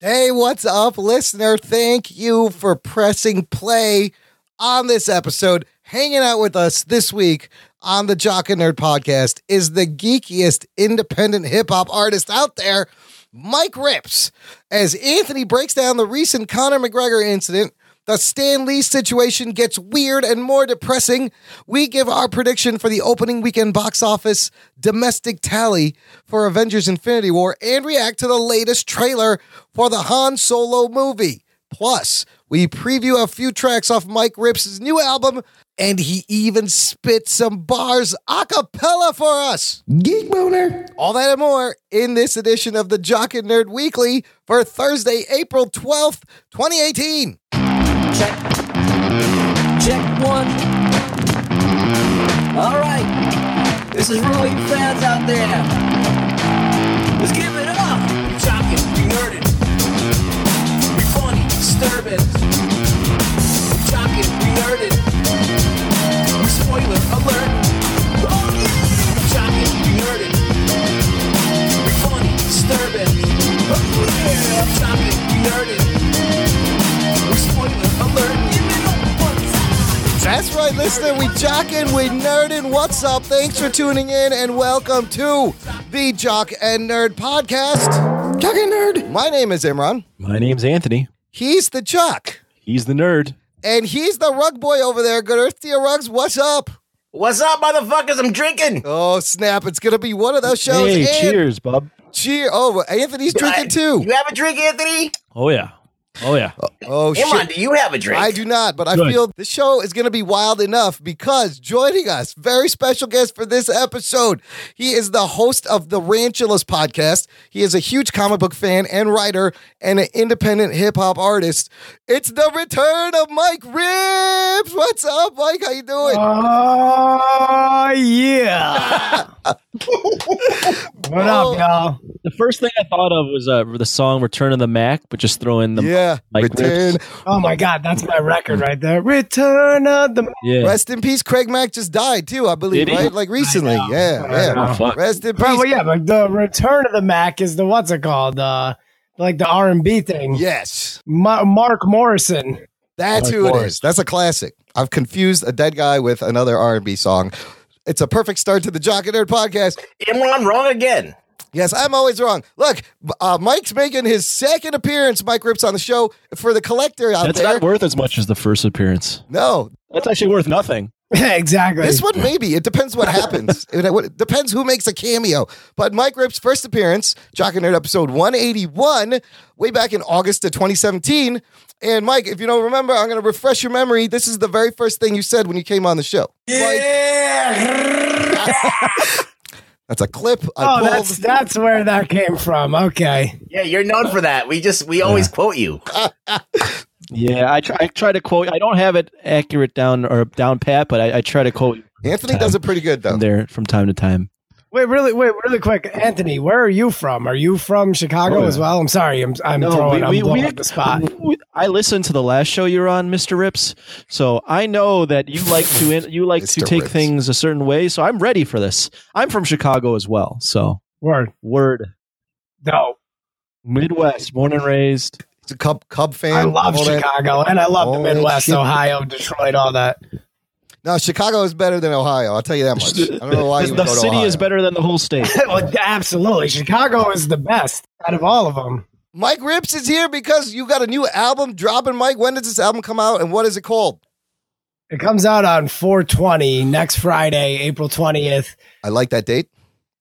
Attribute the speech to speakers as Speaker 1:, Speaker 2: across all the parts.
Speaker 1: Hey, what's up, listener? Thank you for pressing play on this episode. Hanging out with us this week on the Jock and Nerd podcast is the geekiest independent hip hop artist out there, Mike Rips, as Anthony breaks down the recent Conor McGregor incident. The Stan Lee situation gets weird and more depressing. We give our prediction for the opening weekend box office domestic tally for Avengers Infinity War and react to the latest trailer for the Han Solo movie. Plus, we preview a few tracks off Mike Rips' new album, and he even spits some bars a cappella for us.
Speaker 2: Geek Boner.
Speaker 1: All that and more in this edition of the Jock and Nerd Weekly for Thursday, April 12th, 2018.
Speaker 3: Check. Check one. All right. This is really fans out there. Let's give it up. We jocking, we nerding. We funny, disturbing. We jocking, we nerding. We spoiler alert. Oh, yeah. We jocking, we nerding. We funny, disturbing. Oh, yeah. We jocking, we nerding. We spoiler alert. Give it up one time.
Speaker 1: That's right, listener. We jockin', we nerdin'. What's up? Thanks for tuning in and welcome to the Jock and Nerd Podcast.
Speaker 2: Talking nerd.
Speaker 1: My name is Imran.
Speaker 4: My name's Anthony.
Speaker 1: He's the Jock.
Speaker 4: He's the nerd.
Speaker 1: And he's the rug boy over there. Good Earth to your rugs. What's up?
Speaker 5: What's up, motherfuckers? I'm drinking.
Speaker 1: Oh, snap. It's going to be one of those shows.
Speaker 4: hey,
Speaker 1: And
Speaker 4: cheers, bub.
Speaker 1: Cheer. Oh, Anthony's drinking
Speaker 5: Uh,
Speaker 1: too.
Speaker 5: You have a drink, Anthony?
Speaker 4: Oh yeah. Oh yeah.
Speaker 1: Oh,
Speaker 5: Imran,
Speaker 1: shit.
Speaker 5: do you have a drink?
Speaker 1: I do not, but I
Speaker 4: Good.
Speaker 1: feel this show is going to be wild enough because joining us, very special guest for this episode. He is the host of the Ranchulas podcast. He is a huge comic book fan and writer and an independent hip hop artist. It's the return of Mike Ribs. What's up, Mike? How you doing?
Speaker 2: Oh yeah. what
Speaker 1: up, Oh.
Speaker 2: y'all?
Speaker 4: The first thing I thought of was uh, the song "Return of the Mac," but just throw in the
Speaker 1: yeah,
Speaker 4: Mike
Speaker 1: return.
Speaker 4: Rips.
Speaker 2: Oh my god, that's my record right there. Return of the
Speaker 4: yeah.
Speaker 1: Rest in peace. Craig Mack just died too, I believe,
Speaker 4: Did he?
Speaker 1: right? Like recently.
Speaker 2: know.
Speaker 1: Yeah,
Speaker 2: I
Speaker 1: yeah.
Speaker 2: know.
Speaker 4: Oh, fuck.
Speaker 1: Rest in
Speaker 2: Bro,
Speaker 1: peace.
Speaker 2: well, yeah, but the Return of the Mac is the what's it called? Uh like the R and B thing.
Speaker 1: Yes.
Speaker 2: Ma- Mark Morrison.
Speaker 1: That's
Speaker 4: Of
Speaker 1: who it
Speaker 4: course.
Speaker 1: is. That's a classic. I've confused a dead guy with another R and B song. It's a perfect start to the Jock and Nerd podcast.
Speaker 5: Imran, wrong again.
Speaker 1: Yes, I'm always wrong. Look, uh, Mike's making his second appearance. Mike Rips on the show for the collector out
Speaker 4: That's
Speaker 1: there.
Speaker 4: not worth as much as the first appearance.
Speaker 1: no,
Speaker 4: That's actually worth nothing.
Speaker 2: exactly.
Speaker 1: this one maybe. It depends what happens. it, it depends who makes a cameo. But Mike Rips' first appearance, Jock and Nerd episode 181, way back in August of 2017. And Mike, if you don't remember, I'm going to refresh your memory. This is the very first thing you said when you came on the show. Like, That's a clip. I
Speaker 2: Oh,
Speaker 1: pulled.
Speaker 2: that's that's where that came from. Okay.
Speaker 5: Yeah, you're known for that. We just we always quote you.
Speaker 4: Yeah, I try, I try to quote. I don't have it accurate down or down pat, but I, I try to quote
Speaker 1: Anthony does it pretty good though.
Speaker 4: from there from time to time.
Speaker 2: Wait, really, wait, really quick, Anthony. Where are you from? Are you from Chicago
Speaker 4: Oh, yeah.
Speaker 2: as well? I'm sorry, I'm I'm throwing, I'm blowing up the spot.
Speaker 4: we- I listened to the last show you're on, Mr. Rips, so I know that you like to in, you like to
Speaker 1: Mr.
Speaker 4: take
Speaker 1: Rips.
Speaker 4: things a certain way. So I'm ready for this. I'm from Chicago as well, so
Speaker 2: Word,
Speaker 4: word
Speaker 2: dope.
Speaker 4: Midwest, born and raised.
Speaker 1: He's a Cub Cub fan.
Speaker 2: I love
Speaker 1: all that. Oh,
Speaker 2: Chicago, and I love
Speaker 1: all
Speaker 2: the
Speaker 1: that
Speaker 2: Midwest,
Speaker 1: shit.
Speaker 2: Ohio, Detroit, all that.
Speaker 1: No, Chicago is better than Ohio. I'll tell you that much. I don't know why you
Speaker 4: the
Speaker 1: would go to
Speaker 4: city is
Speaker 1: Ohio.
Speaker 4: better than the whole state.
Speaker 2: well, absolutely, Chicago is the best out of all of them.
Speaker 1: Mike Rips is here because you got a new album dropping. Mike, when does this album come out and what is it called?
Speaker 2: It comes out on 420 next Friday, April 20th.
Speaker 1: I like that date.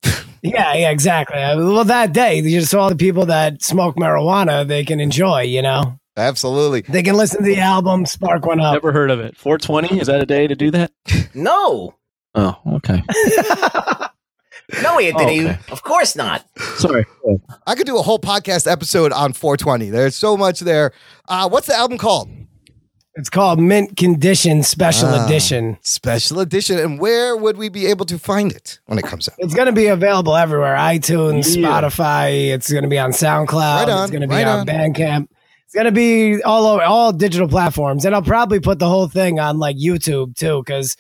Speaker 2: Yeah, yeah, exactly. Uh, Well, that day, just all the people that smoke marijuana, they can enjoy. You know,
Speaker 1: Absolutely.
Speaker 2: they can listen to the album, spark one up.
Speaker 4: Never heard of it. 420 is that a day to do that?
Speaker 5: No.
Speaker 4: Oh, okay.
Speaker 5: No, Anthony.
Speaker 4: Oh, okay.
Speaker 5: Of course not.
Speaker 4: Sorry.
Speaker 1: I could do a whole podcast episode on 420. There's so much there. Uh, what's the album called?
Speaker 2: It's called Mint Condition Special
Speaker 1: Ah.
Speaker 2: Edition.
Speaker 1: Special Edition. And where would we be able to find it when it comes out?
Speaker 2: It's going to be available everywhere iTunes,
Speaker 4: Yeah.
Speaker 2: Spotify. It's going to be on SoundCloud.
Speaker 1: Right on,
Speaker 2: it's going to be
Speaker 1: right
Speaker 2: on,
Speaker 1: on.
Speaker 2: Bandcamp. It's going to be all over all digital platforms. And I'll probably put the whole thing on like YouTube too, because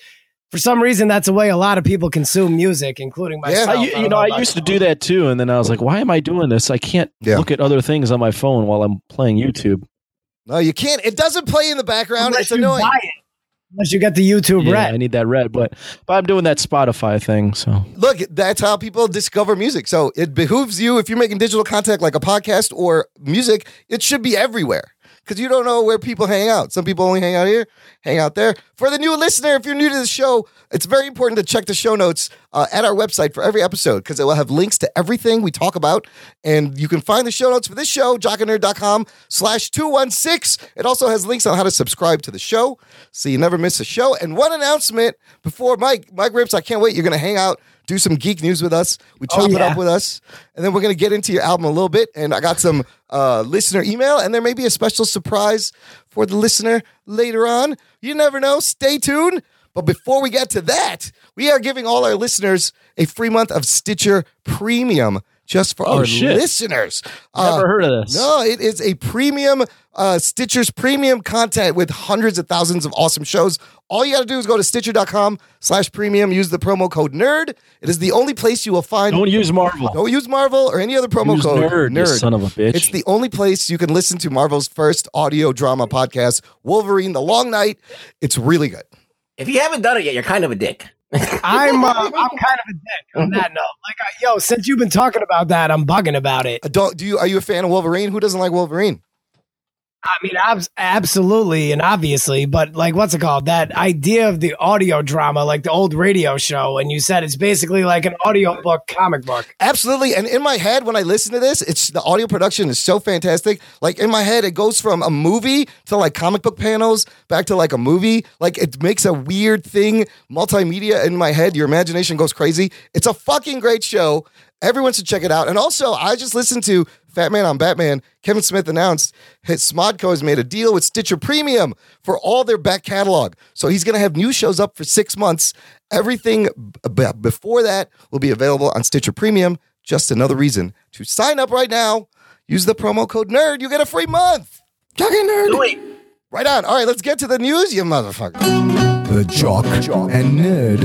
Speaker 2: for some reason, that's the way a lot of people consume music, including myself.
Speaker 4: I,
Speaker 2: I
Speaker 4: you,
Speaker 2: don't
Speaker 4: you know, I
Speaker 2: about
Speaker 4: used to
Speaker 2: you.
Speaker 4: do that too, and then I was like, "Why am I doing this? I can't
Speaker 1: Yeah.
Speaker 4: look at other things on my phone while I'm playing YouTube."
Speaker 1: No, you can't. It doesn't play in the background.
Speaker 2: Unless
Speaker 1: it's
Speaker 2: you
Speaker 1: annoying.
Speaker 2: buy it. Unless you got the YouTube
Speaker 4: Yeah, I
Speaker 2: red.
Speaker 4: need that red, but but I'm doing that Spotify thing. So
Speaker 1: Look, that's how people discover music. So it behooves you if you're making digital content like a podcast or music, it should be everywhere. Because you don't know where people hang out. Some people only hang out here, hang out there. For the new listener, if you're new to the show, it's very important to check the show notes uh, at our website for every episode because it will have links to everything we talk about. And you can find the show notes for this show, jockandnerd.com slash 216. It also has links on how to subscribe to the show so you never miss a show. And one announcement before Mike, Mike Rips, I can't wait. You're going to hang out, do some geek news with us. We
Speaker 4: Oh,
Speaker 1: chop it
Speaker 2: yeah.
Speaker 1: up with us. And then we're going to get into your album a little bit. And I got some uh, listener email, and there may be a special surprise for the listener later on. You never know. Stay tuned. But before we get to that, we are giving all our listeners a free month of Stitcher Premium just for
Speaker 4: Oh,
Speaker 1: our
Speaker 4: shit.
Speaker 1: listeners. Uh,
Speaker 4: never heard of this.
Speaker 1: no, it is a premium uh, Stitcher's premium content with hundreds of thousands of awesome shows. All you got to do is go to stitcher.com slash premium, use the promo code NERD. It is the only place you will find.
Speaker 4: Don't use Marvel.
Speaker 1: Don't use Marvel or any other promo
Speaker 4: use
Speaker 1: code.
Speaker 4: nerd, you son of a bitch.
Speaker 1: It's the only place you can listen to Marvel's first audio drama podcast, Wolverine: The Long Night. It's really good.
Speaker 5: If you haven't done it yet, you're kind of a dick.
Speaker 2: I'm uh, I'm kind of a dick on that note. Like, I, yo, since you've been talking about that, I'm bugging about it.
Speaker 1: Uh, Don't, do you? Are you a fan of Wolverine? Who doesn't like Wolverine?
Speaker 2: I mean, abs- absolutely and obviously, but like, what's it called? That idea of the audio drama, like the old radio show, and you said it's basically like an audio book comic book.
Speaker 1: Absolutely. And in my head, when I listen to this, it's the audio production is so fantastic. Like in my head, it goes from a movie to like comic book panels back to like a movie. Like it makes a weird thing, multimedia in my head. Your imagination goes crazy. It's a fucking great show. Everyone should check it out. And also, I just listened to Fat Man on Batman. Kevin Smith announced his Smodco has made a deal with Stitcher Premium for all their back catalog. So he's going to have new shows up for six months. Everything b- b- before that will be available on Stitcher Premium. Just another reason to sign up right now. Use the promo code NERD. You get a free month. Fucking
Speaker 5: Do
Speaker 1: nerd.
Speaker 5: it.
Speaker 1: Right on. All right, let's get to the news, you motherfucker.
Speaker 6: The Jock and Nerd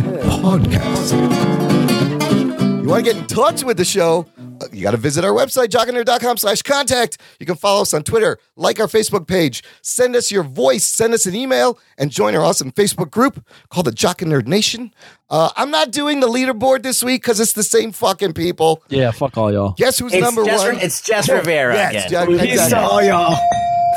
Speaker 6: Podcast.
Speaker 1: You want to get in touch with the show? uh, You got to visit our website, jockandnerd.com slash contact. You can follow us on Twitter, like our Facebook page, send us your voice, send us an email, and join our awesome Facebook group called the Jock and Nerd Nation. Uh, I'm not doing the leaderboard this week because it's the same fucking people.
Speaker 4: Yeah, fuck all y'all.
Speaker 1: Guess who's
Speaker 5: It's
Speaker 1: number
Speaker 5: Jess,
Speaker 1: one?
Speaker 5: It's Jess Rivera
Speaker 1: Yeah, it's
Speaker 5: again.
Speaker 1: Jack-
Speaker 2: Peace
Speaker 1: exactly.
Speaker 2: to all y'all.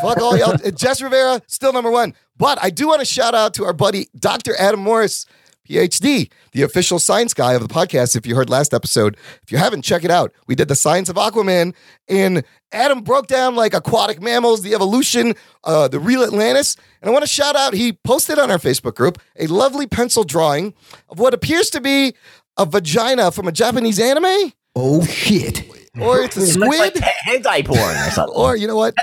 Speaker 1: Fuck all y'all. Uh, Jess Rivera, still number one. But I do want to shout out to our buddy, Dr. Adam Morris, PhD, the official science guy of the podcast. If you heard last episode, if you haven't, check it out. We did the science of Aquaman, and Adam broke down like aquatic mammals, the evolution, uh, the real Atlantis. And I want to shout out, he posted on our Facebook group a lovely pencil drawing of what appears to be a vagina from a Japanese anime,
Speaker 6: Oh shit.
Speaker 1: or it's a
Speaker 5: It looks like
Speaker 1: squid,
Speaker 5: he- hentai porn or something.
Speaker 1: or you know what?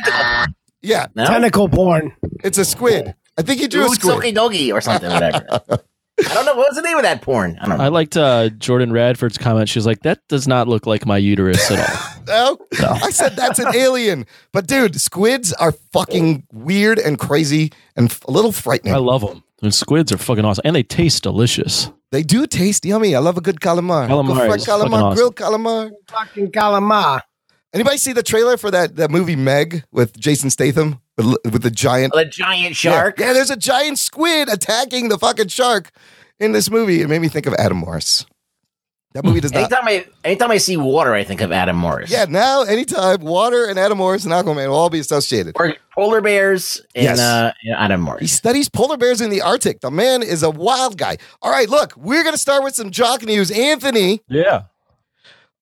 Speaker 1: Yeah,
Speaker 5: no?
Speaker 2: Tentacle porn.
Speaker 1: it's a squid. I think you drew a squid.
Speaker 5: Utsuki Dogi or something, whatever. I don't know. What was the name of that porn? I don't know.
Speaker 4: I liked uh, Jordan Radford's comment. She was like, "That does not look like my uterus at all."
Speaker 1: No, I said that's an alien. But dude, squids are fucking weird and crazy and f- a little frightening.
Speaker 4: I love them. And squids are fucking awesome, and they taste delicious.
Speaker 1: they do taste yummy. I love a good calamar.
Speaker 4: Calamar
Speaker 1: Good fried
Speaker 4: is fucking
Speaker 1: calamar,
Speaker 4: awesome.
Speaker 1: grilled calamar.
Speaker 2: Fucking calamar.
Speaker 1: Anybody see the trailer for that that movie Meg with Jason Statham with, l- with the giant
Speaker 5: the giant shark.
Speaker 1: Yeah, yeah, there's a giant squid attacking the fucking shark in this movie. It made me think of Adam Morris. That movie does not.
Speaker 5: Anytime I anytime I see water, I think of Adam Morris.
Speaker 1: Yeah, now anytime water and Adam Morris and Aquaman will all be associated.
Speaker 5: Or polar bears and,
Speaker 1: Yes.
Speaker 5: uh, and Adam
Speaker 1: He
Speaker 5: Morris.
Speaker 1: studies polar bears in the Arctic. The man is a wild guy. All right, look, we're going to start with some jock news. Anthony,
Speaker 4: Yeah.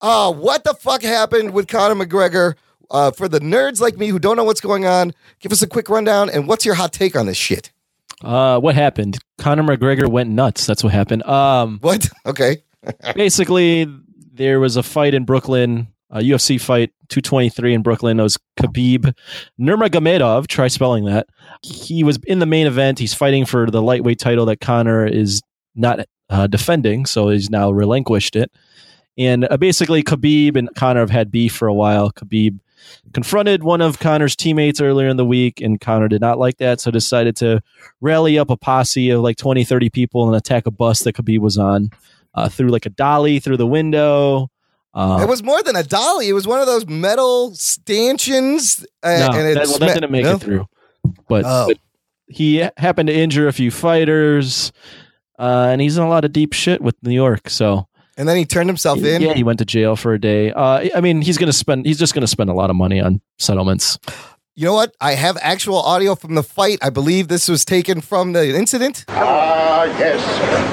Speaker 1: uh, what the fuck happened with Conor McGregor? Uh, for the nerds like me who don't know what's going on, give us a quick rundown and what's your hot take on this shit?
Speaker 4: Uh, what happened? Conor McGregor went nuts. That's what happened. Um,
Speaker 1: What? Okay.
Speaker 4: basically, there was a fight in Brooklyn, a UFC fight, 223 in Brooklyn. It was Khabib Nurmagomedov. Try spelling that. He was in the main event. He's fighting for the lightweight title that Conor is not uh, defending, so he's now relinquished it. And uh, basically, Khabib and Conor have had beef for a while. Khabib confronted one of Connor's teammates earlier in the week, and Connor did not like that, so decided to rally up a posse of like 20, 30 people and attack a bus that Khabib was on uh, through like a dolly through the window. Uh,
Speaker 1: it was more than a dolly. It was one of those metal stanchions, uh,
Speaker 4: no,
Speaker 1: and it
Speaker 4: that, well, that
Speaker 1: sma-
Speaker 4: didn't make
Speaker 1: No?
Speaker 4: it through. But,
Speaker 1: Oh.
Speaker 4: but he happened to injure a few fighters, uh, and he's in a lot of deep shit with New York. So
Speaker 1: And then he turned himself in.
Speaker 4: yeah, he went to jail for a day. Uh, I mean, he's gonna spend. He's just gonna spend a lot of money on settlements.
Speaker 1: You know what? I have actual audio from the fight. I believe this was taken from the incident.
Speaker 7: Ah, yes.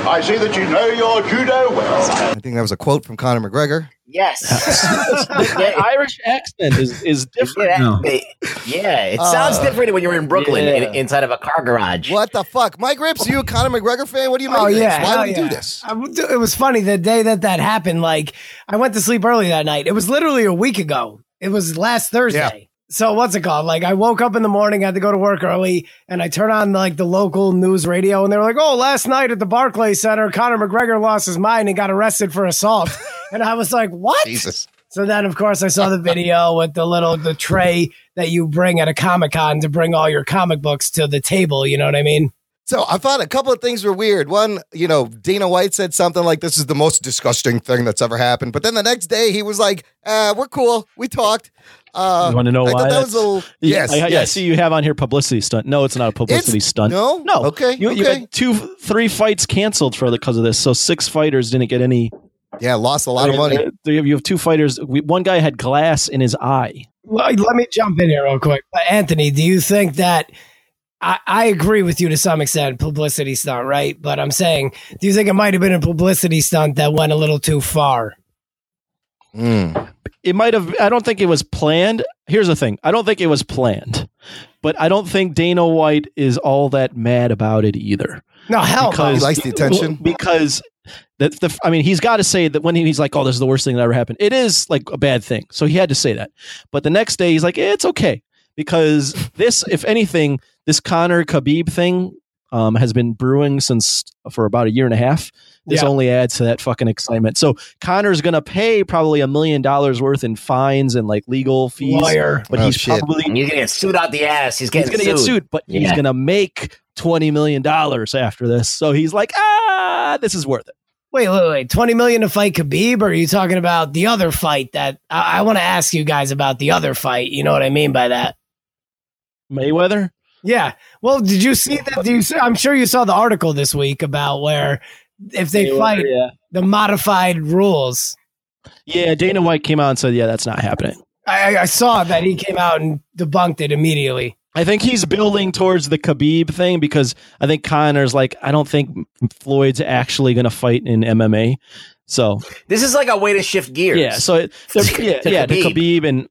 Speaker 7: I see that you know your judo well.
Speaker 1: I think that was a quote from Conor McGregor.
Speaker 5: Yes.
Speaker 4: The Irish accent is is different.
Speaker 5: yeah,
Speaker 4: now.
Speaker 5: it, yeah, it sounds different when you're in Brooklyn
Speaker 4: yeah.
Speaker 5: in, inside of a car garage.
Speaker 1: Uh, What the fuck, Mike Rips? You a Conor McGregor fan? What do you make?
Speaker 2: Oh
Speaker 1: of this?
Speaker 2: yeah,
Speaker 1: why
Speaker 2: hell
Speaker 1: would he do
Speaker 2: yeah.
Speaker 1: this?
Speaker 2: I would do- it was funny the day that that happened. Like I went to sleep early that night. It was literally a week ago. It was last Thursday. So what's it called? Like I woke up in the morning, I had to go to work early, and I turn on like the local news radio, and they were like, "Oh, last night at the Barclays Center, Conor McGregor lost his mind and got arrested for assault." and I was like, "What?"
Speaker 1: Jesus.
Speaker 2: So then, of course, I saw the video with the little the tray that you bring at a comic con to bring all your comic books to the table. You know what I mean?
Speaker 1: So I thought a couple of things were weird. One, you know, Dana White said something like, "This is the most disgusting thing that's ever happened." But then the next day, he was like, uh, "We're cool. We talked." Uh,
Speaker 4: You want to know
Speaker 1: I
Speaker 4: why?
Speaker 1: thought that
Speaker 4: that's-
Speaker 1: was a little.
Speaker 4: Yeah,
Speaker 1: Yes.
Speaker 4: I, I- I
Speaker 1: yes.
Speaker 4: see you have on here publicity stunt. No, it's not a publicity
Speaker 1: It's-
Speaker 4: stunt.
Speaker 1: No.
Speaker 4: No.
Speaker 1: Okay.
Speaker 4: You,
Speaker 1: okay.
Speaker 4: you had two, three fights canceled for because of this. So six fighters didn't get any.
Speaker 1: yeah, lost a lot of money.
Speaker 4: Three of you have two fighters. We, one guy had glass in his eye.
Speaker 2: Well, let me jump in here real quick. But Anthony, do you think that I, I agree with you to some extent, publicity stunt, right? But I'm saying, do you think it might have been a publicity stunt that went a little too far?
Speaker 1: Mm.
Speaker 4: It might have. I don't think it was planned. Here's the thing. I don't think it was planned, but I don't think Dana White is all that mad about it either.
Speaker 2: No, hell
Speaker 1: He
Speaker 4: Because-
Speaker 1: likes the attention.
Speaker 4: Well, because that the I mean he's got to say that when he's like oh this is the worst thing that ever happened it is like a bad thing so he had to say that but the next day he's like eh, it's okay because this if anything this Connor Khabib thing um, has been brewing since for about a year and a half this
Speaker 2: Yeah.
Speaker 4: only adds to that fucking excitement so Connor's gonna pay probably a million dollars worth in fines and like legal
Speaker 2: no.
Speaker 4: fees
Speaker 2: Lawyer.
Speaker 4: but
Speaker 1: Oh,
Speaker 4: he's
Speaker 1: shit.
Speaker 4: probably
Speaker 5: You're gonna get sued out the ass.
Speaker 4: he's
Speaker 5: He's getting
Speaker 4: gonna
Speaker 5: sued.
Speaker 4: get sued, but he's
Speaker 5: Yeah.
Speaker 4: gonna make twenty million dollars after this. So he's like, ah, this is worth it.
Speaker 2: Wait, wait, wait. 20 million to fight Khabib? Or are you talking about the other fight that I, I want to ask you guys about the other fight? You know what I mean by that?
Speaker 4: Mayweather.
Speaker 2: Yeah. Well, did you see that? Do you see, I'm sure you saw the article this week about where if they fight
Speaker 4: yeah,
Speaker 2: the modified rules,
Speaker 4: yeah. Dana White came out and said, yeah, that's not happening.
Speaker 2: I, I saw that he came out and debunked it immediately.
Speaker 4: I think he's building towards the Khabib thing because I think Connor's like, I don't think Floyd's actually gonna fight in MMA. So
Speaker 5: This is like a way to shift gears.
Speaker 4: yeah, so it, they're- yeah,
Speaker 5: To
Speaker 4: yeah, to
Speaker 5: Khabib.
Speaker 4: Khabib and.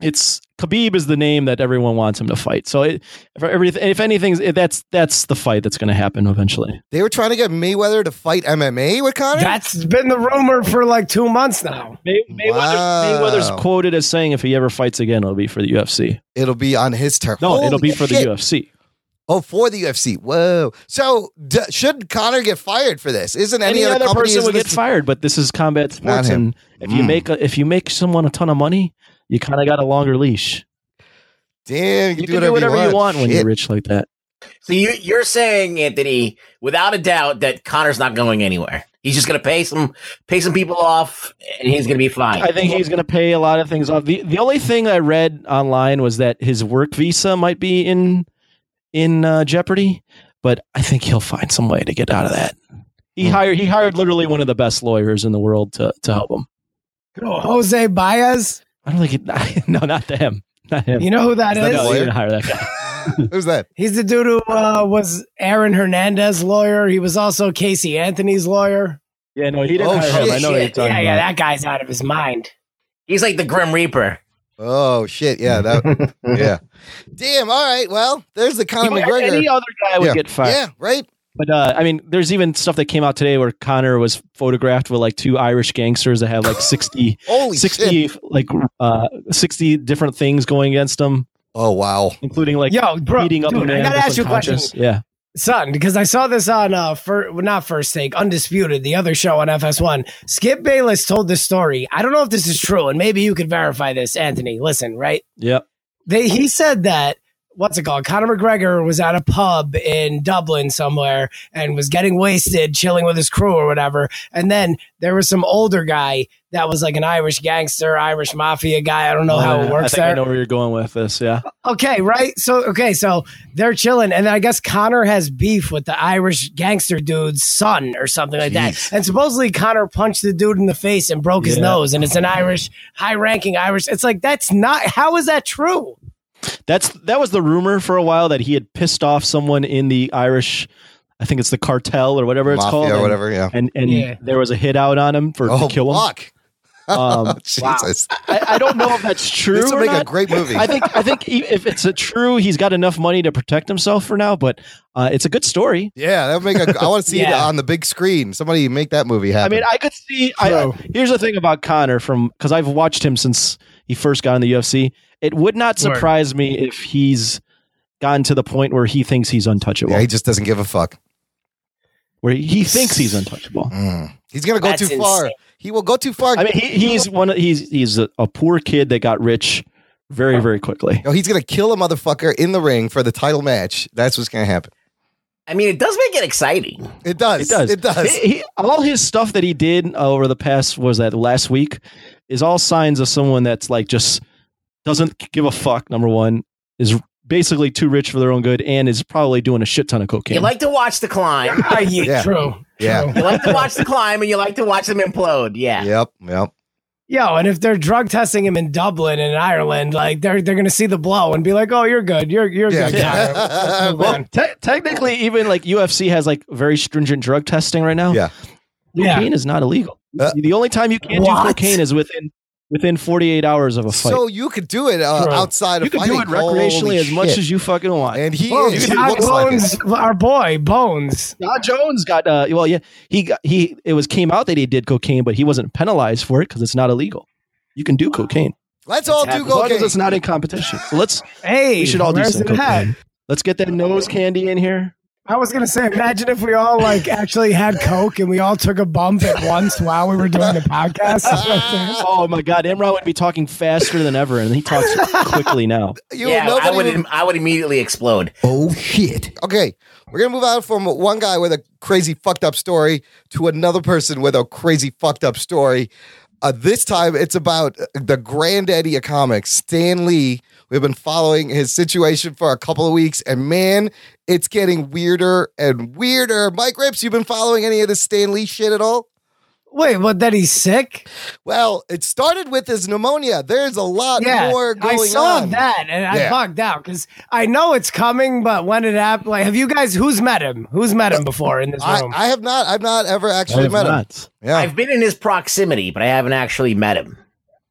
Speaker 4: It's Khabib is the name that everyone wants him to fight. So it, if everything, if anything's that's that's the fight that's going to happen eventually.
Speaker 1: They were trying to get Mayweather to fight MMA with Conor.
Speaker 2: That's been the rumor for like two months now.
Speaker 4: May- Mayweather,
Speaker 1: Wow.
Speaker 4: Mayweather's quoted as saying if he ever fights again, it'll be for the UFC.
Speaker 1: Oh. it'll be on his turn.
Speaker 4: No,
Speaker 1: Holy
Speaker 4: it'll be for
Speaker 1: shit.
Speaker 4: the UFC.
Speaker 1: Oh, for the UFC. Whoa. So d- should Connor get fired for this? Isn't any, other, company
Speaker 4: person
Speaker 1: is
Speaker 4: would get
Speaker 1: listed-
Speaker 4: fired, but this is combat sports,
Speaker 1: him.
Speaker 4: and if you
Speaker 1: Mm.
Speaker 4: make a, if you make someone a ton of money, you kind of got a longer leash.
Speaker 1: Damn, you,
Speaker 4: You, can do whatever you want when you're rich like that.
Speaker 5: So you, you're saying, Anthony, without a doubt, that Connor's not going anywhere. He's just gonna pay some pay some people off, and he's gonna be fine.
Speaker 4: I think he's going to pay a lot of things off. The the only thing I read online was that his work visa might be in in uh, jeopardy, but I think he'll find some way to get out of that. He
Speaker 1: Hmm.
Speaker 4: hired he hired literally one of the best lawyers in the world to to help him.
Speaker 2: Jose Baez,
Speaker 4: I don't think it, no, not to him, not him.
Speaker 2: you know who that
Speaker 4: no,
Speaker 2: is?
Speaker 4: you didn't hire that guy.
Speaker 1: want. Who's that?
Speaker 2: He's the dude who uh, was Aaron Hernandez' lawyer. He was also Casey Anthony's lawyer.
Speaker 4: Yeah, no, he didn't
Speaker 1: Oh,
Speaker 4: hire him. I
Speaker 1: shit.
Speaker 4: know what you're talking
Speaker 2: yeah, yeah,
Speaker 4: about.
Speaker 2: that guy's out of his mind.
Speaker 5: he's like the Grim Reaper.
Speaker 1: Oh shit. Yeah. That. yeah. Damn. All right. Well, there's the Conor
Speaker 4: If
Speaker 1: McGregor.
Speaker 4: Any other guy would
Speaker 1: Yeah.
Speaker 4: get fired.
Speaker 1: yeah. Right.
Speaker 4: But uh, I mean, there's even stuff that came out today where Connor was photographed with like two Irish gangsters that have like 60,
Speaker 1: Holy
Speaker 4: 60
Speaker 1: shit.
Speaker 4: like uh, 60 different things going against him,
Speaker 1: Oh wow.
Speaker 4: including like
Speaker 2: Yo, bro,
Speaker 4: beating up
Speaker 2: dude,
Speaker 4: a man.
Speaker 2: I gotta
Speaker 4: that's
Speaker 2: ask you a question.
Speaker 4: unconscious. Yeah.
Speaker 2: Son, because I saw this on uh, fir- well, not first take, undisputed, the other show on FS1. Skip Bayless told this story. I don't know if this is true, and maybe you could verify this, Anthony. Listen, right?
Speaker 4: Yep.
Speaker 2: They he said that what's it called? Conor McGregor was at a pub in Dublin somewhere and was getting wasted, chilling with his crew or whatever. And then there was some older guy that was like an Irish gangster, Irish mafia guy. I don't know how it
Speaker 4: Oh, I
Speaker 2: works
Speaker 4: think I
Speaker 2: there.
Speaker 4: know where you're going with this. Yeah.
Speaker 2: Okay, right. So okay, so they're chilling, and then I guess Connor has beef with the Irish gangster dude's son or something like that. And supposedly Connor punched the dude in the face and broke his
Speaker 4: Yeah.
Speaker 2: nose, and it's an Irish, high-ranking Irish. It's like that's not how is that true?
Speaker 4: That's that was the rumor for a while that he had pissed off someone in the Irish, I think it's the cartel or whatever it's
Speaker 1: Mafia
Speaker 4: called,
Speaker 1: or
Speaker 4: and-
Speaker 1: whatever, yeah.
Speaker 4: And and
Speaker 2: Yeah.
Speaker 4: there was a hit out on him for to
Speaker 1: Oh,
Speaker 4: kill him.
Speaker 1: fuck.
Speaker 4: Um,
Speaker 1: Oh, Jesus.
Speaker 4: I, I don't know if that's true.
Speaker 1: This
Speaker 4: or
Speaker 1: would make
Speaker 4: not.
Speaker 1: a great movie.
Speaker 4: I think I think e- if it's a true, he's got enough money to protect himself for now. But uh, it's a good story.
Speaker 1: yeah, that would make a. I want to see it
Speaker 2: Yeah.
Speaker 1: on the big screen. Somebody make that movie
Speaker 4: I
Speaker 1: happen.
Speaker 4: mean, I could see. I,
Speaker 2: True.
Speaker 4: here's the thing about Connor from because I've watched him since he first got in the UFC. It would not
Speaker 2: Word.
Speaker 4: surprise me if he's gotten to the point where he thinks he's untouchable.
Speaker 1: yeah, he just doesn't give a fuck.
Speaker 4: where he thinks he's untouchable.
Speaker 1: Mm. He's gonna go
Speaker 2: That's
Speaker 1: too far.
Speaker 2: insane.
Speaker 1: He will go too far.
Speaker 4: I mean, he, he's one. Of, he's he's a, a poor kid that got rich very very quickly.
Speaker 1: no, he's gonna kill a motherfucker in the ring for the title match. That's what's gonna happen.
Speaker 5: I mean, it does make it exciting.
Speaker 1: It does.
Speaker 4: It does.
Speaker 1: It does.
Speaker 4: He- he- all his stuff that he did over the past was that last week is all signs of someone that's like just doesn't give a fuck. Number one is basically too rich for their own good and is probably doing a shit ton of cocaine.
Speaker 5: You like to watch the climb.
Speaker 2: Are you
Speaker 1: Yeah.
Speaker 2: true?
Speaker 1: Yeah.
Speaker 2: True.
Speaker 5: You like to watch the climb, and you like to watch them implode. Yeah.
Speaker 1: Yep. Yep.
Speaker 2: Yo, and if they're drug testing him in Dublin and Ireland, like they're they're gonna see the blow and be like, "Oh, you're good, you're you're
Speaker 1: Yeah.
Speaker 2: good." Connor. Move
Speaker 4: well,
Speaker 2: on.
Speaker 4: te- technically, even like UFC has like very stringent drug testing right now.
Speaker 1: Yeah.
Speaker 2: Yeah,
Speaker 4: cocaine is not illegal.
Speaker 1: Uh,
Speaker 4: the only time you can't
Speaker 2: What?
Speaker 4: do cocaine is within within 48 hours of a fight.
Speaker 1: So you could do it uh,
Speaker 2: True.
Speaker 1: outside
Speaker 4: you
Speaker 1: of
Speaker 4: can
Speaker 1: fighting.
Speaker 4: do it recreationally
Speaker 1: Holy
Speaker 4: as much
Speaker 1: shit.
Speaker 4: as you fucking want.
Speaker 1: And he
Speaker 2: Bones,
Speaker 1: is. He
Speaker 2: Todd
Speaker 1: looks like it.
Speaker 2: Bones, our boy Bones.
Speaker 4: John Jones got uh, well, yeah, he got he. It was came out that he did cocaine, but he wasn't penalized for it because it's not illegal. You can do cocaine
Speaker 1: Let's all do
Speaker 4: as long as
Speaker 1: cocaine.
Speaker 4: it's not in competition. So let's
Speaker 2: Hey,
Speaker 4: we should all do
Speaker 2: where's
Speaker 4: some
Speaker 2: it at?
Speaker 4: cocaine. Let's get that nose candy in here.
Speaker 2: I was gonna say, imagine if we all like actually had coke and we all took a bump at once while we were doing the podcast.
Speaker 4: Oh my God, Imran would be talking faster than ever, and he talks quickly now.
Speaker 1: You
Speaker 5: Yeah,
Speaker 1: nobody
Speaker 5: I would,
Speaker 1: would-
Speaker 5: I would immediately explode.
Speaker 6: Oh shit.
Speaker 1: okay, we're gonna move on from one guy with a crazy fucked up story to another person with a crazy fucked up story. Uh, this time, it's about the granddaddy of comics, Stan Lee. We've been following his situation for a couple of weeks, and man, it's getting weirder and weirder. Mike Rips, you've been following any of this Stan Lee shit at all?
Speaker 2: Wait, what? That he's sick?
Speaker 1: Well, it started with his pneumonia. There's a lot
Speaker 2: Yeah,
Speaker 1: more going
Speaker 2: I saw
Speaker 1: on.
Speaker 2: that and I
Speaker 1: Yeah.
Speaker 2: bugged out because I know it's coming, but when it happened, like, have you guys who's met him? Who's met him before in this
Speaker 1: I,
Speaker 2: room?
Speaker 1: I have not. I've not ever
Speaker 4: I
Speaker 1: actually
Speaker 4: have
Speaker 1: met him.
Speaker 4: not.
Speaker 1: Yeah.
Speaker 5: I've been in his proximity, but I haven't actually met him.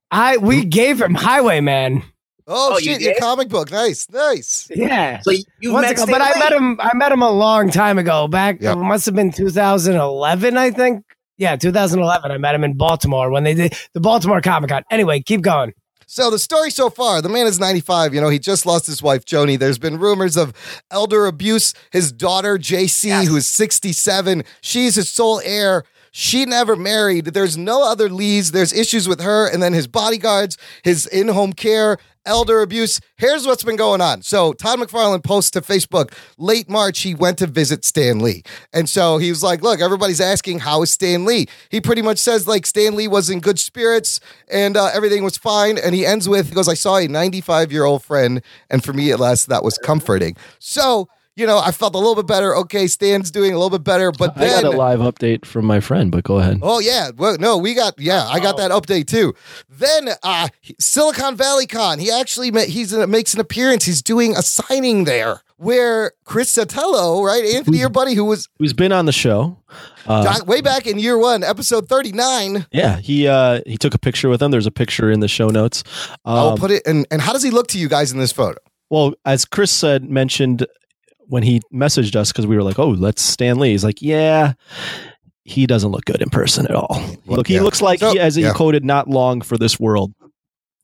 Speaker 2: I we gave him Highwayman.
Speaker 1: oh,
Speaker 5: Oh, you
Speaker 1: shit! Your
Speaker 5: did?
Speaker 1: comic book. Nice, nice.
Speaker 2: Yeah.
Speaker 5: So you
Speaker 2: Once
Speaker 5: met,
Speaker 2: ago,
Speaker 5: Stan
Speaker 2: but I
Speaker 5: Lee.
Speaker 2: met him. I met him a long time ago. Back
Speaker 1: Yeah.
Speaker 2: it must have been 2011, I think. Yeah, 2011. I met him in Baltimore when they did the Baltimore Comic Con. Anyway, keep going.
Speaker 1: So the story so far, the man is 95. You know, he just lost his wife, Joni. There's been rumors of elder abuse. His daughter, JC, who's 67, she's his sole heir. She never married. There's no other leads. There's issues with her and then his bodyguards, his in home care, elder abuse. Here's what's been going on. So Todd McFarlane posts to Facebook late March, he went to visit Stan Lee. And so he was like, Look, everybody's asking, How is Stan Lee? He pretty much says, like, Stan Lee was in good spirits and uh, everything was fine. And he ends with, He goes, I saw a 95 year old friend. And for me, at last, that was comforting. So, you know, I felt a little bit better. Okay, Stan's doing a little bit better. But
Speaker 4: I
Speaker 1: then.
Speaker 4: got a live update from my friend, but go ahead.
Speaker 1: Oh yeah, well, no, we got yeah, I got that update too. Then uh, Silicon Valley Con, he actually ma- he's uh, makes an appearance. He's doing a signing there where Chris Sotelo, right, Anthony, your buddy, who was
Speaker 4: Who's been on the show? Uh-huh. Uh,
Speaker 1: doc- way back in year one, episode thirty nine.
Speaker 4: Yeah, he uh, he took a picture with him. There's a picture in the show notes.
Speaker 1: I'll
Speaker 4: Um,
Speaker 1: put it and and how does he look to you guys in this photo?
Speaker 4: Well, as Chris said, mentioned when he messaged us because we were like, "Oh, let's Stan Lee." He's like, "Yeah, he doesn't look good in person at all. Look, he
Speaker 1: yeah.
Speaker 4: looks like
Speaker 1: So-
Speaker 4: he, as he
Speaker 1: yeah.
Speaker 4: quoted, not long for this world."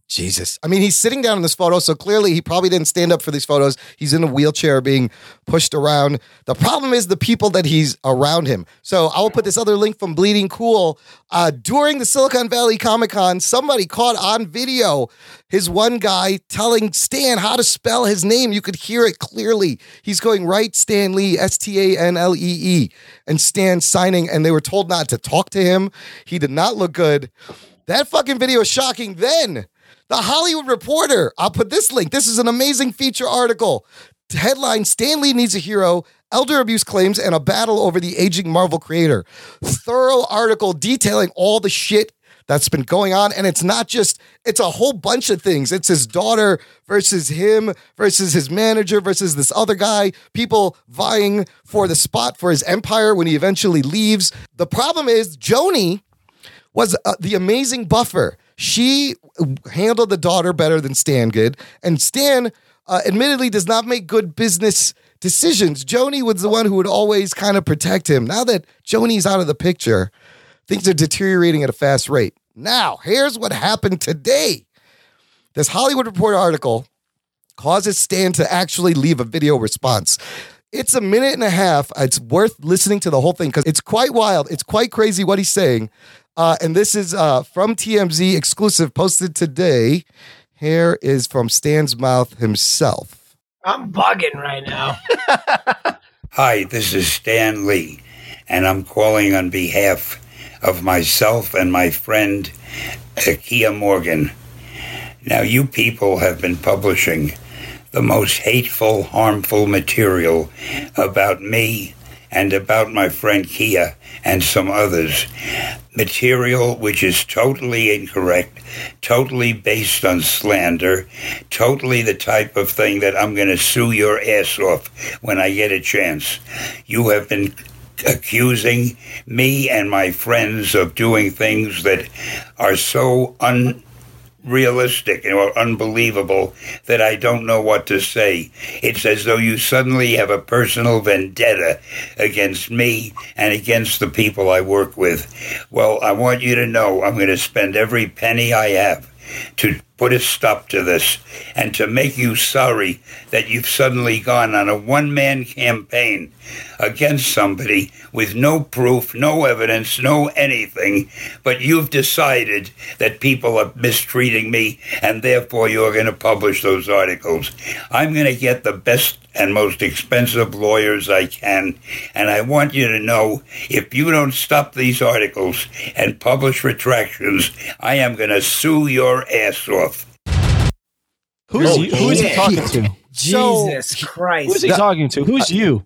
Speaker 1: Jesus. I mean, he's sitting down in this photo, so clearly he probably didn't stand up for these photos. He's in a wheelchair being pushed around. The problem is the people that he's around him. So I will put this other link from Bleeding Cool. Uh, during the Silicon Valley Comic Con, somebody caught on video his one guy telling Stan how to spell his name. You could hear it clearly. He's going right, Stan Lee, S T A N L E E, and Stan signing, and they were told not to talk to him. He did not look good. That fucking video is shocking. Then the Hollywood Reporter. I'll put this link. This is an amazing feature article. Headline Stanley needs a hero, elder abuse claims, and a battle over the aging Marvel creator. Thorough article detailing all the shit that's been going on. And it's not just, it's a whole bunch of things. It's his daughter versus him versus his manager versus this other guy, people vying for the spot for his empire when he eventually leaves. The problem is, Joni was uh, the amazing buffer. She handled the daughter better than Stan did, and Stan uh, admittedly does not make good business decisions. Joni was the one who would always kind of protect him. Now that Joni's out of the picture, things are deteriorating at a fast rate. Now, here's what happened today. This Hollywood Reporter article causes Stan to actually leave a video response. It's a minute and a half. It's worth listening to the whole thing because it's quite wild. It's quite crazy what he's saying. Uh, and this is uh, from TMZ exclusive posted today. Here is from Stan's mouth himself.
Speaker 2: I'm bugging right now.
Speaker 8: Hi, this is Stan Lee, and I'm calling on behalf of myself and my friend Akia Morgan. Now, you people have been publishing the most hateful, harmful material about me and about my friend Kia and some others. Material which is totally incorrect, totally based on slander, totally the type of thing that I'm going to sue your ass off when I get a chance. You have been accusing me and my friends of doing things that are so un realistic or unbelievable that I don't know what to say. It's as though you suddenly have a personal vendetta against me and against the people I work with. Well, I want you to know I'm going to spend every penny I have to put a stop to this and to make you sorry that you've suddenly gone on a one man campaign against somebody with no proof, no evidence, no anything, but you've decided that people are mistreating me and therefore you're going to publish those articles. I'm going to get the best and most expensive lawyers I can. And I want you to know if you don't stop these articles and publish retractions, I am going to sue your ass off.
Speaker 4: Who's he, who is he talking to?
Speaker 1: So-
Speaker 2: Jesus Christ.
Speaker 4: Who's he talking to? Who's you?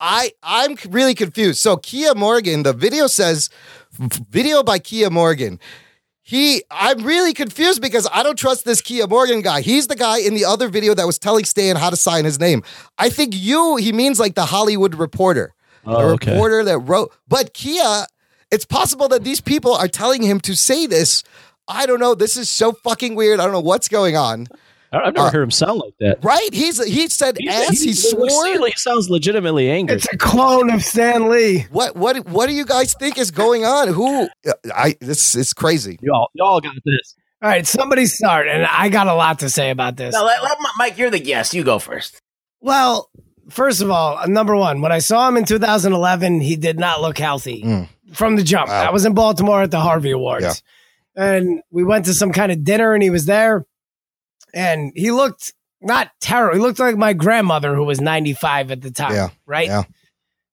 Speaker 1: I I'm really confused. So Kia Morgan, the video says video by Kia Morgan. He I'm really confused because I don't trust this Kia Morgan guy. He's the guy in the other video that was telling Stan how to sign his name. I think you he means like the Hollywood reporter.
Speaker 4: Oh,
Speaker 1: the
Speaker 4: okay.
Speaker 1: reporter that wrote but Kia, it's possible that these people are telling him to say this. I don't know. This is so fucking weird. I don't know what's going on.
Speaker 4: I- I've never
Speaker 1: Uh,
Speaker 4: heard him sound like that.
Speaker 1: Right? He's he said ass, he swore.
Speaker 4: He sounds legitimately angry.
Speaker 2: It's a clone of Stan Lee.
Speaker 1: What what what do you guys think is going on? Who I this is crazy.
Speaker 4: y'all, y'all got this.
Speaker 2: All right, somebody start, and I got a lot to say about this.
Speaker 5: Now, let, let Mi- Mike, you're the guest. You go first.
Speaker 2: Well, first of all, uh, number one, when I saw him in 2011, he did not look healthy from the jump.
Speaker 1: Mm. Wow.
Speaker 2: I was in Baltimore at the Harvey Awards,
Speaker 1: Yeah.
Speaker 2: and we went to some kind of dinner, and he was there, and he looked not terrible. He looked like my grandmother, who was 95 at the time.
Speaker 1: Yeah.
Speaker 2: Right.
Speaker 1: Yeah.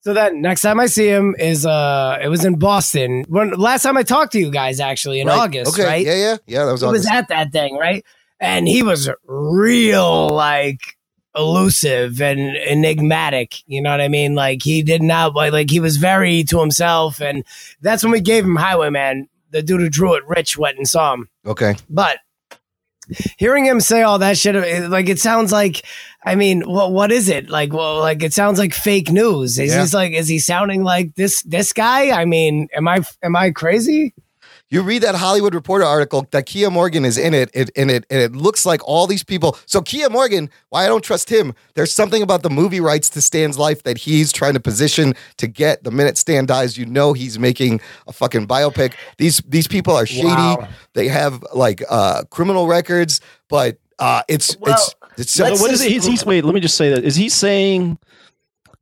Speaker 2: So then, next time I see him is uh, it was in Boston. When last time I talked to you guys, actually in
Speaker 1: Right.
Speaker 2: August,
Speaker 1: Okay.
Speaker 2: right?
Speaker 1: Yeah, yeah. Yeah, that was
Speaker 2: he was
Speaker 1: August.
Speaker 2: at that thing, right? And he was real like elusive and enigmatic. You know what I mean? Like he did not like, like he was very to himself, and that's when we gave him Highwayman. The dude who drew it, Rich, went and saw him.
Speaker 1: okay.
Speaker 2: But hearing him say all that shit, it- like it sounds like, I mean, what what is it like? Well, like it sounds like fake news. Is
Speaker 1: Yeah.
Speaker 2: this like is he sounding like this this guy? I mean, am I am I crazy?
Speaker 1: You read that Hollywood Reporter article that Kia Morgan is in it, it and it and it looks like all these people. So Kia Morgan, why I don't trust him? There's something about the movie rights to Stan's life that he's trying to position to get. The minute Stan dies, you know he's making a fucking biopic. These these people are shady. They have like uh, criminal records, but uh, it's it's it's so
Speaker 4: So what is it? He's, he's wait. Let me just say that. Is he saying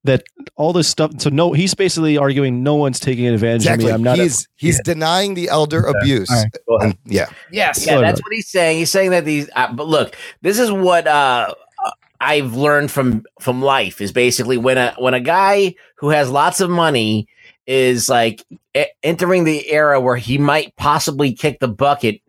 Speaker 4: that all this stuff? So no, he's basically arguing no one's taking advantage
Speaker 1: exactly.
Speaker 4: of me. I'm not.
Speaker 1: he's he's denying the elder abuse. And- yeah.
Speaker 2: Yes.
Speaker 4: Sorry
Speaker 5: Yeah, that's
Speaker 4: about
Speaker 5: what he's saying. He's saying that these. Uh, but look, this is what uh, I've learned from from life is basically when a when a guy who has lots of money is like e- entering the era where he might possibly kick the bucket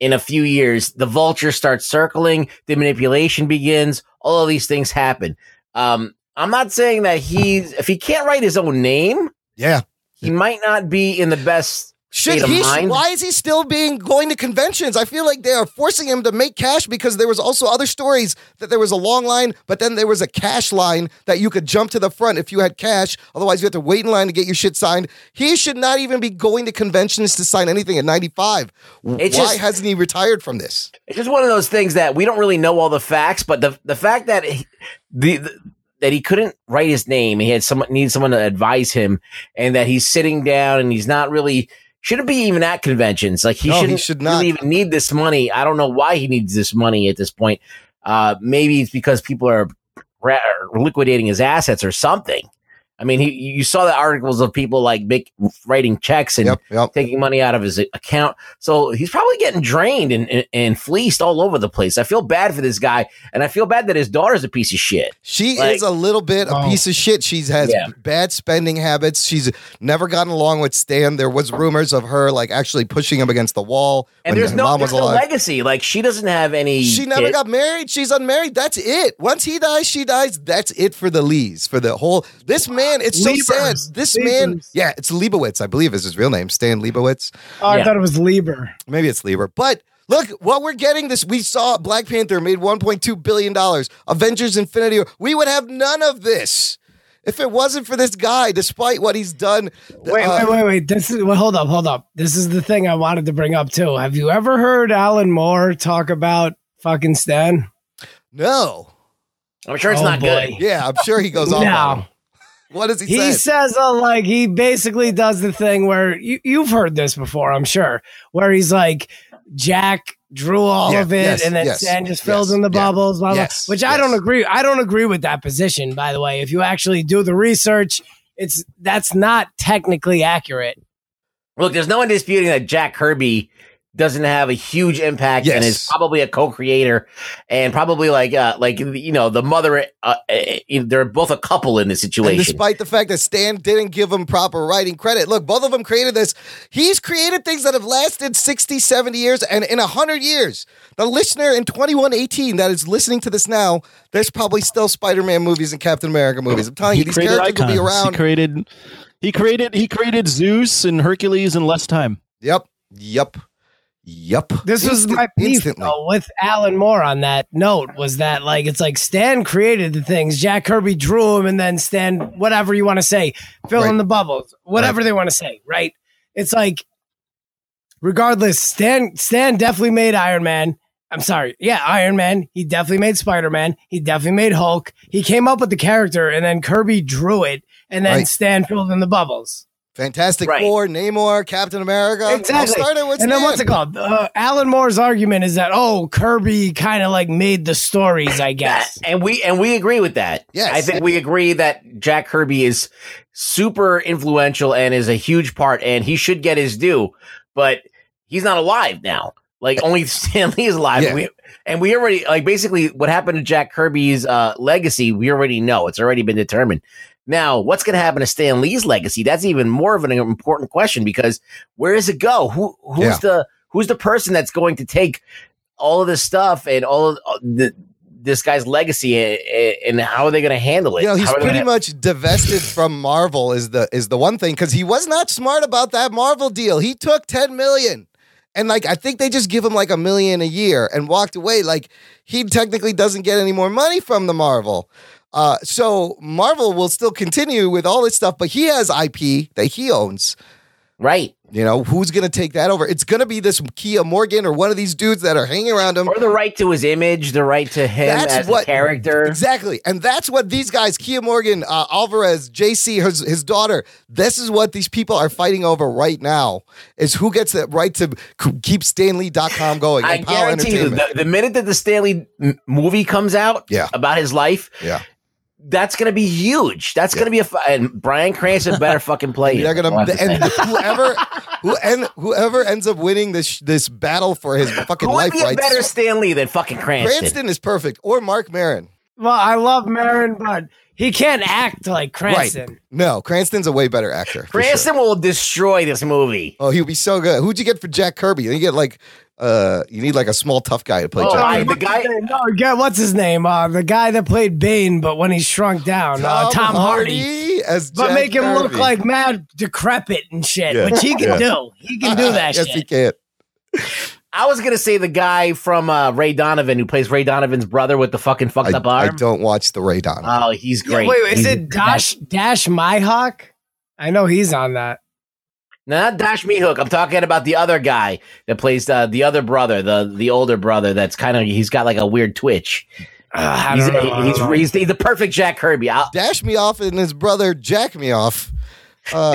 Speaker 5: in a few years. The vulture starts circling. The manipulation begins. All of these things happen. Um, I'm not saying that he's if he can't write his own name,
Speaker 1: Yeah.
Speaker 5: he might not be in the best.
Speaker 1: Shit,
Speaker 5: state of
Speaker 1: he,
Speaker 5: mind.
Speaker 1: why is he still being going to conventions? I feel like they are forcing him to make cash because there was also other stories that there was a long line, but then there was a cash line that you could jump to the front if you had cash. Otherwise, you had to wait in line to get your shit signed. He should not even be going to conventions to sign anything at 95. Why
Speaker 5: It's just-
Speaker 1: hasn't he retired from this?
Speaker 5: It's just one of those things that we don't really know all the facts, but the the fact that he, the, the that he couldn't write his name, he had someone needed someone to advise him, and that he's sitting down and he's not really shouldn't be even at conventions. Like he
Speaker 1: No, he
Speaker 5: shouldn't
Speaker 1: should not.
Speaker 5: really even need this money. I don't know why he needs this money at this point. Uh, maybe it's because people are ra- are liquidating his assets or something. I mean, he, you saw the articles of people like make, writing checks and
Speaker 1: Yep, yep.
Speaker 5: taking money out of his account. So he's probably getting drained and, and, and fleeced all over the place. I feel bad for this guy, and I feel bad that his daughter's a piece of shit.
Speaker 1: She
Speaker 5: Like-
Speaker 1: is a little bit a piece of shit. She has
Speaker 5: Yeah.
Speaker 1: bad spending habits. She's never gotten along with Stan. There was rumors of her like actually pushing him against the wall
Speaker 5: And
Speaker 1: when
Speaker 5: there's
Speaker 1: her
Speaker 5: no,
Speaker 1: mom
Speaker 5: there's
Speaker 1: was
Speaker 5: no
Speaker 1: alive.
Speaker 5: legacy. Like she doesn't have any.
Speaker 1: She never
Speaker 5: kid.
Speaker 1: got married. She's unmarried. That's it. Once he dies, she dies. That's it for the Lees. For the whole this man. It's so
Speaker 2: Liebers.
Speaker 1: sad. This man.
Speaker 2: Liebers.
Speaker 1: Yeah, it's Leibowitz. I believe is his real name. Stan Leibowitz.
Speaker 2: Oh,
Speaker 5: Yeah.
Speaker 2: I thought it was Lieber.
Speaker 1: Maybe it's Lieber. But look, what we're getting this. We saw Black Panther made 1.2 billion dollars. Avengers: Infinity War. We would have none of this if it wasn't for this guy. Despite what he's done.
Speaker 2: Wait,
Speaker 1: Uh,
Speaker 2: wait, wait, wait. This is well, hold up, hold up. This is the thing I wanted to bring up too. Have you ever heard Alan Moore talk about fucking Stan?
Speaker 1: No.
Speaker 5: I'm sure it's
Speaker 2: Oh,
Speaker 5: not
Speaker 2: boy.
Speaker 5: good.
Speaker 1: Yeah, I'm sure he goes on. about
Speaker 2: No.
Speaker 1: it. What does he, say?
Speaker 2: He says uh, like he basically does the thing where you, you've heard this before, I'm sure, where he's like Jack drew all
Speaker 1: Yeah,
Speaker 2: of it
Speaker 1: yes,
Speaker 2: and then
Speaker 1: yes,
Speaker 2: Stan just
Speaker 1: yes,
Speaker 2: fills in the
Speaker 1: yeah,
Speaker 2: bubbles, blah, blah,
Speaker 1: yes,
Speaker 2: which
Speaker 1: yes.
Speaker 2: I don't agree. I don't agree with that position, by the way. If you actually do the research, it's that's not technically accurate.
Speaker 5: Look, there's no one disputing that Jack Kirby doesn't have a huge impact and
Speaker 1: Yes.
Speaker 5: is probably a co-creator and probably like uh like you know the mother uh, uh, they're both a couple in this
Speaker 1: And
Speaker 5: situation
Speaker 1: despite the fact that Stan didn't give him proper writing credit, look, both of them created this. He's created things that have lasted 60, 70 years, and in 100 years, the listener in 2118 that is listening to this now, there's probably still Spider Man movies and Captain America movies. I'm telling
Speaker 4: He
Speaker 1: you, these
Speaker 4: created
Speaker 1: characters will
Speaker 4: icons.
Speaker 1: be
Speaker 4: He
Speaker 1: around.
Speaker 4: created. He created. He created Zeus and Hercules in less time.
Speaker 1: yep, yep, yep.
Speaker 2: This was
Speaker 1: Instant-
Speaker 2: my beef
Speaker 1: instantly.
Speaker 2: though, with Alan Moore on that note was that like it's like Stan created the things, Jack Kirby drew him, and then Stan whatever you want to say, fill
Speaker 1: Right.
Speaker 2: in the bubbles, whatever they want to say, right? It's like regardless, Stan Stan definitely made Iron Man. I'm sorry, yeah, Iron Man. He definitely made Spider Man. He definitely made Hulk. He came up with the character, and then Kirby drew it, and then
Speaker 1: Right.
Speaker 2: Stan filled in the bubbles.
Speaker 1: Fantastic
Speaker 5: Right.
Speaker 1: Four, Namor, Captain America. Um, I'll
Speaker 2: Exactly.
Speaker 1: start it with
Speaker 2: and then
Speaker 1: Stan.
Speaker 2: what's it called? Uh, Alan Moore's argument is that oh, Kirby kind of like made the stories, I guess.
Speaker 5: That- and we and we agree with that.
Speaker 1: Yes.
Speaker 5: I think we agree that Jack Kirby is super influential and is a huge part, and he should get his due. But he's not alive now. Like only Stanley is alive.
Speaker 1: Yeah.
Speaker 5: We, and we already like basically what happened to Jack Kirby's uh, legacy. We already know it's already been determined. Now, what's going to happen to Stan Lee's legacy? That's even more of an important question because where does it go? Who who's
Speaker 1: Yeah.
Speaker 5: the who's the person that's going to take all of this stuff and all of uh, the, this guy's legacy and, and how are they going to handle it?
Speaker 1: You know, he's
Speaker 5: How are they
Speaker 1: pretty
Speaker 5: gonna-
Speaker 1: much divested from Marvel is the is the one thing because he was not smart about that Marvel deal. He took 10 million. And like I think they just give him like a million a year and walked away. Like he technically doesn't get any more money from the Marvel. Uh, so Marvel will still continue with all this stuff, but he has IP that he owns.
Speaker 5: Right.
Speaker 1: You know, who's going to take that over? It's going to be this Kia Morgan or one of these dudes that are hanging around him.
Speaker 5: Or the right to his image, the right to him as a character.
Speaker 1: Exactly. And that's what these guys, Kia Morgan, uh, Alvarez, JC, his, his daughter, this is what these people are fighting over right now is who gets the right to c- keep StanLee.com going.
Speaker 5: I
Speaker 1: and Powell
Speaker 5: guarantee you,
Speaker 1: Entertainment.
Speaker 5: the, the minute that the Stanley m- movie comes out
Speaker 1: Yeah.
Speaker 5: about his life,
Speaker 1: yeah.
Speaker 5: that's going to be huge. That's going to be a. Fi- and Brian Cranston better fucking play it.
Speaker 1: They're
Speaker 5: I'll
Speaker 1: gonna
Speaker 5: have to
Speaker 1: and
Speaker 5: say.
Speaker 1: whoever who and whoever ends up winning this this battle for his fucking
Speaker 5: Who would
Speaker 1: life
Speaker 5: be a
Speaker 1: rights.
Speaker 5: better Stanley than fucking Cranston?
Speaker 1: Cranston is perfect, or Mark Maron.
Speaker 2: Well, I love Marin, but he can't act like Cranston.
Speaker 1: Right? No, Cranston's a way better actor. for sure.
Speaker 5: Cranston will destroy this movie.
Speaker 1: Oh, he'll be so good. Who'd you get for Jack Kirby? You get like uh, you need like a small tough guy to play
Speaker 5: Oh,
Speaker 1: Jack.
Speaker 5: I-
Speaker 1: Kirby.
Speaker 5: the guy.
Speaker 2: No, yeah, what's his name? Uh, the guy that played Bane, but when he shrunk down, uh, Tom Hardy.
Speaker 1: as
Speaker 2: But
Speaker 1: Jack
Speaker 2: make him look
Speaker 1: Kirby.
Speaker 2: like mad decrepit and shit,
Speaker 1: Yeah.
Speaker 2: which he can
Speaker 1: Yeah.
Speaker 2: do. He can do that
Speaker 1: Uh, yes, he
Speaker 2: shit.
Speaker 1: can.
Speaker 5: I was gonna say the guy from uh, Ray Donovan who plays Ray Donovan's brother with the fucking fucked
Speaker 1: I,
Speaker 5: up
Speaker 1: I
Speaker 5: arm.
Speaker 1: don't watch the Ray Donovan.
Speaker 5: Oh, he's
Speaker 2: Yeah,
Speaker 5: great.
Speaker 2: wait, wait, is
Speaker 5: He's-
Speaker 2: it Dash Dash Myhawk? I know he's on that.
Speaker 5: Not Dash Mihook. I'm talking about the other guy that plays uh, the other brother, the the older brother. That's kind of he's got like a weird twitch.
Speaker 2: Uh, I
Speaker 5: he's,
Speaker 2: don't know. I
Speaker 5: he's,
Speaker 2: don't know.
Speaker 5: he's, he's the perfect Jack Kirby. I'll,
Speaker 1: Dash me off and his brother Jack me off. Uh,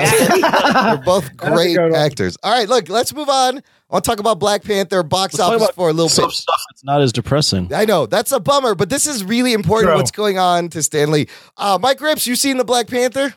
Speaker 1: They're both
Speaker 2: a
Speaker 1: great
Speaker 2: good one.
Speaker 1: actors. All right, look, let's move on. I want to talk about Black Panther box
Speaker 4: Let's talk
Speaker 1: office
Speaker 4: about
Speaker 1: for a little
Speaker 4: Some
Speaker 1: bit.
Speaker 4: stuff that's not as depressing.
Speaker 1: I know that's a bummer, but this is really important.
Speaker 2: True.
Speaker 1: What's going on to Stanley? Uh, Mike Rips, you seen the Black Panther?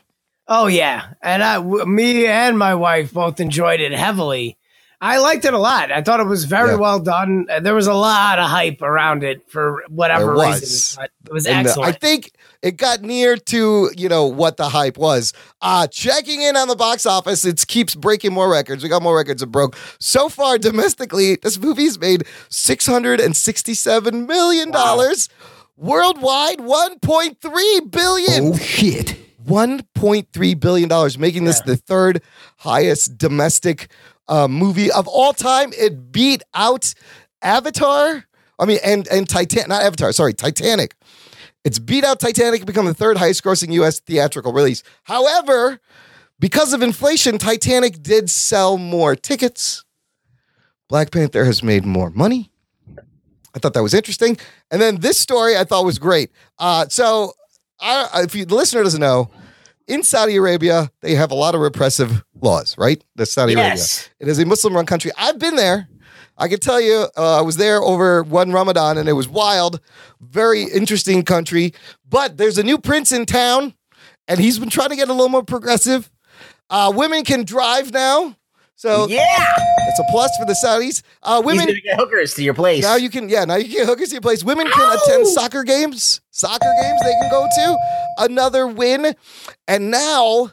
Speaker 2: Oh yeah, and I, w- me and my wife both enjoyed it heavily. I liked it a lot. I thought it was very
Speaker 1: Yeah.
Speaker 2: well done. Uh, There was a lot of hype around it for whatever
Speaker 1: There was.
Speaker 2: reason. but It was
Speaker 1: And, uh,
Speaker 2: excellent.
Speaker 1: I think it got near to you know what the hype was. Uh, checking in on the box office, it keeps breaking more records. We got more records that broke so far domestically. This movie's made six hundred and sixty-seven million dollars. Worldwide, one point three billion.
Speaker 6: Oh shit.
Speaker 1: 1.3 billion dollars making this the third highest domestic uh, movie of all time it beat out avatar i mean and and titanic not avatar sorry titanic it's beat out titanic and become the third highest grossing us theatrical release however because of inflation titanic did sell more tickets black panther has made more money i thought that was interesting and then this story i thought was great uh, so I, if you, the listener doesn't know, in Saudi Arabia, they have a lot of repressive laws, right? That's Saudi
Speaker 5: Yes.
Speaker 1: Arabia. It is a Muslim run country. I've been there. I can tell you, uh, I was there over one Ramadan and it was wild. Very interesting country. But there's a new prince in town and he's been trying to get a little more progressive. Uh, women can drive now. So
Speaker 5: yeah,
Speaker 1: it's a plus for the Saudis. Uh,
Speaker 5: he's
Speaker 1: women
Speaker 5: gonna get hookers to your place.
Speaker 1: now you can, yeah, now you can hook us to your place. Women can attend soccer games, soccer games they can go to. Another win. And now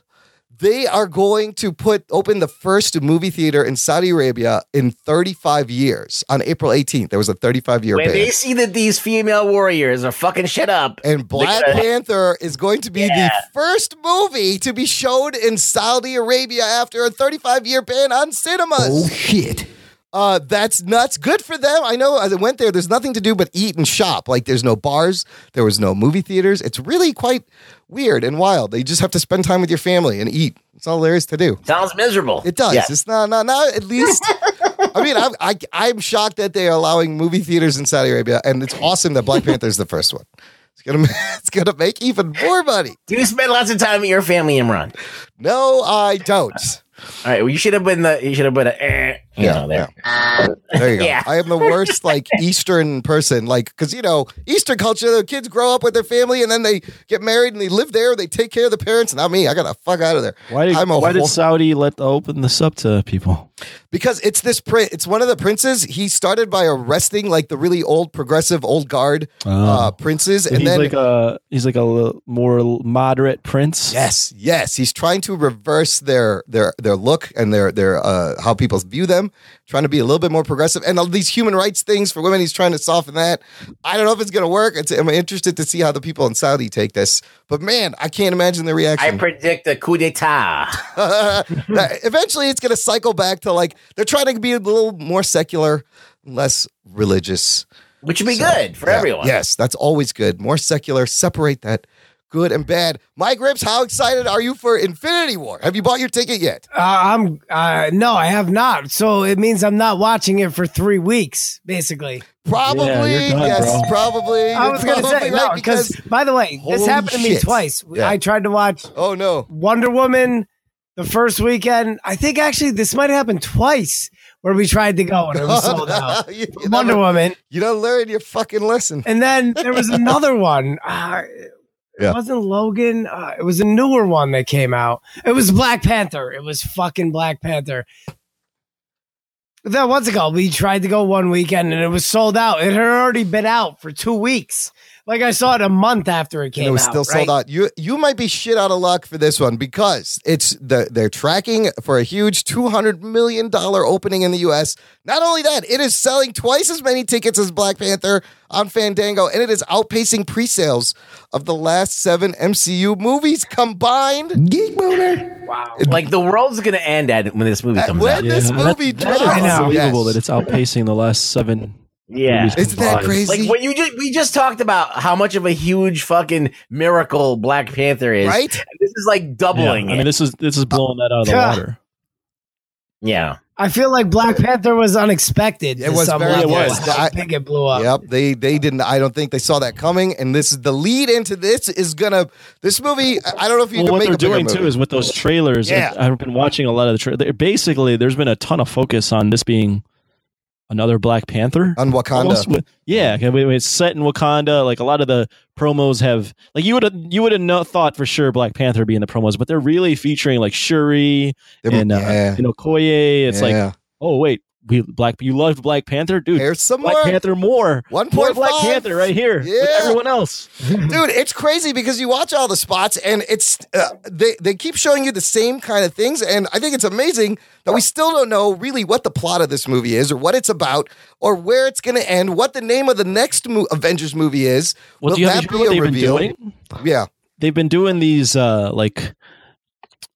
Speaker 1: they are going to put open the first movie theater in Saudi Arabia in 35 years. On April 18th, there was a 35 year
Speaker 5: when
Speaker 1: ban.
Speaker 5: they see that these female warriors are fucking shit up,
Speaker 1: And Black
Speaker 5: Because-
Speaker 1: Panther is going to be the first movie to be shown in Saudi Arabia after a 35 year ban on cinemas.
Speaker 6: Oh shit.
Speaker 1: Uh, that's nuts. Good for them. I know as I went there, there's nothing to do but eat and shop. Like there's no bars, there was no movie theaters. It's really quite weird and wild. You just have to spend time with your family and eat. It's all there is to do.
Speaker 5: sounds miserable.
Speaker 1: It does.
Speaker 5: Yeah.
Speaker 1: It's not, not, not at least. I mean, I'm, I, I'm shocked that they are allowing movie theaters in Saudi Arabia, and it's awesome that Black Panther is the first one. It's gonna, it's gonna make even more money.
Speaker 5: Do you spend lots of time with your family, Imran?
Speaker 1: No, I don't.
Speaker 5: All right, well, you should have been the. You should have been a. Eh, you
Speaker 1: Yeah,
Speaker 5: know, there.
Speaker 1: There you go.
Speaker 5: Yeah.
Speaker 1: I am the worst like Eastern person, like because you know Eastern culture, the kids grow up with their family and then they get married and they live there. They take care of the parents. Not me. I got to fuck out of there.
Speaker 4: Why did,
Speaker 1: I'm a
Speaker 4: why did
Speaker 1: whole-
Speaker 4: Saudi let open this up to people?
Speaker 1: because it's this print. It's one of the princes. He started by arresting like the really old progressive old guard uh, princes, and
Speaker 4: he's
Speaker 1: then
Speaker 4: like a he's like a l- more moderate prince.
Speaker 1: Yes, yes, he's trying to reverse their their their look and their their uh, how people view them. Trying to be a little bit more progressive, and all these human rights things for women, he's trying to soften that. I don't know if it's going to work. It's, I'm interested to see how the people in Saudi take this. But man, I can't imagine the
Speaker 5: I
Speaker 1: reaction.
Speaker 5: predict a coup d'état.
Speaker 1: That- eventually, it's going to cycle back to like they're trying to be a little more secular, less religious.
Speaker 5: which would be
Speaker 1: So,
Speaker 5: good for
Speaker 1: yeah,
Speaker 5: everyone.
Speaker 1: Yes, that's always good. More secular, separate that good and bad. Mike Rips, how excited are you for Infinity War? Have you bought your ticket yet?
Speaker 2: Uh, I'm uh, no, I have not. So it means I'm not watching it for three weeks, basically.
Speaker 1: Probably,
Speaker 4: you're done,
Speaker 1: yes,
Speaker 4: bro.
Speaker 1: probably.
Speaker 2: I
Speaker 1: You're
Speaker 2: was going to
Speaker 1: probably
Speaker 2: say no,
Speaker 1: right,
Speaker 2: because by the way, this
Speaker 1: Holy
Speaker 2: happened to me
Speaker 1: shit.
Speaker 2: twice.
Speaker 1: Yeah.
Speaker 2: I tried to watch
Speaker 1: oh no,
Speaker 2: Wonder Woman the first weekend. I think actually this might happen twice where Oh, we tried to go and it was sold out.
Speaker 1: you, you
Speaker 2: Wonder
Speaker 1: never-
Speaker 2: Woman,
Speaker 1: you don't learn your fucking lesson.
Speaker 2: and then there was another one. Uh,
Speaker 1: Yeah.
Speaker 2: It wasn't Logan. Uh, it was a newer one that came out. It was Black Panther. It was fucking Black Panther. That once ago, we tried to go one weekend and it was sold out. It had already been out for two weeks. Like I saw it a month after it came
Speaker 1: and it was
Speaker 2: out.
Speaker 1: still sold
Speaker 2: right?
Speaker 1: out. You you might be shit out of luck for this one because it's the they're tracking for a huge two hundred million dollar opening in the U.S. Not only that, it is selling twice as many tickets as Black Panther on Fandango, and it is outpacing pre-sales of the last seven MCU movies combined.
Speaker 6: Geek boner.
Speaker 5: Like the world's gonna end at when this movie
Speaker 1: At
Speaker 5: comes
Speaker 1: when
Speaker 5: out.
Speaker 1: this movie
Speaker 4: that's
Speaker 1: drops,
Speaker 4: unbelievable
Speaker 1: yes.
Speaker 4: that it's outpacing the last seven.
Speaker 5: Yeah.
Speaker 4: movies
Speaker 1: Isn't that
Speaker 4: combined.
Speaker 1: crazy?
Speaker 5: Like what you just we just talked about how much of a huge fucking miracle Black Panther is.
Speaker 1: right?
Speaker 5: This is like
Speaker 4: Yeah,
Speaker 5: doubling.
Speaker 4: I mean,
Speaker 5: it.
Speaker 4: this is this is blowing that out of the
Speaker 2: Yeah.
Speaker 4: water.
Speaker 5: yeah.
Speaker 2: I feel like Black Panther was unexpected.
Speaker 1: It
Speaker 2: to
Speaker 1: was
Speaker 2: some
Speaker 1: very-
Speaker 2: level,
Speaker 1: it was.
Speaker 2: how
Speaker 1: I-
Speaker 2: big it blew up.
Speaker 1: Yep, they they didn't. I don't think they saw that coming. And this is the lead into this is gonna this movie. I I don't know if you
Speaker 4: Well,
Speaker 1: can
Speaker 4: what
Speaker 1: make
Speaker 4: they're
Speaker 1: a bigger
Speaker 4: doing
Speaker 1: movie.
Speaker 4: too is with those trailers.
Speaker 1: Yeah.
Speaker 4: I- I've been watching a lot of the trailers. Basically, there's been a ton of focus on this being another Black Panther.
Speaker 1: on Wakanda.
Speaker 4: Almost with- yeah, 'cause we- it's set in Wakanda. Like a lot of the promos have, like you would you would have no, thought for sure Black Panther would be in the promos, but they're really featuring like Shuri
Speaker 1: Them-
Speaker 4: and uh,
Speaker 1: yeah.
Speaker 4: and Okoye. It's like,
Speaker 1: Yeah.
Speaker 4: oh wait, we Black you loved Black Panther, dude.
Speaker 1: there's some
Speaker 4: Black
Speaker 1: more.
Speaker 4: Panther more.
Speaker 1: One
Speaker 4: More
Speaker 1: point
Speaker 4: Black Panther right here with
Speaker 1: Yeah.
Speaker 4: everyone else.
Speaker 1: dude. It's crazy because you watch all the spots and it's uh, they they keep showing you the same kind of things, and I think it's amazing that we still don't know really what the plot of this movie is, or what it's about, or where it's going to end, what the name of the next mo- Avengers movie is.
Speaker 4: Well,
Speaker 1: Will
Speaker 4: do you have
Speaker 1: that
Speaker 4: any idea what
Speaker 1: be a
Speaker 4: they've
Speaker 1: reveal?
Speaker 4: been doing?
Speaker 1: Yeah,
Speaker 4: they've been doing these uh like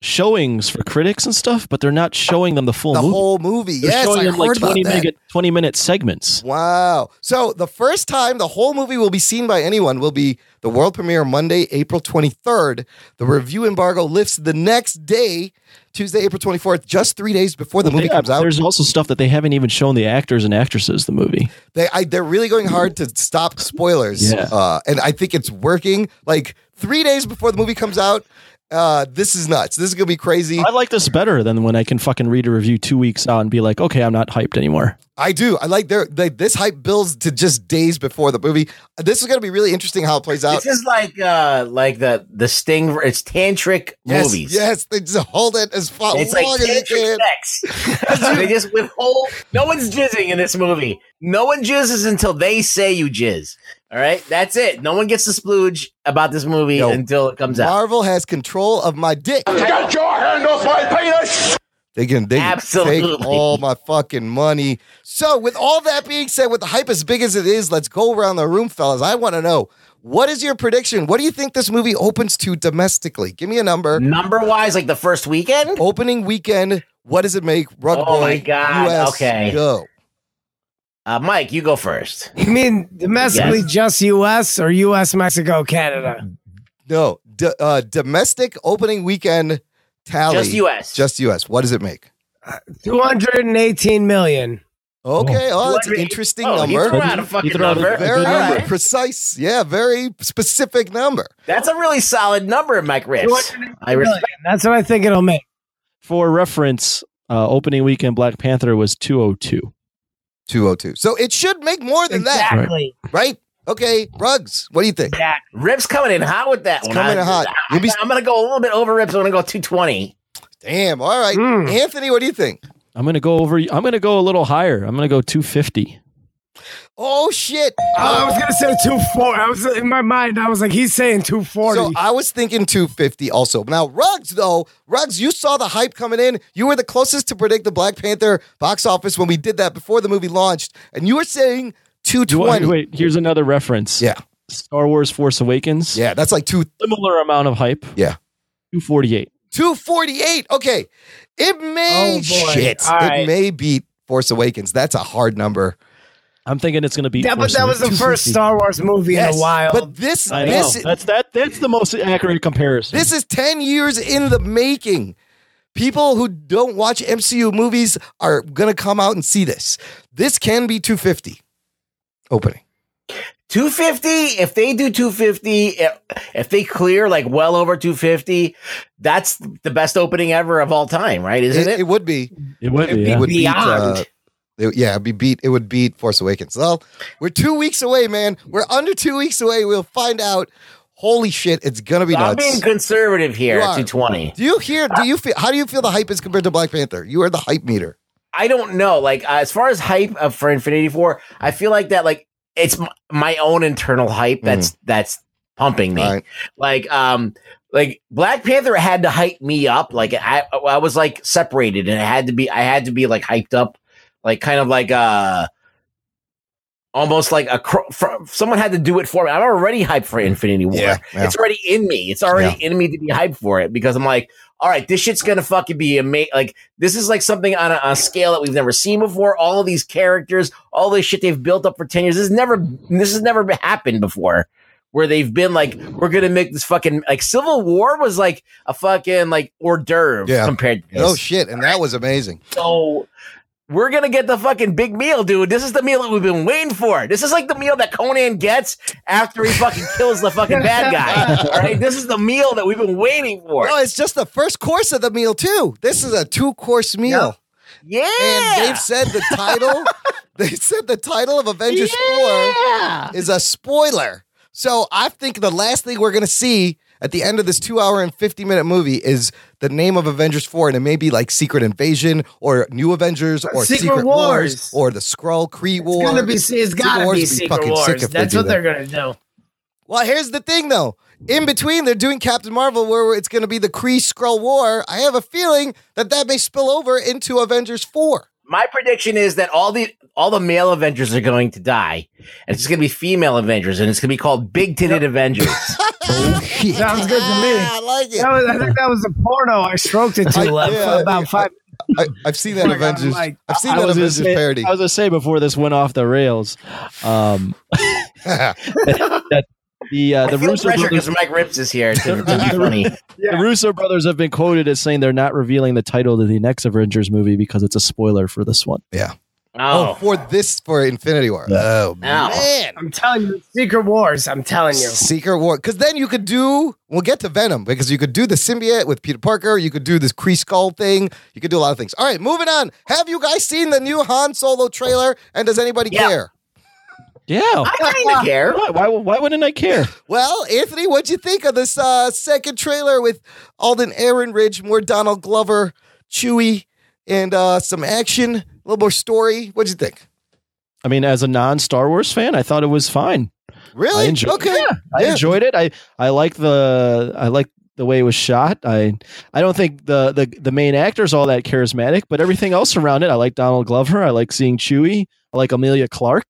Speaker 4: showings for critics and stuff, but they're not showing them the full
Speaker 1: the
Speaker 4: movie.
Speaker 1: whole movie.
Speaker 4: they're
Speaker 1: yes,
Speaker 4: showing
Speaker 1: I
Speaker 4: them
Speaker 1: heard
Speaker 4: like
Speaker 1: about
Speaker 4: twenty
Speaker 1: that.
Speaker 4: minute twenty minute segments.
Speaker 1: Wow. So the first time the whole movie will be seen by anyone will be the world premiere Monday, April 23rd. The review embargo lifts the next day, Tuesday, April 24th, just three days before the movie
Speaker 4: Yeah,
Speaker 1: comes out.
Speaker 4: There's also stuff that they haven't even shown the actors and actresses the movie.
Speaker 1: They, I, they're really going hard to stop spoilers.
Speaker 4: Yeah.
Speaker 1: Uh, and I think it's working. Like three days before the movie comes out, uh, this is nuts. This is going to be crazy.
Speaker 4: I like this better than when I can fucking read a review two weeks out and be like, okay, I'm not hyped anymore.
Speaker 1: I do. I like their, they, this hype builds to just days before the movie. This is going to be really interesting how it plays out.
Speaker 5: This is like uh like the the sting it's tantric
Speaker 1: Yes,
Speaker 5: movies.
Speaker 1: Yes, they just hold it as far
Speaker 5: It's like
Speaker 1: long as they
Speaker 5: tantric
Speaker 1: can.
Speaker 5: sex. they just withhold. No one's jizzing in this movie. No one jizzes until they say you jizz. All right, that's it. No one gets to splooge about this movie
Speaker 1: No.
Speaker 5: until it comes out.
Speaker 1: Marvel has control of my dick.
Speaker 7: Get your hand off my penis!
Speaker 1: They can, they can take
Speaker 5: Absolutely.
Speaker 1: all my fucking money. So, with all that being said, with the hype as big as it is, let's go around the room, fellas. I want to know what is your prediction? What do you think this movie opens to domestically? Give me a number.
Speaker 5: Number wise, like the first weekend.
Speaker 1: Opening weekend. What does it make? Rug
Speaker 5: Oh my
Speaker 1: Boy,
Speaker 5: God,
Speaker 1: US,
Speaker 5: okay.
Speaker 1: Go.
Speaker 5: Uh, Mike, you go first.
Speaker 2: You mean domestically
Speaker 5: Yes.
Speaker 2: just US or US, Mexico, Canada?
Speaker 1: No. D- uh, domestic opening weekend tally.
Speaker 5: Just U.S.
Speaker 1: Just US. What does it make?
Speaker 2: Uh, 218 million.
Speaker 1: Okay. Oh, that's an
Speaker 5: 208.
Speaker 1: interesting
Speaker 5: Oh, he
Speaker 1: number.
Speaker 5: threw out a fucking
Speaker 4: threw out a-
Speaker 5: number.
Speaker 4: a good
Speaker 1: Very
Speaker 5: All right.
Speaker 1: precise. Yeah, very specific number.
Speaker 5: That's a really solid number, Mike Rips. I respect.
Speaker 2: That's what I think it'll make.
Speaker 4: For reference, uh, opening weekend Black Panther was 202.
Speaker 1: 202. So it should make more than
Speaker 2: Exactly.
Speaker 1: that, right? Okay, Rugs, what do you think?
Speaker 2: That.
Speaker 5: Rips coming in hot with that one.
Speaker 1: coming in
Speaker 5: I-
Speaker 1: hot.
Speaker 5: I,
Speaker 1: You'll be-
Speaker 5: am gonna go a little bit over Rips. I'm gonna go Hmm. 220.
Speaker 1: Damn, all right.
Speaker 2: Mm.
Speaker 1: Anthony, what do you think?
Speaker 4: I'm gonna go over. I'm gonna go a little higher. I'm gonna go 250.
Speaker 1: Oh, shit.
Speaker 2: Oh, I was gonna say 240. I was in my mind. I was like, he's saying 240.
Speaker 1: So I was thinking 250 also. Now, Ruggs, though, Ruggs, you saw the hype coming in. You were the closest to predict the Black Panther box office when we did that before the movie launched. And you were saying
Speaker 4: Wait,
Speaker 1: 220.
Speaker 4: wait, here's another reference.
Speaker 1: Yeah,
Speaker 4: Star Wars Force Awakens.
Speaker 1: yeah, that's like two,
Speaker 4: Similar amount of hype.
Speaker 1: Yeah.
Speaker 4: 248.
Speaker 1: 248. Okay. It may
Speaker 2: Oh, boy.
Speaker 1: shit.
Speaker 2: All
Speaker 1: it
Speaker 2: right.
Speaker 1: may beat Force Awakens. That's a hard number.
Speaker 4: I'm thinking it's going to be.
Speaker 2: Yeah, but that was the first Star Wars movie in a while.
Speaker 1: But this,
Speaker 4: I know.
Speaker 1: this,
Speaker 4: That's that. That's the most accurate comparison.
Speaker 1: This is 10 years in the making. People who don't watch MCU movies are going to come out and see this. This can be 250 opening.
Speaker 5: 250 if they do 250 if, if they clear like well over 250 that's the best opening ever of all time right isn't it,
Speaker 1: it would be.
Speaker 4: it would be.
Speaker 1: It
Speaker 4: yeah.
Speaker 1: would
Speaker 2: Beyond.
Speaker 1: beat. uh, it- yeah, it'd be beat. It would beat Force Awakens. Well, we're two weeks away, man. We're under two weeks away. We'll find out. Holy shit, it's gonna be
Speaker 5: i'm
Speaker 1: nuts.
Speaker 5: being conservative here
Speaker 1: You
Speaker 5: at
Speaker 1: are.
Speaker 5: 220
Speaker 1: do you hear? Do you feel? How do you feel the hype is compared to Black Panther? You are the hype meter.
Speaker 5: i don't know like uh, as far as hype of, for infinity 4 i feel like that like it's m- my own internal hype that's that's pumping me
Speaker 1: All Mm-hmm. right.
Speaker 5: like um like black panther had to hype me up like i i was like separated and it had to be i had to be like hyped up like kind of like uh almost like a cro- fr- someone had to do it for me i'm already hyped for infinity war
Speaker 1: Yeah, yeah.
Speaker 5: it's already in me it's already in me to be hyped for it because i'm like all right this shit's gonna fucking be amazing like this is like something on a, on a scale that we've never seen before all of these characters all this shit they've built up for 10 years this has never this has never happened before where they've been like, we're gonna make this fucking like Civil War was like a fucking like hors d'oeuvre
Speaker 1: Yeah.
Speaker 5: compared to this.
Speaker 1: Oh shit, and that was amazing.
Speaker 5: so we're gonna get the fucking big meal, dude. This is the meal that we've been waiting for. This is like the meal that Conan gets after he fucking kills the fucking bad guy. All right, this is the meal that we've been waiting for.
Speaker 1: No, it's just the first course of the meal too. This is a two course meal.
Speaker 5: Yeah,
Speaker 1: And they've said the title. they said the title of Avengers Four is a spoiler. So I think the last thing we're gonna see at the end of this two-hour and fifty-minute movie is the name of Avengers Four, and it may be like Secret Invasion or New Avengers or
Speaker 2: Secret
Speaker 1: Secret,
Speaker 2: Wars.
Speaker 1: Wars. or the Skrull Kree War.
Speaker 2: it's gonna be. It's gotta
Speaker 1: Wars
Speaker 2: be
Speaker 1: would be
Speaker 2: Secret
Speaker 1: fucking sick
Speaker 2: Wars.
Speaker 1: if they
Speaker 2: That's
Speaker 1: do
Speaker 2: what
Speaker 1: that.
Speaker 2: they're gonna do.
Speaker 1: Well, here's the thing though. In between, they're doing Captain Marvel, where it's going to be the Kree Skrull War. I have a feeling that that may spill over into Avengers Four.
Speaker 5: my prediction is that all the all the male Avengers are going to die, and it's just gonna be female Avengers, and it's gonna be called Big Titted Avengers.
Speaker 2: Sounds good to me.
Speaker 1: Ah, I like it.
Speaker 2: That was, I think that was a porno I stroked it to
Speaker 1: I-
Speaker 2: left
Speaker 1: yeah,
Speaker 2: for
Speaker 1: I
Speaker 2: about
Speaker 1: think-
Speaker 2: five.
Speaker 1: I, I've seen that
Speaker 2: Oh my God,
Speaker 1: Avengers.
Speaker 2: Mike.
Speaker 1: I've seen
Speaker 4: I
Speaker 1: that
Speaker 4: was gonna
Speaker 1: Avengers
Speaker 4: say-
Speaker 1: parody.
Speaker 4: I was gonna say before this went off the rails, um, that the uh,
Speaker 5: I
Speaker 4: the
Speaker 5: feel
Speaker 4: Russo
Speaker 5: pressure
Speaker 4: brothers,
Speaker 5: because Mike Rips is here to, to be funny.
Speaker 4: the Russo brothers have been quoted as saying they're not revealing the title to the next Avengers movie because it's a spoiler for this one.
Speaker 1: oh,
Speaker 5: Oh,
Speaker 1: for this for Infinity War. Oh man,
Speaker 2: I'm telling you, Secret Wars. I'm telling you.
Speaker 1: Secret War. Because then you could do. We'll get to Venom because you could do the symbiote with Peter Parker. You could do this Kree skull thing. You could do a lot of things. All right, moving on. Have you guys seen the new Han Solo trailer? And does anybody
Speaker 5: Yeah.
Speaker 1: care?
Speaker 4: Yeah,
Speaker 5: I kind of care.
Speaker 4: why, why why wouldn't I care?
Speaker 1: Well, Anthony, what'd you think of this uh, second trailer with Alden Ehrenridge, more Donald Glover, Chewie, and uh, some action, a little more story? What'd you think?
Speaker 4: I mean, as a non Star Wars fan, I thought it was fine.
Speaker 1: Really?
Speaker 4: I enjoyed.
Speaker 1: okay.
Speaker 4: yeah, I
Speaker 1: Yeah.
Speaker 4: enjoyed it. I I like the I like the way it was shot. I I don't think the the the main actor's all that charismatic, but everything else around it, I like Donald Glover. I like seeing Chewie. I like Amelia Clark.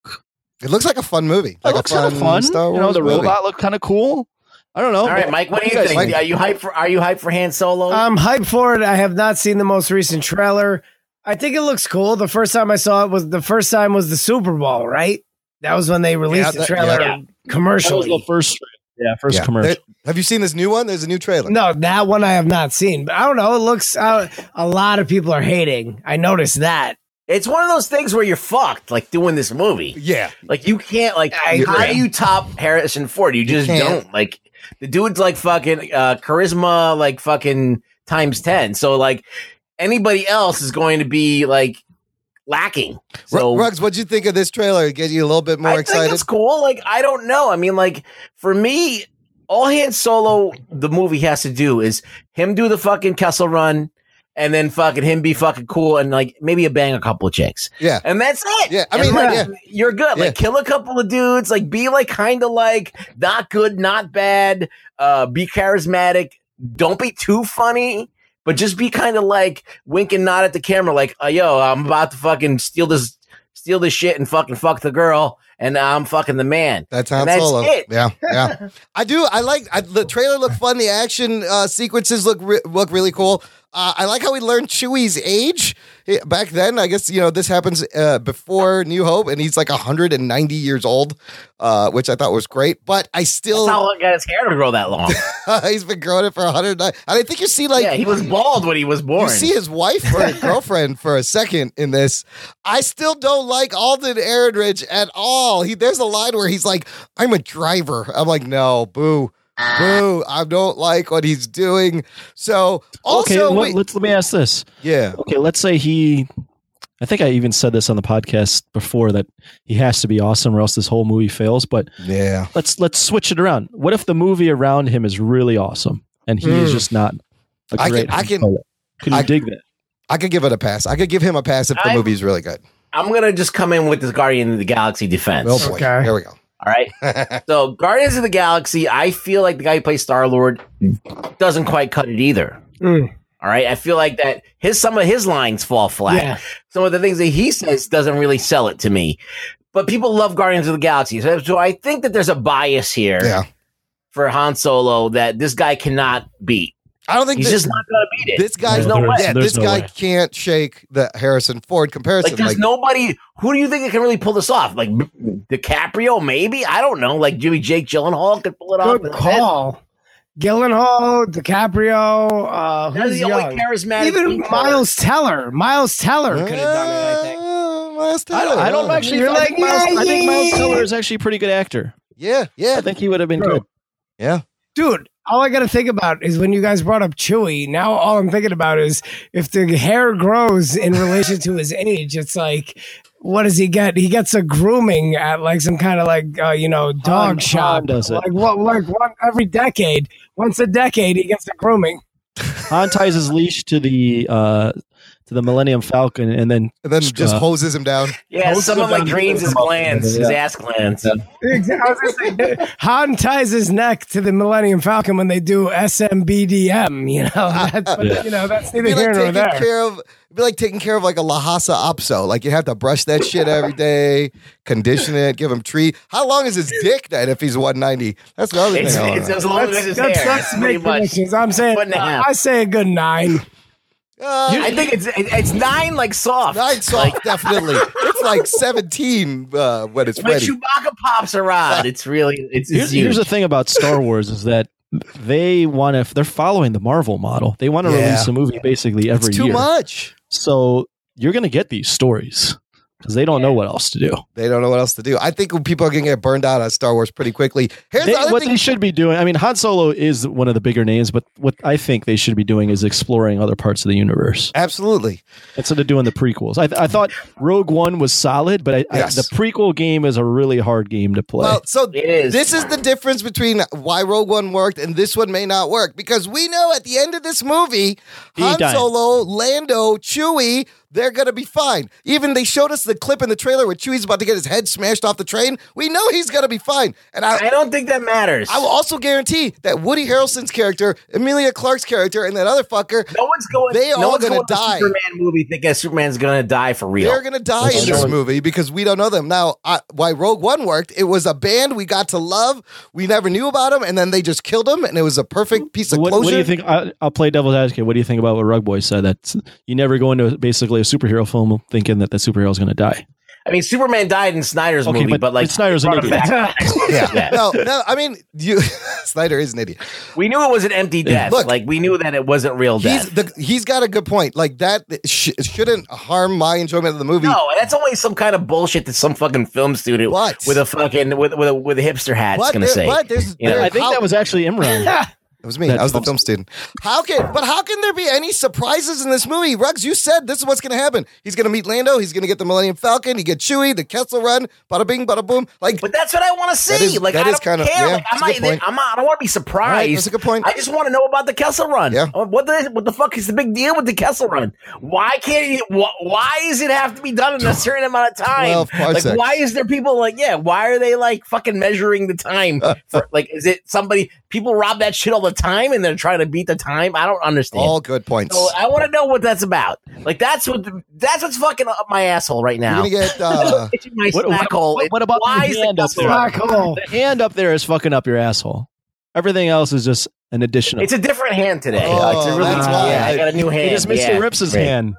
Speaker 1: It looks like a fun movie.
Speaker 4: That
Speaker 1: Like
Speaker 4: looks
Speaker 1: a
Speaker 4: kind
Speaker 1: fun,
Speaker 4: of fun.
Speaker 1: Star Wars
Speaker 4: you know, the
Speaker 1: movie.
Speaker 4: robot looked kind of cool. I don't know.
Speaker 5: All right, Mike, what do you
Speaker 4: guys
Speaker 5: think?
Speaker 1: think?
Speaker 5: Are you hyped for Are you hyped for Han Solo?
Speaker 2: I'm hyped for it. I have not seen the most recent trailer. I think it looks cool. The first time I saw it was the first time was the Super Bowl, right? That was when they released
Speaker 1: Yeah,
Speaker 2: the
Speaker 1: that-
Speaker 2: trailer
Speaker 5: yeah.
Speaker 4: That was
Speaker 2: commercially.
Speaker 4: the first. Yeah, first
Speaker 1: Yeah.
Speaker 4: commercial.
Speaker 1: There- have you seen this new one? There's a new trailer.
Speaker 2: no, that one I have not seen. But I don't know. It looks uh, a lot of people are hating. I noticed that.
Speaker 5: it's one of those things where you're fucked, like doing this movie.
Speaker 1: Yeah.
Speaker 5: Like you can't, like
Speaker 2: I
Speaker 5: how
Speaker 2: agree.
Speaker 5: do you top Harrison Ford? You just
Speaker 1: can't.
Speaker 5: don't. Like the dude's like fucking uh, charisma, like fucking times ten. So like anybody else is going to be like lacking.
Speaker 1: Ru-
Speaker 5: So
Speaker 1: Ruggs, what'd you think of this trailer? Get you a little bit more
Speaker 5: I
Speaker 1: excited?
Speaker 5: Think it's cool. Like I don't know. I mean, like for me, all Han Solo the movie has to do is him do the fucking Kessel Run, and then fucking him be fucking cool and like maybe a bang a couple of chicks,
Speaker 1: Yeah.
Speaker 5: and that's it.
Speaker 1: Yeah, I
Speaker 5: And,
Speaker 1: mean,
Speaker 5: like,
Speaker 1: yeah.
Speaker 5: you're good. Like kill a couple of dudes. Like be like kind of like not good, not bad. Uh, be charismatic. Don't be too funny. But just be kind of like wink and nod at the camera, like, oh, yo, I'm about to fucking steal this steal this shit and fucking fuck the girl, and I'm fucking the man.
Speaker 1: That's Han
Speaker 5: And that's
Speaker 1: Solo.
Speaker 5: it.
Speaker 1: Yeah, yeah. I do. I like I, the trailer. Looked fun. The action uh, sequences look re- look really cool. Uh, I like how we learned Chewie's age Eh, back then. I guess you know this happens uh, before New Hope, and he's like 190 years old, uh, which I thought was great. But I still
Speaker 5: That's how long it got his hair to grow that long.
Speaker 1: he's been growing it for 109. And I think you see like
Speaker 5: yeah, he was bald when he was born.
Speaker 1: you see his wife or girlfriend for a second in this. I still don't like Alden Ehrenrich at all. He there's a line where he's like, "I'm a driver." I'm like, "No, boo, boo! I don't like what he's doing." So also,
Speaker 4: okay,
Speaker 1: wait-
Speaker 4: let, let's let me ask this.
Speaker 1: yeah,
Speaker 4: Okay, let's say he. I think I even said this on the podcast before that he has to be awesome or else this whole movie fails. But
Speaker 1: yeah,
Speaker 4: let's let's switch it around. What if the movie around him is really awesome and he is
Speaker 1: Hmm.
Speaker 4: just not? A
Speaker 1: I can-
Speaker 4: great Oh,
Speaker 1: I can-
Speaker 4: pilot? Could you
Speaker 1: I-
Speaker 4: dig that?
Speaker 1: I could give it a pass. I could give him a pass if the
Speaker 5: I'm-
Speaker 1: movie's really good.
Speaker 5: I'm gonna just come in with this Guardian of the Galaxy defense.
Speaker 1: Oh boy,
Speaker 2: Okay.
Speaker 1: here we go.
Speaker 5: All right. so Guardians of the Galaxy, I feel like the guy who plays Star Lord doesn't quite cut it either.
Speaker 2: Mm.
Speaker 5: All right. I feel like that his some of his lines fall flat.
Speaker 2: Yeah.
Speaker 5: Some of the things that he says doesn't really sell it to me. But people love Guardians of the Galaxy. So, so I think that there's a bias here
Speaker 1: Yeah,
Speaker 5: for Han Solo that this guy cannot beat.
Speaker 1: I don't think
Speaker 5: He's
Speaker 1: this,
Speaker 5: just not gonna beat it.
Speaker 1: this guy.
Speaker 5: There's no way.
Speaker 1: Yeah,
Speaker 4: There's
Speaker 1: this
Speaker 4: no
Speaker 1: guy
Speaker 4: way.
Speaker 1: can't shake the Harrison Ford comparison.
Speaker 5: like there's
Speaker 1: Like,
Speaker 5: nobody who do you think that can really pull this off? Like DiCaprio, maybe? I don't know. Like Jimmy Jake Gyllenhaal could pull it off.
Speaker 2: Good call. Gyllenhaal, DiCaprio, uh,
Speaker 5: They're
Speaker 2: who's
Speaker 5: the
Speaker 2: young?
Speaker 5: only charismatic.
Speaker 2: Even
Speaker 5: people.
Speaker 2: Miles Teller. Miles Teller could have done it, I think.
Speaker 1: Uh, Miles
Speaker 4: I don't,
Speaker 1: Teller,
Speaker 4: I don't
Speaker 1: yeah.
Speaker 4: actually.
Speaker 2: You're
Speaker 4: I,
Speaker 2: like,
Speaker 4: think Miles, I think Miles
Speaker 2: yeah.
Speaker 4: Teller is actually a pretty good actor.
Speaker 1: Yeah, yeah.
Speaker 4: I think he would have been
Speaker 2: True.
Speaker 4: good.
Speaker 2: Dude, all I got to think about is when you guys brought up Chewie, now all I'm thinking about is if the hair grows in relation to his age, it's like, what does he get? He gets a grooming at like some kind of like, uh, you know, dog
Speaker 4: Han
Speaker 2: shop.
Speaker 4: does it.
Speaker 2: Like, what, like one, every decade, once a decade, he gets a grooming.
Speaker 4: Han ties his leash to the uh, to the Millennium Falcon and then
Speaker 1: And then just
Speaker 4: Uh,
Speaker 1: hoses him down.
Speaker 5: Yeah,
Speaker 4: Most
Speaker 5: someone
Speaker 4: of them
Speaker 5: like greens his glands, his
Speaker 4: Yeah.
Speaker 5: ass glands.
Speaker 2: Exactly. I was gonna say, Han ties his neck to the Millennium Falcon when they do SMBDM. You know, that's but,
Speaker 4: Yeah.
Speaker 2: you know that's
Speaker 1: It'd
Speaker 2: neither
Speaker 1: be
Speaker 2: here
Speaker 1: like taking
Speaker 2: nor there.
Speaker 1: care of it'd be like taking care of like a Lhasa Opso. Like you have to brush that shit every day, condition it, give him treat. How long is his dick then if he's 190? That's the other
Speaker 5: It's,
Speaker 1: thing. I wanna
Speaker 5: it's
Speaker 1: know.
Speaker 5: as long as his hair.
Speaker 2: That's, that's
Speaker 5: That's pretty
Speaker 2: make
Speaker 5: much.
Speaker 2: predictions. I'm saying,
Speaker 5: One and a half.
Speaker 2: I say a good nine.
Speaker 1: Uh,
Speaker 5: I think it's it- it's nine like soft.
Speaker 1: nine soft, definitely. It's like 17 uh, when it's
Speaker 5: When
Speaker 1: ready.
Speaker 5: Chewbacca pops a rod, it's really it's,
Speaker 4: here's,
Speaker 5: it's
Speaker 4: here's the
Speaker 5: huge.
Speaker 4: thing about Star Wars is that they want to they're following the Marvel model. They want to
Speaker 1: Yeah.
Speaker 4: release a movie basically every
Speaker 1: It's too
Speaker 4: year.
Speaker 1: much.
Speaker 4: So you're going to get these stories because they don't know what else to do.
Speaker 1: They don't know what else to do. I think people are going to get burned out on Star Wars pretty quickly. Here's
Speaker 4: They-
Speaker 1: the other
Speaker 4: what
Speaker 1: thing.
Speaker 4: they should be doing, I mean, Han Solo is one of the bigger names, but what I think they should be doing is exploring other parts of the universe
Speaker 1: Absolutely.
Speaker 4: instead of doing the prequels. I, I thought Rogue One was solid, but I, I-
Speaker 1: Yes.
Speaker 4: the prequel game is a really hard game to play.
Speaker 1: Well, so
Speaker 5: It is.
Speaker 1: This is the difference between why Rogue One worked and this one may not work because we know at the end of this movie,
Speaker 4: He
Speaker 1: Han
Speaker 4: died.
Speaker 1: Solo, Lando, Chewie, they're gonna be fine. Even they showed us the clip in the trailer where Chewie's about to get his head smashed off the train. We know he's gonna be fine. And I,
Speaker 5: I don't think that matters.
Speaker 1: I will also guarantee that Woody Harrelson's character, Amelia Clark's character, and that other fucker,
Speaker 5: no one's going.
Speaker 1: They
Speaker 5: no
Speaker 1: all
Speaker 5: one's
Speaker 1: gonna
Speaker 5: going to
Speaker 1: die.
Speaker 5: Superman movie thinking Superman's going to die for real.
Speaker 1: They're gonna die in this
Speaker 5: true.
Speaker 1: movie because we don't know them now. I, why Rogue One worked? It was a band we got to love. We never knew about them, and then they just killed him, and it was a perfect piece of
Speaker 4: what,
Speaker 1: closure.
Speaker 4: what do you think? I, I'll play devil's advocate. What do you think about what Rug Boy said? That you never go into basically a superhero film thinking that the superhero is going to die.
Speaker 5: I mean, Superman died in Snyder's
Speaker 4: Okay,
Speaker 5: movie,
Speaker 4: but-
Speaker 5: but, like
Speaker 4: but Snyder's
Speaker 5: they
Speaker 4: an
Speaker 5: brought him
Speaker 4: idiot.
Speaker 5: back.
Speaker 1: yeah.
Speaker 5: Yeah.
Speaker 1: No, no. I mean, you Snyder is an idiot.
Speaker 5: we knew it was an empty death.
Speaker 1: Look.
Speaker 5: like we knew that it wasn't real
Speaker 1: He's
Speaker 5: death.
Speaker 1: the, he's got a good point. Like that sh- shouldn't harm my enjoyment of the movie.
Speaker 5: No, that's always some kind of bullshit that some fucking film student
Speaker 1: But-
Speaker 5: with a fucking with with a, with a hipster hat is
Speaker 1: but,
Speaker 5: going
Speaker 1: there-
Speaker 5: to say.
Speaker 1: but there's,
Speaker 5: You know,
Speaker 1: there-
Speaker 4: I think
Speaker 1: how-
Speaker 4: that was actually Imran.
Speaker 1: it was me. I was the
Speaker 4: That's-
Speaker 1: film student. How can but how can there be any surprises in this movie? Ruggs, you said this is what's going to happen. He's going to meet Lando. He's going to get the Millennium Falcon. He get Chewie, the Kessel Run, bada bing, bada boom. Like
Speaker 5: But that's what I want to see.
Speaker 1: is-
Speaker 5: like
Speaker 1: that
Speaker 5: I
Speaker 1: is
Speaker 5: don't
Speaker 1: kinda-
Speaker 5: care.
Speaker 1: yeah,
Speaker 5: like, I'm
Speaker 1: that's a
Speaker 5: not,
Speaker 1: good point.
Speaker 5: I'm not. I don't want to be surprised.
Speaker 1: All right, that's a good point.
Speaker 5: I just want to know about the Kessel Run.
Speaker 1: Yeah.
Speaker 5: Uh, What the what the fuck is the big deal with the Kessel Run? Why can't you? Wh- why does it have to be done in a certain amount of time?
Speaker 1: 12
Speaker 5: like
Speaker 1: parsecs.
Speaker 5: why is there people like yeah? Why are they like fucking measuring the time? For, like is it somebody people rob that shit all the time and they're trying to beat the time? I don't understand.
Speaker 1: all good points.
Speaker 5: so I want to know what that's about. Like that's what that's what's fucking up my asshole right
Speaker 1: You're
Speaker 5: now.
Speaker 1: gonna get uh,
Speaker 5: Itching my
Speaker 4: What-
Speaker 5: snack
Speaker 4: what-
Speaker 5: hole.
Speaker 4: what- what about
Speaker 5: Why
Speaker 4: the
Speaker 5: is
Speaker 4: hand up
Speaker 5: Kessel
Speaker 4: there?
Speaker 5: Run?
Speaker 2: Black hole.
Speaker 4: the hand up there is fucking up your asshole. Everything else is just an additional.
Speaker 5: It's a different hand today.
Speaker 1: Oh,
Speaker 5: It's a really-
Speaker 1: that's why.
Speaker 5: yeah, I got a new hand.
Speaker 4: It is Mr.
Speaker 5: Yeah,
Speaker 4: Rips's
Speaker 5: great.
Speaker 4: hand.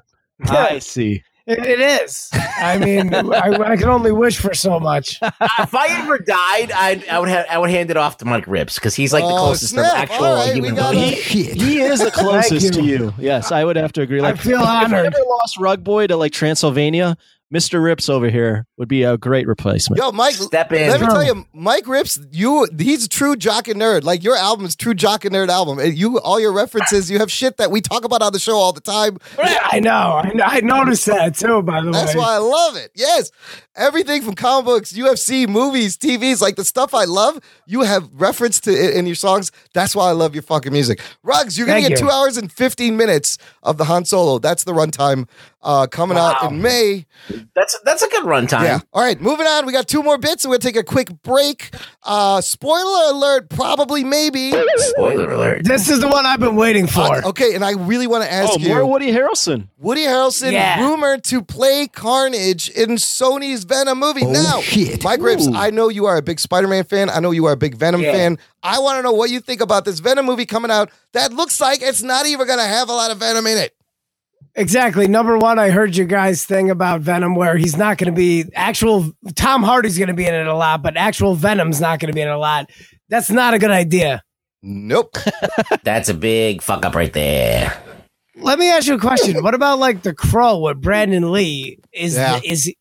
Speaker 4: I see.
Speaker 2: It, it is. I mean, I, I can only wish for so much.
Speaker 5: if I ever died, I'd, I would have I would hand it off to Mike Rips because he's like the
Speaker 1: Oh,
Speaker 5: closest
Speaker 1: snap.
Speaker 5: actual
Speaker 1: All right, we
Speaker 5: human
Speaker 1: got
Speaker 5: being.
Speaker 1: it.
Speaker 4: He is the closest
Speaker 2: Thank you.
Speaker 4: to you. Yes, I would have to agree. Like,
Speaker 2: I feel
Speaker 4: if I
Speaker 2: honored.
Speaker 4: ever lost Rug Boy to like Transylvania, Mr. Rips over here would be a great replacement.
Speaker 1: Yo, Mike.
Speaker 5: Step in.
Speaker 1: Let me tell you, Mike Rips, you he's a true jock and nerd. Like your album is true jock and nerd album. And You all your references, you have shit that we talk about on the show all the time.
Speaker 2: I know. I, know- I noticed that too. By the
Speaker 1: That's
Speaker 2: way,
Speaker 1: why I love it. Yes. Everything from comic books, UFC, movies, TVs, like the stuff I love, you have reference to it in your songs. That's why I love your fucking music. Rugs, you're going to
Speaker 2: Thank
Speaker 1: get
Speaker 2: you.
Speaker 1: two hours and 15 minutes of the Han Solo. That's the runtime uh, coming out
Speaker 5: Wow.
Speaker 1: in May.
Speaker 5: That's that's a good runtime.
Speaker 1: Yeah. All right. Moving on. We got two more bits and we'll take a quick break. Uh, spoiler alert, probably, maybe. Uh,
Speaker 5: Spoiler alert.
Speaker 2: this is the one I've been waiting for.
Speaker 1: Okay. And I really want to ask
Speaker 4: Oh,
Speaker 1: you.
Speaker 4: more Woody Harrelson.
Speaker 1: Woody Harrelson
Speaker 2: Yeah.
Speaker 1: rumored to play Carnage in Sony's Venom
Speaker 2: Oh,
Speaker 1: movie. now,
Speaker 6: shit.
Speaker 1: Mike Rips, I know you are a big Spider-Man fan. I know you are a big Venom fan. I want to know what you think about this Venom movie coming out. That looks like it's not even going to have a lot of Venom in it.
Speaker 2: Exactly. Number one, I heard your guys' thing about Venom, where he's not going to be actual. Tom Hardy's going to be in it a lot, but actual Venom's not going to be in it a lot. That's not a good idea.
Speaker 1: Nope.
Speaker 5: That's a big fuck up right there.
Speaker 2: Let me ask you a question. What about like the Crow with Brandon Lee? Is
Speaker 1: Yeah.
Speaker 2: is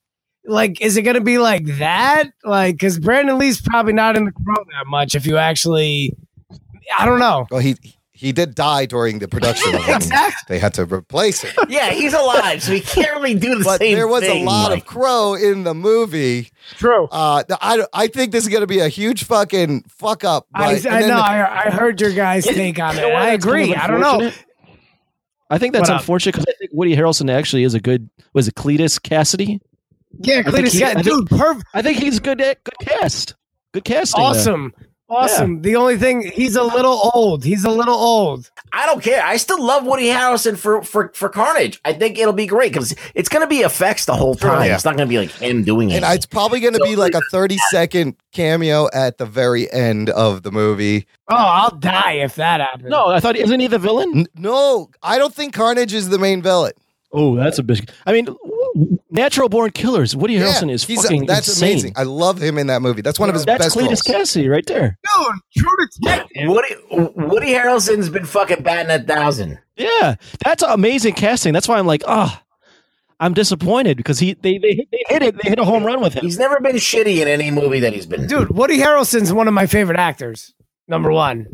Speaker 2: like is it going to be like that? Like because Brandon Lee's probably not in the Crow that much. If you actually, I don't know.
Speaker 1: well, he he did die during the production of it.
Speaker 2: Exactly.
Speaker 1: They had to replace him.
Speaker 5: Yeah, he's alive, so he can't really do the
Speaker 1: But
Speaker 5: same.
Speaker 1: there was
Speaker 5: thing,
Speaker 1: a lot
Speaker 5: Mike.
Speaker 1: of crow in the movie.
Speaker 2: True.
Speaker 1: Uh, I, I think this is going to be a huge fucking fuck up.
Speaker 2: I,
Speaker 1: but- and
Speaker 2: I
Speaker 1: then
Speaker 2: know.
Speaker 1: the-
Speaker 2: I, I heard your guys' take on it.
Speaker 4: You know what?
Speaker 2: I
Speaker 4: That's kind
Speaker 2: agree.
Speaker 4: of
Speaker 2: I don't know.
Speaker 4: unfortunate. I think that's
Speaker 2: What up?
Speaker 4: unfortunate because I think Woody Harrelson actually is a good. Was it Cletus Cassidy?
Speaker 2: Yeah,
Speaker 4: think
Speaker 2: Cletus,
Speaker 4: he-
Speaker 2: yeah,
Speaker 4: I think-
Speaker 2: dude, perfect,
Speaker 4: I think he's good at good cast. Good casting. there.
Speaker 2: awesome, awesome. The only thing he's a little old. He's a little old.
Speaker 5: I don't care. I still love Woody Harrelson for for for Carnage. I think it'll be great because it's going to be effects the whole time.
Speaker 1: yeah.
Speaker 5: It's not going to be like him doing it.
Speaker 1: And it's probably going to be like a 30 second cameo at the very end of the movie.
Speaker 2: Oh, I'll die if that happens.
Speaker 4: No, I thought isn't he the villain?
Speaker 1: N- No, I don't think Carnage is the main villain.
Speaker 4: Oh, that's a big. I mean, Natural Born Killers. Woody
Speaker 1: Yeah,
Speaker 4: Harrelson is
Speaker 1: he's-
Speaker 4: fucking
Speaker 1: that's
Speaker 4: insane.
Speaker 1: amazing. I love him in that movie. That's one of his
Speaker 4: That's
Speaker 1: best
Speaker 4: Cletus
Speaker 1: roles.
Speaker 4: Cassidy right there.
Speaker 2: dude, True Detective.
Speaker 5: Woody Woody Harrelson's been fucking batting a thousand.
Speaker 4: Yeah, that's amazing casting. That's why I'm like, ah, I'm disappointed because he they, they they hit it. They hit a home run with him.
Speaker 5: He's never been shitty in any movie that he's been. in.
Speaker 2: Dude, Woody Harrelson's one of my favorite actors. Number one.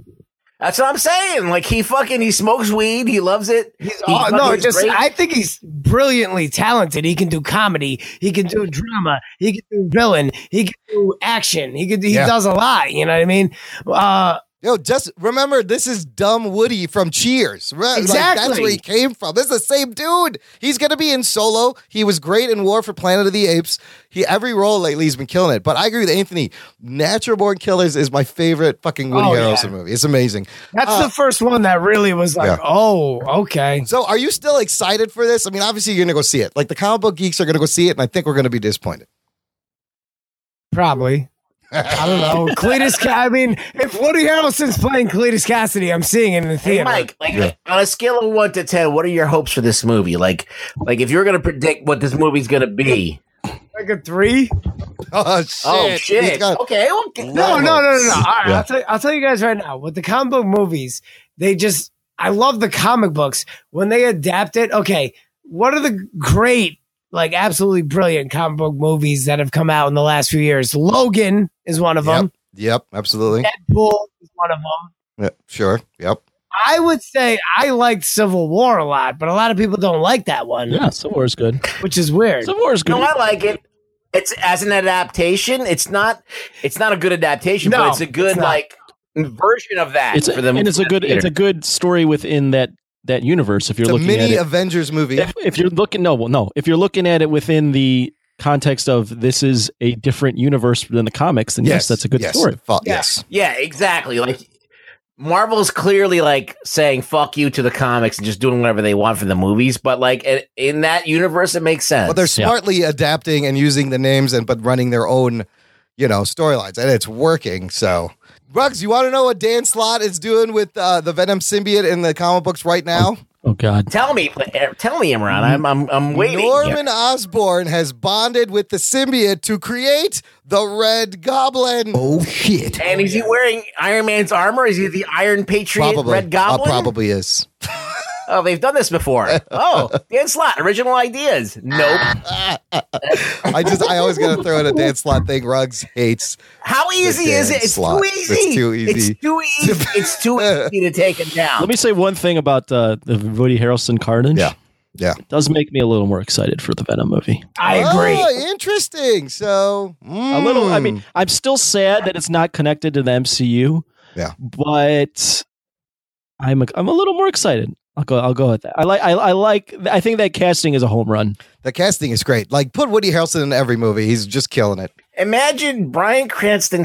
Speaker 5: That's what I'm saying. Like he fucking he smokes weed. He loves it. He's
Speaker 2: Oh, no, just I think he's brilliantly talented. He can do comedy. He can do drama. He can do villain. He can do action. He could. He
Speaker 1: Yeah.
Speaker 2: does a lot. You know what I mean? Uh,
Speaker 1: Yo, just remember this is dumb Woody from Cheers. Right? Like, that's
Speaker 2: Exactly.
Speaker 1: where he came from. This is the same dude. He's going to be in Solo. He was great in War for Planet of the Apes. He every role lately he's been killing it. But I agree with Anthony. Natural Born Killers is my favorite fucking Woody
Speaker 2: Oh, yeah.
Speaker 1: Harrelson movie. It's amazing.
Speaker 2: that's
Speaker 1: Uh,
Speaker 2: the first one that really was like,
Speaker 1: Yeah.
Speaker 2: Uh, oh, okay.
Speaker 1: So, are you still excited for this? I mean, obviously, you're going to go see it. Like, the comic book geeks are going to go see it, and I think we're going to be disappointed.
Speaker 2: Probably. I don't know. Cletus, Ca- I mean, if Woody Harrelson's playing Cletus Cassidy, I'm seeing it in the
Speaker 5: Hey,
Speaker 2: theater.
Speaker 5: Mike, like on a scale of one to ten, what are your hopes for this movie? Like, like if you're gonna predict what this movie's gonna be?
Speaker 2: like a three?
Speaker 1: Oh, shit.
Speaker 5: Oh
Speaker 1: He's
Speaker 5: shit!
Speaker 1: got-
Speaker 5: okay, well,
Speaker 2: No, no, no, no, no. All right,
Speaker 1: Yeah.
Speaker 2: I'll, tell, I'll tell you guys right now. With the comic book movies, they just, I love the comic books. When they adapt it, okay, what are the great, like absolutely brilliant comic book movies that have come out in the last few years? Logan is one of them.
Speaker 1: Yep, absolutely.
Speaker 2: Deadpool is one of them.
Speaker 1: Yeah, sure. Yep.
Speaker 2: I would say I liked Civil War a lot, but a lot of people don't like that one,
Speaker 4: Yeah, Civil War is good.
Speaker 2: which is weird.
Speaker 4: Civil War is good.
Speaker 5: No, I like it. It's as an adaptation. It's not. It's not a good adaptation,
Speaker 2: No,
Speaker 5: but it's a good
Speaker 2: it's not.
Speaker 5: like version of that
Speaker 4: it's
Speaker 5: for them.
Speaker 4: and it's a good it's a good story within that that universe. If you're
Speaker 1: It's a
Speaker 4: looking at
Speaker 1: mini
Speaker 4: it,
Speaker 1: Avengers movie.
Speaker 4: if, if you're looking no well, no if you're looking at it within the context of this is a different universe than the comics, then yes, that's a good
Speaker 1: yes,
Speaker 4: story.
Speaker 1: Fu-
Speaker 2: Yeah.
Speaker 1: Yes.
Speaker 5: yeah, exactly. Like Marvel's clearly like saying "fuck you" to the comics and just doing whatever they want for the movies. But like in, in that universe, it makes sense.
Speaker 1: But they're smartly adapting and using the names and but running their own, you know, storylines, and it's working. So Rux, you want to know what Dan Slott is doing with uh, the Venom symbiote in the comic books right now?
Speaker 4: Oh God. Mm-hmm.
Speaker 5: Tell me, eh, tell me, Imran. I'm I'm, I'm waiting.
Speaker 1: Norman Osborn has bonded with the symbiote to create the Red Goblin.
Speaker 6: Oh shit.
Speaker 5: and is he wearing Iron Man's armor? Is he the Iron Patriot
Speaker 1: probably,
Speaker 5: Red
Speaker 1: Uh,
Speaker 5: Goblin?
Speaker 1: probably is.
Speaker 5: Oh, they've done this before. Oh, Dan Slot, original ideas. Nope.
Speaker 1: I just, I always gotta throw in a Dan Slott thing. Ruggs hates.
Speaker 5: How easy
Speaker 1: Dan
Speaker 5: is it? It's
Speaker 1: Slott.
Speaker 5: too easy.
Speaker 1: It's too easy.
Speaker 5: It's too easy. it's too easy to take him down.
Speaker 4: Let me say one thing about uh, the Woody Harrelson Carnage.
Speaker 1: Yeah. Yeah.
Speaker 4: It does make me a little more excited for the Venom movie.
Speaker 5: I agree.
Speaker 1: Oh, interesting. So
Speaker 4: A little. I
Speaker 1: mm.
Speaker 4: mean, I'm still sad that it's not connected to the MCU.
Speaker 1: Yeah.
Speaker 4: But I'm a, I'm a little more excited. I'll go. I'll go with that. I like. I, I like. I think that casting is a home run.
Speaker 1: the casting is great. Like put Woody Harrelson in every movie. He's just killing it.
Speaker 5: Imagine Brian Cranston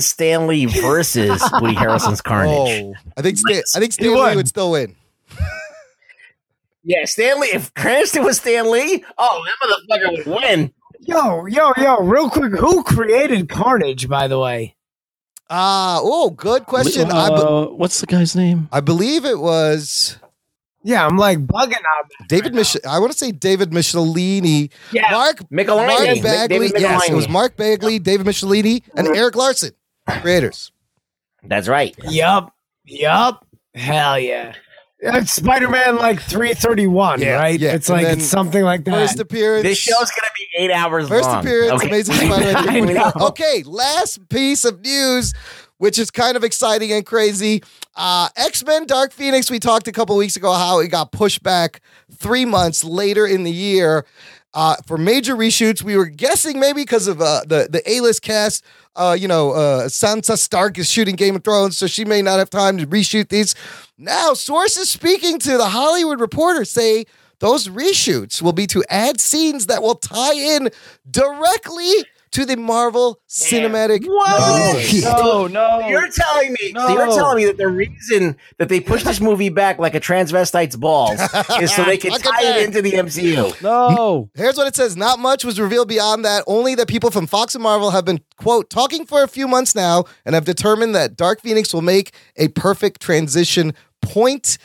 Speaker 5: Stanley versus Woody Harrelson's Carnage.
Speaker 1: Oh, I think Stan, I think
Speaker 2: He
Speaker 1: Stan Lee
Speaker 2: won.
Speaker 1: would still win.
Speaker 5: Yeah, Stanley. If Cranston was Stanley, oh, that motherfucker would win.
Speaker 2: Yo, yo, yo, real quick, who created Carnage, by the way?
Speaker 1: Ah, oh, good question. I, be-
Speaker 4: Uh, what's the guy's name?
Speaker 1: I believe it was
Speaker 2: Yeah, I'm like bugging out.
Speaker 1: David. Mich- I want to say David Michelini.
Speaker 2: Yeah.
Speaker 1: Mark
Speaker 5: Michelangelo.
Speaker 1: Mark Bagley. Yes, it was Mark Bagley, David Michelini, and Eric Larson, creators.
Speaker 5: That's right.
Speaker 2: Yup. Yup. Hell yeah. It's Spider Man like 331,
Speaker 1: Yeah,
Speaker 2: right?
Speaker 1: yeah.
Speaker 2: It's
Speaker 1: And
Speaker 2: like
Speaker 1: then
Speaker 2: it's something like that.
Speaker 1: First appearance.
Speaker 5: This show's gonna be eight hours
Speaker 1: First
Speaker 5: long.
Speaker 1: appearance,
Speaker 5: Okay.
Speaker 1: Amazing Spider-Man. 3.8. Okay, last piece of news, which is kind of exciting and crazy. Uh, X-Men Dark Phoenix, we talked a couple weeks ago how it got pushed back three months later in the year. Uh, for major reshoots, we were guessing maybe because of uh, the the A-list cast. Uh, you know, uh, Sansa Stark is shooting Game of Thrones, so she may not have time to reshoot these. Now, sources speaking to the Hollywood Reporter say those reshoots will be to add scenes that will tie in directly to the Marvel Cinematic.
Speaker 6: Oh
Speaker 1: Universe.
Speaker 6: shit.
Speaker 4: Oh no.
Speaker 5: You're telling me.
Speaker 4: No.
Speaker 5: You're telling me that the reason that they pushed this movie back like a transvestite's balls is so they can
Speaker 1: Look at
Speaker 5: tie
Speaker 1: that.
Speaker 5: it into the MCU.
Speaker 4: no.
Speaker 1: Here's what it says. Not much was revealed beyond that. Only that people from Fox and Marvel have been, quote, talking for a few months now and have determined that Dark Phoenix will make a perfect transition point.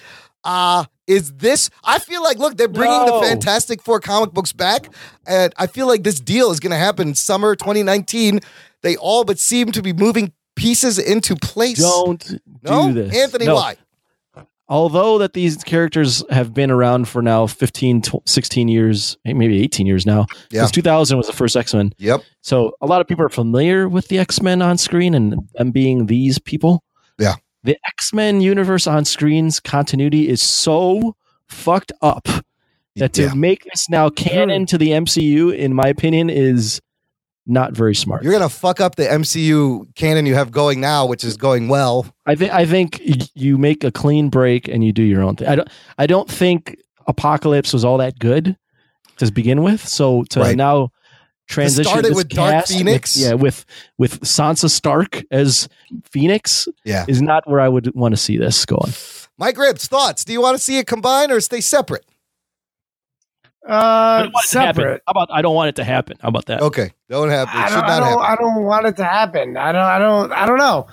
Speaker 1: Uh, is this? I feel like, look, they're bringing
Speaker 4: No.
Speaker 1: the Fantastic Four comic books back. And I feel like this deal is going to happen summer 2019. They all but seem to be moving pieces into place.
Speaker 4: Don't
Speaker 1: no?
Speaker 4: do this,
Speaker 1: Anthony,
Speaker 4: No.
Speaker 1: why?
Speaker 4: although that these characters have been around for now 15 tw 16 years eh, maybe 18 years now
Speaker 1: Yeah.
Speaker 4: since 2000 was the first x-men
Speaker 1: Yep.
Speaker 4: so a lot of people are familiar with the x-men on screen and them being these people
Speaker 1: Yeah.
Speaker 4: the x-men universe on screen's continuity is so fucked up that to
Speaker 1: Yeah.
Speaker 4: make this now canon to the mcu in my opinion is not very smart
Speaker 1: You're gonna fuck up the MCU canon you have going now, which is going well.
Speaker 4: I think I think y- you make a clean break and you do your own thing. I don't I don't think Apocalypse was all that good to begin with. So to
Speaker 1: Right.
Speaker 4: now transition
Speaker 1: To start it
Speaker 4: this
Speaker 1: with Dark
Speaker 4: cast
Speaker 1: Phoenix?
Speaker 4: with- yeah, with with Sansa Stark as Phoenix
Speaker 1: Yeah.
Speaker 4: is not where I would want to see this going.
Speaker 1: Mike Ribs, thoughts? Do you want to see it combined or stay separate?
Speaker 4: I
Speaker 2: uh,
Speaker 4: don't want it to happen.
Speaker 2: separate.
Speaker 4: How about I don't want it to happen? How about that?
Speaker 1: Okay, don't happen.
Speaker 2: I
Speaker 1: It should
Speaker 2: don't, I
Speaker 1: not
Speaker 2: don't,
Speaker 1: happen.
Speaker 2: I don't want it to happen. I don't, I don't, I don't know.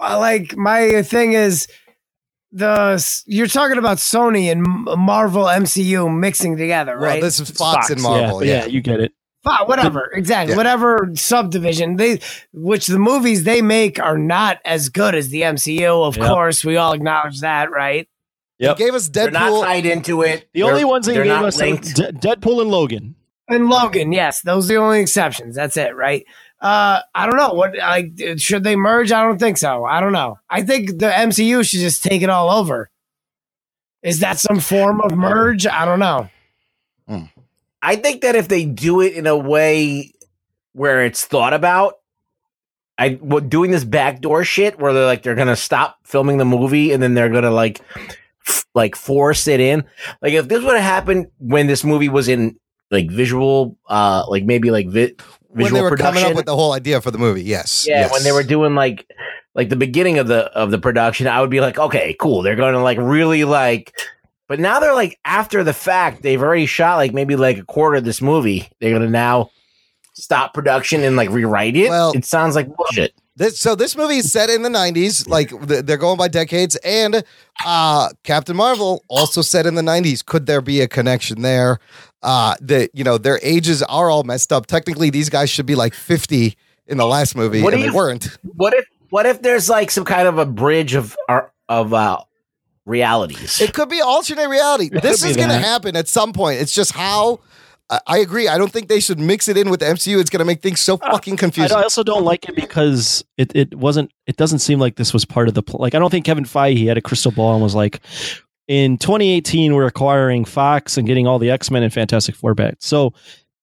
Speaker 2: I Like my thing is the, you're talking about Sony and M- Marvel MCU mixing together,
Speaker 1: Well,
Speaker 2: right?
Speaker 1: this is Fox, and
Speaker 4: Yeah,
Speaker 1: Marvel.
Speaker 4: but
Speaker 1: Yeah,
Speaker 4: yeah, you get it.
Speaker 2: Fi- whatever, exactly,
Speaker 1: Yeah.
Speaker 2: whatever subdivision they, which the movies they make are not as good as the MCU. Of
Speaker 4: Yep.
Speaker 2: course, we all acknowledge that, right?
Speaker 4: Yep.
Speaker 1: He gave us
Speaker 5: They're not
Speaker 1: Deadpool.
Speaker 5: tied into it.
Speaker 4: The
Speaker 5: They're-
Speaker 4: only ones that
Speaker 5: they're
Speaker 4: gave
Speaker 5: not
Speaker 4: us
Speaker 5: linked.
Speaker 4: De- Deadpool and Logan.
Speaker 2: And Logan, yes, those are the only exceptions. That's it, right? Uh, I don't know what like should they merge? I don't think so. I don't know. I think the MCU should just take it all over. Is that some form of merge? I don't know.
Speaker 5: I think that if they do it in a way where it's thought about, I well, doing this backdoor shit where they're like they're gonna stop filming the movie and then they're gonna like f- like force it in. Like if this would have happened when this movie was in like visual, uh, like maybe like vi-
Speaker 1: When
Speaker 5: visual
Speaker 1: they were
Speaker 5: production.
Speaker 1: coming up with the whole idea for the movie, yes.
Speaker 5: yeah,
Speaker 1: yes.
Speaker 5: when they were doing like like the beginning of the of the production, I would be like, okay, cool. They're going to like really like. But now they're like after the fact, they've already shot like maybe like a quarter of this movie. They're going to now stop production and like rewrite it.
Speaker 1: Well-
Speaker 5: it sounds like bullshit.
Speaker 1: This so this movie is set in the 90s, like th- they're going by decades, and uh, Captain Marvel also set in the 90s. Could there be a connection there? Uh, that you know their ages are all messed up. Technically, these guys should be like 50 in the last movie,
Speaker 5: What do
Speaker 1: and they
Speaker 5: you-
Speaker 1: weren't.
Speaker 5: What if what if there's like some kind of a bridge of our of uh, realities?
Speaker 1: It could be alternate reality. this
Speaker 4: could
Speaker 1: is
Speaker 4: be
Speaker 1: going to
Speaker 4: that.
Speaker 1: happen at some point. It's just how. I- I agree. I don't think they should mix it in with the MCU. It's going to make things so fucking
Speaker 4: Uh, I,
Speaker 1: confusing.
Speaker 4: I also don't like it because it, it wasn't it doesn't seem like this was part of the pl- like I don't think Kevin Feige had a crystal ball and was like in 2018 we're acquiring Fox and getting all the X Men and Fantastic Four back. So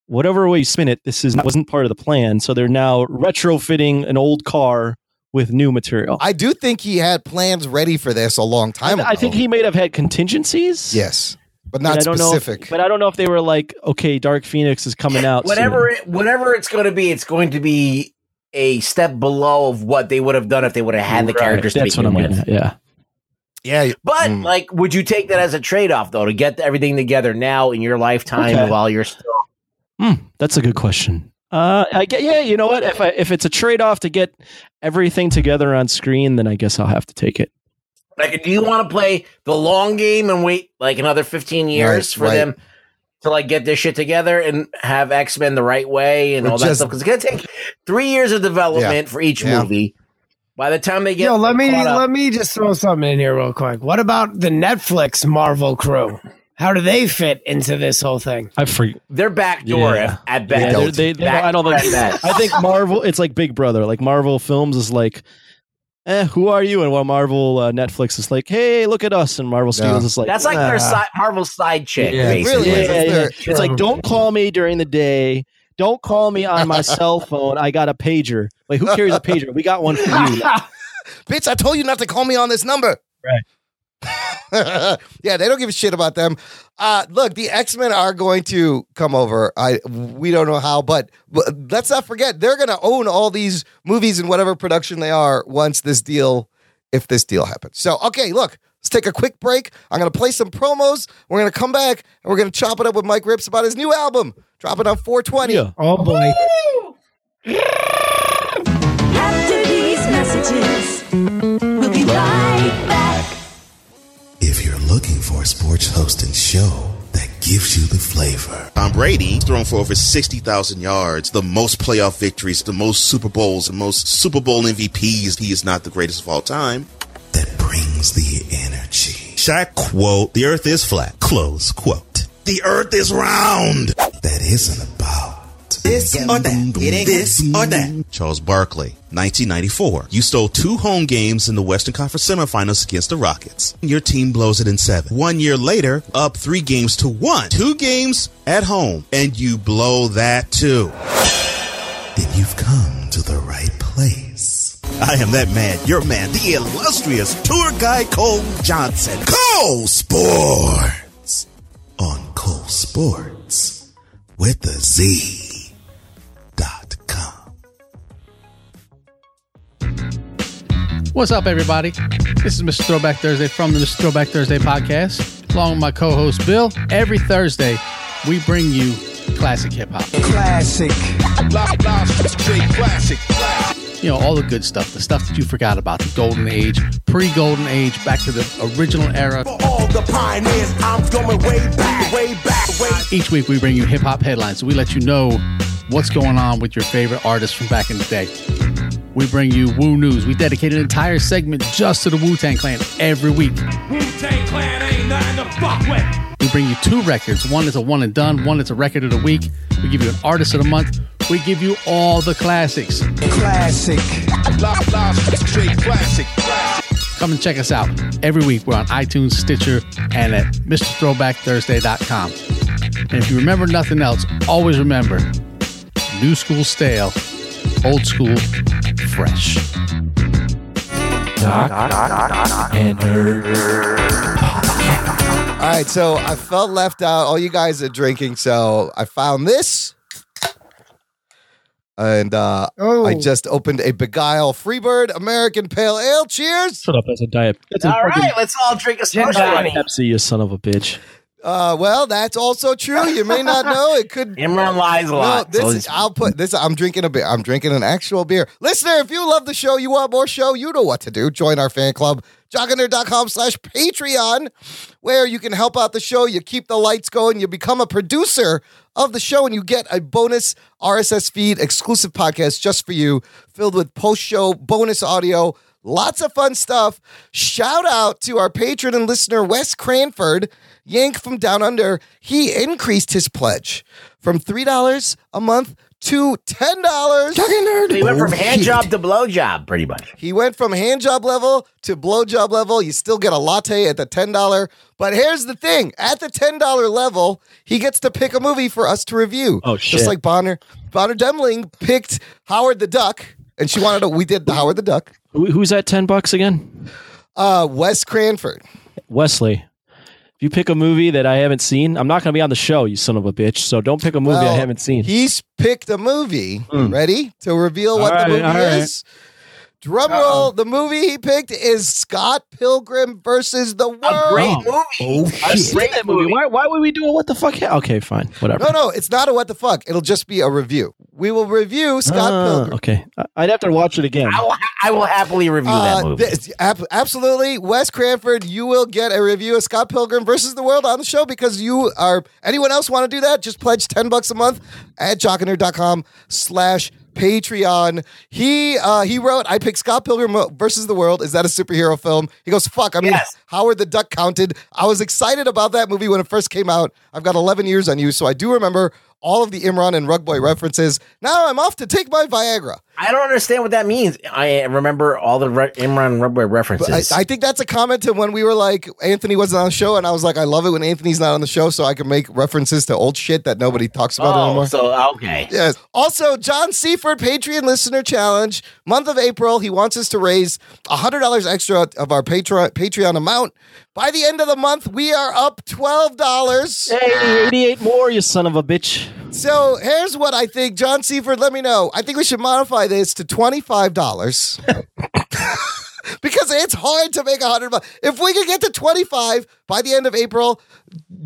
Speaker 4: whatever way you spin it, this is wasn't part of the plan. So they're now retrofitting an old car with new material. I,
Speaker 1: I do think he had plans ready for this a long time ago.
Speaker 4: I think he may have had contingencies.
Speaker 1: Yes,
Speaker 4: but
Speaker 1: but not
Speaker 4: I don't Know
Speaker 1: specific.
Speaker 4: if, but I don't know if they were like, okay, Dark Phoenix is coming out.
Speaker 5: whatever
Speaker 4: soon.
Speaker 5: it, whatever it's going to be, it's going to be a step below of what they would have done if they would have had the
Speaker 4: Right,
Speaker 5: characters.
Speaker 4: That's
Speaker 5: to
Speaker 4: what I'm
Speaker 5: begin
Speaker 4: getting
Speaker 5: with.
Speaker 4: at. Yeah.
Speaker 1: yeah,
Speaker 5: But
Speaker 1: Mm.
Speaker 5: like, would you take that as a trade off though to get everything together now in your lifetime
Speaker 4: Okay.
Speaker 5: while you're still?
Speaker 4: Hmm, that's a good question. Uh, I get, yeah, you know what? If I, if it's a trade off to get everything together on screen, then I guess I'll have to take it.
Speaker 5: Like, do you want to play the long game and wait like another fifteen years
Speaker 1: Right,
Speaker 5: for
Speaker 1: right.
Speaker 5: them to like get this shit together and have X Men the right way and
Speaker 1: Or
Speaker 5: all that
Speaker 1: just-
Speaker 5: stuff? Because it's gonna take three years of development for each
Speaker 1: Yeah.
Speaker 5: movie. By the time they get,
Speaker 2: Yo, let me
Speaker 5: caught up-
Speaker 2: let me just throw something in here real quick. What about the Netflix Marvel crew? How do they fit into this whole thing?
Speaker 4: I forget.
Speaker 5: they're backdoor
Speaker 4: Yeah.
Speaker 5: at- at best.
Speaker 4: they, they, they-
Speaker 5: Back-
Speaker 4: I don't
Speaker 5: at
Speaker 4: think.
Speaker 5: best.
Speaker 4: I think Marvel. It's like Big Brother. Like Marvel Films is like, eh, who are you? And while Marvel uh, Netflix is like, hey, look at us. And Marvel Studios is like,
Speaker 5: That's like their
Speaker 4: ah.
Speaker 5: side, Marvel side chick.
Speaker 4: Yeah,
Speaker 1: uh, it
Speaker 5: basically.
Speaker 1: really is.
Speaker 4: Yeah,
Speaker 1: It's
Speaker 4: yeah.
Speaker 1: their-
Speaker 4: It's like, don't call me during the day. Don't call me on my cell phone. I got a pager. Like, who carries a pager? We got one for you.
Speaker 1: bitch, I told you not to call me on this number. Right. yeah, they don't give a shit about them. Uh, look, the X Men are going to come over. I we don't know how, but, but let's not forget they're going to own all these movies and whatever production they are once this deal, if this deal happens. So okay, look, let's take a quick break. I'm going to play some promos. We're going to come back and we're going to chop it up with Mike Rips about his new album dropping on 420.
Speaker 4: Yeah.
Speaker 2: Oh boy.
Speaker 9: After these messages, we'll be right back.
Speaker 10: If you're looking for a sports host and show that gives you the flavor, Tom Brady thrown for over 60,000 yards, the most playoff victories, the most Super Bowls, the most Super Bowl MVPs. He is not the greatest of all time. That brings the energy. Shaq quote, the earth is flat. Close quote. The earth is round. That isn't about this or that. It ain't this or that. Charles Barkley, 1994. You stole two home games in the Western Conference semifinals against the Rockets. Your team blows it in seven. One year later, up three games to one. Two games at home, and you blow that too. Then you've come to the right place. I am that man, your man, the illustrious tour guide Cole Johnson. Cole Sports on Cole Sports with a Z dot com.
Speaker 11: What's up, everybody? This is Mr. Throwback Thursday from the Mr. Throwback Thursday podcast, along with my co host Bill. Every Thursday, we bring you classic hip hop.
Speaker 6: Classic. classic.
Speaker 11: You know, all the good stuff, the stuff that you forgot about, the golden age, pre golden age, back to the original era.
Speaker 10: All the pioneers, I'm going way back, way back, way
Speaker 11: Each week, we bring you hip hop headlines. we let you know what's going on with your favorite artists from back in the day. We bring you Woo News. We dedicate an entire segment just to the Wu Tang Clan every week.
Speaker 3: Wu-Tang Clan ain't nothing to fuck with.
Speaker 11: We bring you two records. One is a one and done, one is a record of the week. We give you an artist of the month. We give you all the classics.
Speaker 6: Classic. classic.
Speaker 11: Come and check us out every week. We're on iTunes, Stitcher, and at MrThrowbackThursday.com. And if you remember nothing else, always remember new school stale, old school fresh.
Speaker 1: All right, so I felt left out. All you guys are drinking, so I found this. And uh,
Speaker 2: Oh.
Speaker 1: I just opened a Beguile Freebird American Pale Ale. Cheers!
Speaker 4: Shut up. That's a diet. That's a
Speaker 5: All
Speaker 4: fucking
Speaker 5: right, let's all drink a
Speaker 2: Gin
Speaker 5: special one.
Speaker 2: tonic.
Speaker 4: Pepsi, you son of a bitch.
Speaker 1: Uh, well, that's also true. You may not know. It could.
Speaker 5: Imran lies a lot,
Speaker 1: No,
Speaker 5: so
Speaker 1: this is, I'll put this. I'm drinking a beer. I'm drinking an actual beer. Listener, if you love the show, you want more show, you know what to do. Join our fan club, jockandnerd.com slash Patreon, where you can help out the show. You keep the lights going. You become a producer of the show, and you get a bonus RSS feed exclusive podcast just for you, filled with post show bonus audio. Lots of fun stuff. Shout out to our patron and listener, Wes Cranford, Yank from Down Under. He increased his pledge from $3 a month to Oh, $10.
Speaker 5: So he went from hand job to blow job, pretty much.
Speaker 1: He went from hand job level to blow job level. You still get a latte at the $10. But here's the thing at the $10 level, he gets to pick a movie for us to review. Oh,
Speaker 4: shit.
Speaker 1: Just like Bonner. Bonner Demling picked Howard the Duck, and she wanted to, we did the Howard the Duck.
Speaker 4: Who- Who's at ten bucks again?
Speaker 1: Uh, Wes Cranford.
Speaker 4: Wesley. If you pick a movie that I haven't seen, I'm not going to be on the show, you son of a bitch. So don't pick a movie I
Speaker 1: Well,
Speaker 4: haven't seen.
Speaker 1: He's picked a movie.
Speaker 4: Hmm.
Speaker 1: Ready to reveal what
Speaker 4: All
Speaker 1: the
Speaker 4: right,
Speaker 1: movie
Speaker 4: all right.
Speaker 1: is? Drum roll. The movie he picked is Scott Pilgrim versus the World.
Speaker 4: Oh, I've seen that movie. Why, why would we do a what the fuck? ha- Okay, fine. Whatever.
Speaker 1: No, no, it's not a what the fuck. It'll just be a review. We will review Scott
Speaker 4: Ah,
Speaker 1: Pilgrim.
Speaker 4: Okay. I- I'd have to watch it again.
Speaker 5: I will, I will happily review that
Speaker 1: Uh,
Speaker 5: movie.
Speaker 1: this- ab- absolutely, Wes Cranford. You will get a review of Scott Pilgrim versus the World on the show because you are. Anyone else want to do that? Just pledge ten bucks a month at jockiner.com slash Patreon. He uh, he wrote, "I picked Scott Pilgrim versus the World. Is that a superhero film?" He goes, "Fuck, I mean,
Speaker 5: Yes.
Speaker 1: Howard the Duck counted. I was excited about that movie when it first came out. I've got 11 years on you, so I do remember." All of the Imran and Rugboy references. Now I'm off to take my Viagra.
Speaker 5: I don't understand what that means. I remember all the re- Imran Rubber
Speaker 1: But
Speaker 5: references.
Speaker 1: I, I think that's a comment to when we were like Anthony wasn't on the show, and I was like, I love it when Anthony's not on the show, so I can make references to old shit that nobody talks about
Speaker 5: oh,
Speaker 1: anymore.
Speaker 5: so okay.
Speaker 1: Yes. Also, John Seaford Patreon Listener Challenge, month of April. He wants us to raise $100 extra of our Patreon, Patreon amount. By the end of the month, we are up $12.
Speaker 4: Hey, 88 more, you son of a bitch.
Speaker 1: So here's what I think. John Seaford, let me know. I think we should modify this to $25. because it's hard to make a hundred bucks. If we could get to 25 by the end of April,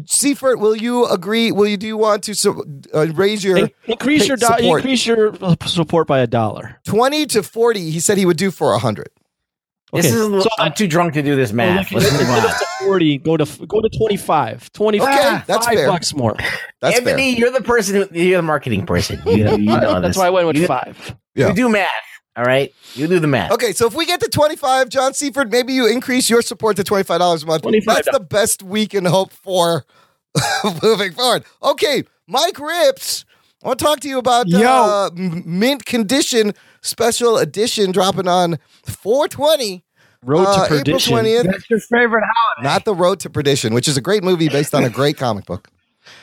Speaker 1: Seifert, will you agree? Will you do you want to su- uh, raise your
Speaker 4: In- increase
Speaker 1: pick
Speaker 4: your do-
Speaker 1: support?
Speaker 4: increase your uh, support by a dollar.
Speaker 1: 20 to 40? He said he would do for a hundred.
Speaker 5: This is I'm too drunk to do this
Speaker 4: ah,
Speaker 5: math. Let's move on.
Speaker 4: Instead of 40, go to go to 25. 25
Speaker 1: Okay, that's
Speaker 4: five
Speaker 1: fair.
Speaker 4: bucks more.
Speaker 1: That's fair.
Speaker 5: Anthony, you're the person. Who, you're the marketing person. You, you know
Speaker 4: That's
Speaker 5: this.
Speaker 4: why I went with
Speaker 5: you,
Speaker 4: five.
Speaker 1: Yeah.
Speaker 5: You do math. All right. You do the math.
Speaker 1: Okay, so if we get to 25, John Seaford, maybe you increase your support to $25 a month. That's the best we can hope for moving forward. Okay, Mike Rips, I want to talk to you about
Speaker 2: Yo.
Speaker 1: uh, M- mint condition special edition dropping on 420.
Speaker 4: Road to
Speaker 1: uh,
Speaker 4: Perdition.
Speaker 1: April 20th.
Speaker 2: That's your favorite holiday.
Speaker 1: Not The Road to Perdition, which is a great movie based on a great comic book.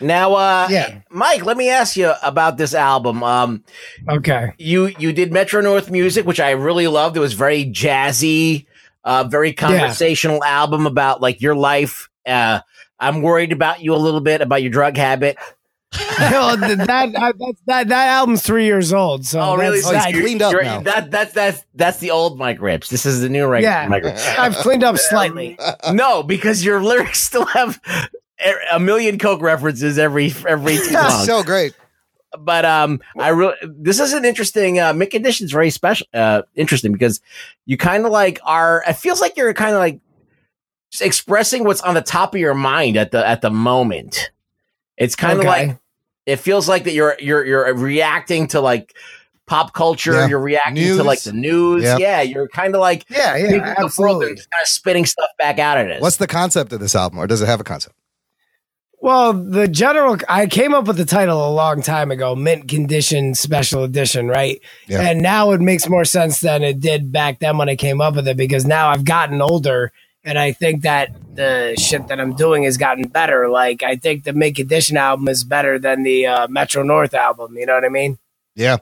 Speaker 5: Now, uh,
Speaker 2: Yeah.
Speaker 5: Mike, let me ask you about this album. Um,
Speaker 2: Okay.
Speaker 5: you you did Metro North music, which I really loved. It was very jazzy, uh, very conversational album about like your life. Uh, I'm worried about you a little bit about your drug habit.
Speaker 2: Well, th- that, I, that's, that that album's three years old. So
Speaker 5: Oh, really?
Speaker 2: that's-
Speaker 1: Oh, he's
Speaker 5: That-
Speaker 1: cleaned up
Speaker 5: you're-
Speaker 1: now.
Speaker 5: That that's that's that's the old Mike Rips. This is the new Mike,
Speaker 2: Yeah.
Speaker 5: Mike Rips.
Speaker 2: I've cleaned up slightly.
Speaker 5: No, because your lyrics still have a- a million Coke references every every two songs.
Speaker 1: so great.
Speaker 5: but um, I really this is an interesting uh, Mick Condition's very special, uh, interesting because you kind of like are. It feels like you're kind of like just expressing what's on the top of your mind at the at the moment. It's kind of
Speaker 2: Okay.
Speaker 5: like it feels like that you're you're you're reacting to like pop culture.
Speaker 1: Yeah.
Speaker 5: You're reacting
Speaker 1: News.
Speaker 5: to like the news.
Speaker 1: Yep.
Speaker 5: Yeah, you're kind of like
Speaker 2: Yeah,
Speaker 5: thinking
Speaker 2: yeah,
Speaker 5: of the world and
Speaker 2: absolutely.
Speaker 5: just kind of spitting stuff back out at us.
Speaker 1: What's the concept of this album, or does it have a concept?
Speaker 2: Well, the general, I came up with the title a long time ago, Mint Condition Special Edition, right?
Speaker 1: Yeah.
Speaker 2: And now it makes more sense than it did back then when I came up with it because now I've gotten older and I think that the shit that I'm doing has gotten better. Like, I think the Mint Condition album is better than the uh, Metro North album. You know what I mean?
Speaker 1: Yeah.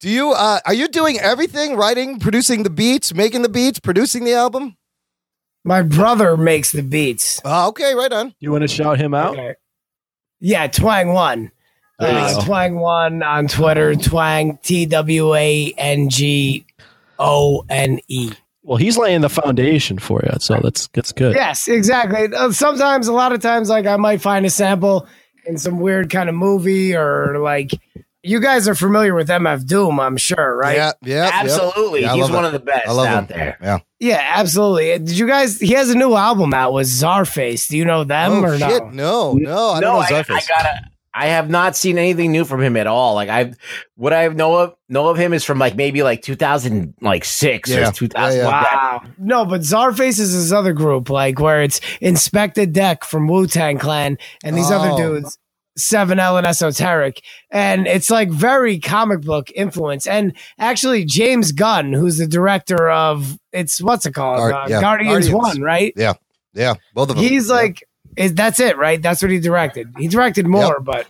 Speaker 1: Do you uh, are you doing everything? Writing, producing the beats, making the beats, producing the album?
Speaker 2: My brother makes the beats.
Speaker 1: Uh, okay, right on.
Speaker 4: You want to shout him out?
Speaker 2: Okay. Yeah, Twang One.
Speaker 4: There you
Speaker 2: Uh,
Speaker 4: go.
Speaker 2: Twang One on Twitter, Twang, T W A N G O N E.
Speaker 4: Well, he's laying the foundation for you, so that's that's good.
Speaker 2: Yes, exactly. Uh, Sometimes, a lot of times, like I might find a sample in some weird kind of movie or like. You guys are familiar with MF Doom, I'm sure, right?
Speaker 1: Yeah, yeah, yep.
Speaker 5: Absolutely.
Speaker 1: I
Speaker 5: He's
Speaker 1: love
Speaker 5: one
Speaker 1: it.
Speaker 5: of the best
Speaker 1: I love
Speaker 5: out
Speaker 1: him.
Speaker 5: there.
Speaker 1: Yeah.
Speaker 2: Yeah, absolutely. Uh, Did you guys? He has a new album out with Czarface. Do you know them
Speaker 1: Oh,
Speaker 2: or
Speaker 1: shit. No,
Speaker 2: no?
Speaker 1: no, I
Speaker 5: no,
Speaker 1: don't
Speaker 5: I,
Speaker 1: know
Speaker 5: I
Speaker 1: Zucker's.
Speaker 5: gotta. I have not seen anything new from him at all. Like I, what I know of know of him is from like maybe like two thousand like six
Speaker 1: Yeah.
Speaker 5: or two thousand.
Speaker 1: Yeah, yeah.
Speaker 2: Wow. No, but Czarface is his other group, like where it's Inspector Deck from Wu Tang Clan and these
Speaker 1: Oh.
Speaker 2: other dudes, Seven L and Esoteric. And it's like very comic book influence. And actually, James Gunn, who's the director of it's what's it called?
Speaker 1: Guard-
Speaker 2: Uh,
Speaker 1: yeah.
Speaker 2: Guardians,
Speaker 1: Guardians.
Speaker 2: 1, right?
Speaker 1: yeah, yeah, both of them.
Speaker 2: He's like, is, that's it, right? That's what he directed. He directed more, but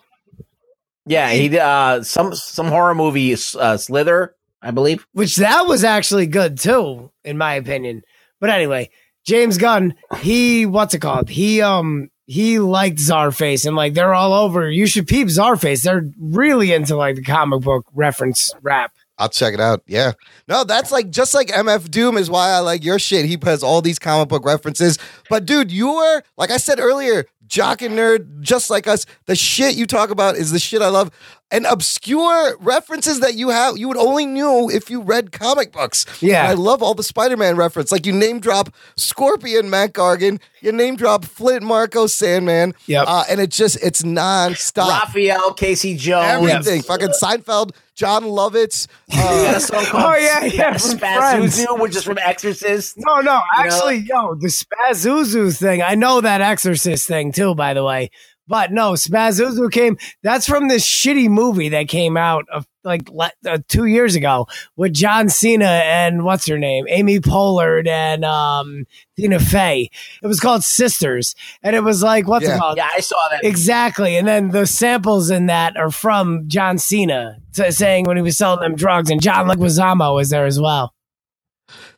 Speaker 5: Yeah, he uh some some horror movie uh, Slither, I believe.
Speaker 2: which that was actually good too, in my opinion. But anyway, James Gunn, he what's it called? He um he liked Czarface and like they're all over. You should peep Czarface. They're really into like the comic book reference rap.
Speaker 1: I'll check it out. Yeah. No, that's like just like MF Doom is why I like your shit. He has all these comic book references. But dude, you are like I said earlier, jock and nerd, just like us. The shit you talk about is the shit I love. And obscure references that you have you would only knew if you read comic books.
Speaker 2: Yeah.
Speaker 1: And I love all the Spider-Man reference. Like you name drop Scorpion Matt Gargan, you name drop Flint Marco Sandman.
Speaker 2: Yep.
Speaker 1: Uh, and it just it's nonstop.
Speaker 5: Raphael, Casey Jones,
Speaker 1: Everything. Fucking Seinfeld, John Lovitz.
Speaker 5: He
Speaker 1: Uh,
Speaker 5: got a song called
Speaker 2: Oh, yeah, yeah, from Friends.
Speaker 5: Spasuzu, which is from Exorcist.
Speaker 2: Oh, No, no,
Speaker 5: You know?
Speaker 2: actually, yo, the Spazuzu thing. I know that Exorcist thing too, by the way. But no, Spazuzu came. That's from this shitty movie that came out of like le- uh, two years ago with John Cena and what's her name, Amy Pollard and um, Tina Fey. It was called Sisters, and it was like what's
Speaker 1: Yeah.
Speaker 2: it called?
Speaker 5: Yeah, I saw that.
Speaker 2: Exactly. And then the samples in that are from John Cena t- saying when he was selling them drugs, and John Leguizamo was there as well.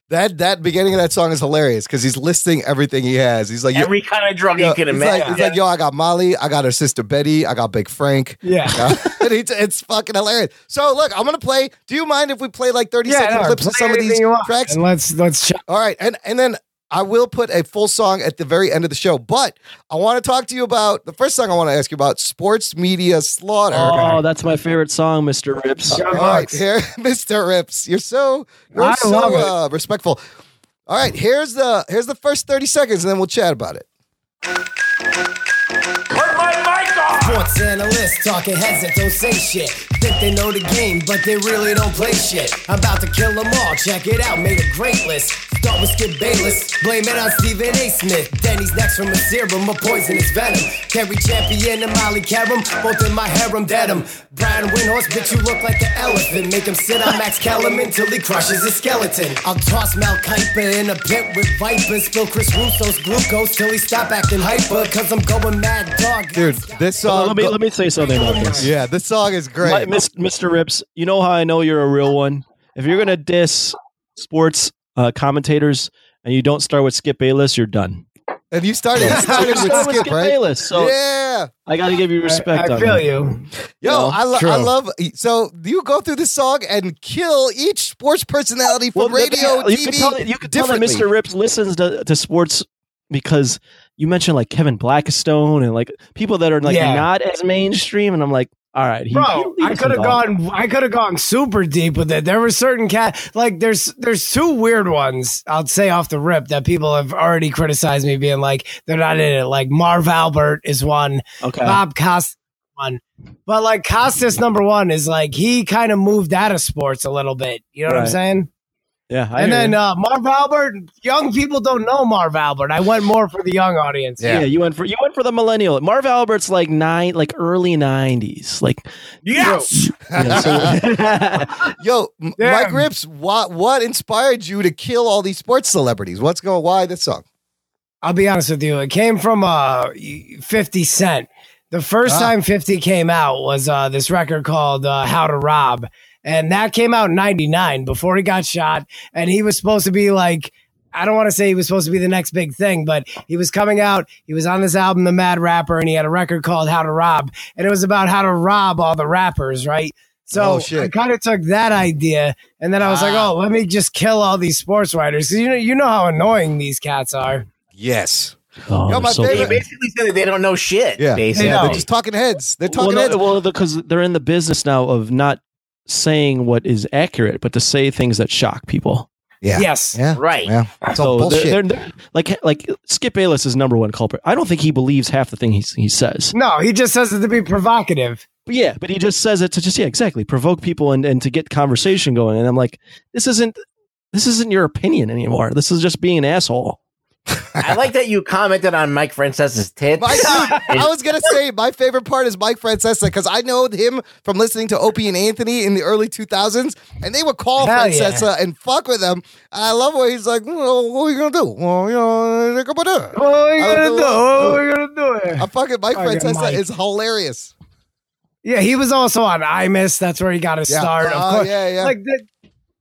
Speaker 1: That that beginning of that song is hilarious because he's listing everything he has. He's like, yo-
Speaker 5: Every kind of drug
Speaker 1: yo-
Speaker 5: you can
Speaker 1: he's
Speaker 5: imagine.
Speaker 1: Like, he's like, yo, I got Molly, I got her sister Betty, I got Big Frank.
Speaker 2: Yeah.
Speaker 1: Uh, and it's, it's fucking hilarious. So look, I'm gonna play. Do you mind if we play like 30 second
Speaker 2: no,
Speaker 1: clips of
Speaker 2: play
Speaker 1: some of
Speaker 2: anything
Speaker 1: these
Speaker 2: you want.
Speaker 1: tracks?
Speaker 2: And let's let's check.
Speaker 1: All right, and and then I will put a full song at the very end of the show. But I want to talk to you about the first song. I want to ask you about sports media slaughter.
Speaker 4: Oh, that's my favorite song, Mister Rips.
Speaker 1: All right, here, Mr. Rips, you're so you're
Speaker 2: I
Speaker 1: so
Speaker 2: love it.
Speaker 1: uh, respectful. All right, here's the here's the first 30 seconds, and then we'll chat about it.
Speaker 3: Put my mic off!
Speaker 2: Sports analysts talking heads that don't say shit. Think they know the game, but they really don't play shit. I'm about to kill them all. Check it out, made a great list. Start with Skip Bayless, blame it on Stephen A. Smith. Then he's next from a serum, a poisonous venom. Kerry Champion and Molly Karam, both in my harem denim. Brian Windhorse, bitch, you look like an elephant. Make him sit on Max Kellerman till he crushes his skeleton. I'll toss Mal Kiper in a pit with vipers. Spill Chris Russo's glucose till he stop acting hyper. Cause I'm going mad dog.
Speaker 1: Dude, this
Speaker 4: Uh,
Speaker 1: song.
Speaker 4: let me let me say something about this.
Speaker 1: yeah, this song is great.
Speaker 4: My- Mis- Mr. Rips, you know how I know you're a real one. If you're gonna diss sports uh, commentators and you don't start with Skip Bayless, you're done.
Speaker 1: and you started, you
Speaker 4: You
Speaker 1: started
Speaker 4: start
Speaker 1: with Skip, right?
Speaker 4: Bayless, so
Speaker 1: yeah.
Speaker 4: I got to give you respect.
Speaker 2: I, I
Speaker 4: on
Speaker 2: feel
Speaker 4: that.
Speaker 2: you.
Speaker 1: Yo,
Speaker 4: No,
Speaker 1: I, lo-
Speaker 4: true.
Speaker 1: I love. So you go through this song and kill each sports personality
Speaker 4: Well,
Speaker 1: from radio,
Speaker 4: you
Speaker 1: TV.
Speaker 4: can tell, that- you can tell that
Speaker 1: differently.
Speaker 4: Mr. Rips listens to, to sports because you mentioned like Kevin Blackstone and like people that are like
Speaker 2: Yeah.
Speaker 4: not as mainstream, and I'm like, all right, he,
Speaker 2: Bro,
Speaker 4: he- he
Speaker 2: I could have
Speaker 4: doesn't
Speaker 2: gone. I could have gone super deep with it. There were certain cat like there's there's two weird ones I'll say off the rip that people have already criticized me being like they're not in it. Like Marv Albert is one,
Speaker 4: know. Okay,
Speaker 2: Bob Costas is one, but like Costas number one is like he kind of moved out of sports a little bit. You know what I'm
Speaker 4: Right.
Speaker 2: saying?
Speaker 4: yeah, I
Speaker 2: and
Speaker 4: hear
Speaker 2: then
Speaker 4: you.
Speaker 2: uh, Marv Albert, young people don't know Marv Albert. I went more for the young audience.
Speaker 4: yeah. you went for you went for the millennial. Marv Albert's like nine, like early '90s, like
Speaker 3: Yes!
Speaker 4: yeah, so-
Speaker 1: Yo, M-
Speaker 2: Damn.
Speaker 1: Mike Rips, what what inspired you to kill all these sports celebrities? What's going? Why this song?
Speaker 2: I'll be honest with you. It came from uh, 50 Cent. The first
Speaker 1: Ah.
Speaker 2: time 50 came out was uh, this record called uh, How to Rob. And that came out in 99 before he got shot. And he was supposed to be like, I don't want to say he was supposed to be the next big thing, but he was coming out. He was on this album, The Mad Rapper, and he had a record called How to Rob. And it was about how to rob all the rappers, right?
Speaker 1: Oh,
Speaker 2: So I kind of took that idea, and then I was like,
Speaker 5: Ah.
Speaker 2: "Oh, let me just kill all these sports writers." 'Cause You know, you know how annoying these cats are.
Speaker 1: Yes.
Speaker 4: Oh,
Speaker 1: Yo, my
Speaker 4: so
Speaker 1: favorite-
Speaker 5: They basically said that they don't know shit.
Speaker 1: Yeah.
Speaker 5: basically.
Speaker 1: Yeah, they're just talking heads. They're talking
Speaker 4: well,
Speaker 1: heads.
Speaker 4: no, well, because they're in the business now of not saying what is accurate, but to say things that shock people.
Speaker 1: Yeah.
Speaker 2: Yes.
Speaker 1: Yeah.
Speaker 5: Right.
Speaker 1: Yeah. It's all
Speaker 4: they're-
Speaker 1: bullshit.
Speaker 4: they're- they're- like like Skip Bayless is number one culprit. I don't think he believes half the thing he he says.
Speaker 2: No, he just says it to be provocative.
Speaker 4: But yeah, but he just says it to just yeah exactly provoke people and and to get conversation going. And I'm like, this isn't this isn't your opinion anymore. This is just being an asshole.
Speaker 5: I like that you commented on Mike Francesa's tits.
Speaker 1: My, dude, I was gonna say my favorite part is Mike Francesa because I know him from listening to Opie and Anthony in the early 2000s, and they would call
Speaker 2: Hell yeah.
Speaker 1: Francesa and fuck with him. I love where he's like, "Well, "What are you gonna do? Well, you know, they're gonna do it."
Speaker 2: What are you
Speaker 1: I
Speaker 2: gonna
Speaker 1: would
Speaker 2: do?
Speaker 1: do-
Speaker 2: What are you gonna do?
Speaker 1: I fucking Mike
Speaker 2: Fucking
Speaker 1: Francesa
Speaker 2: Mike.
Speaker 1: is hilarious.
Speaker 2: Yeah, he was also on IMIS. That's where he got his
Speaker 1: Yeah.
Speaker 2: start. Of
Speaker 1: Oh,
Speaker 2: course.
Speaker 1: yeah, yeah.
Speaker 2: Like th-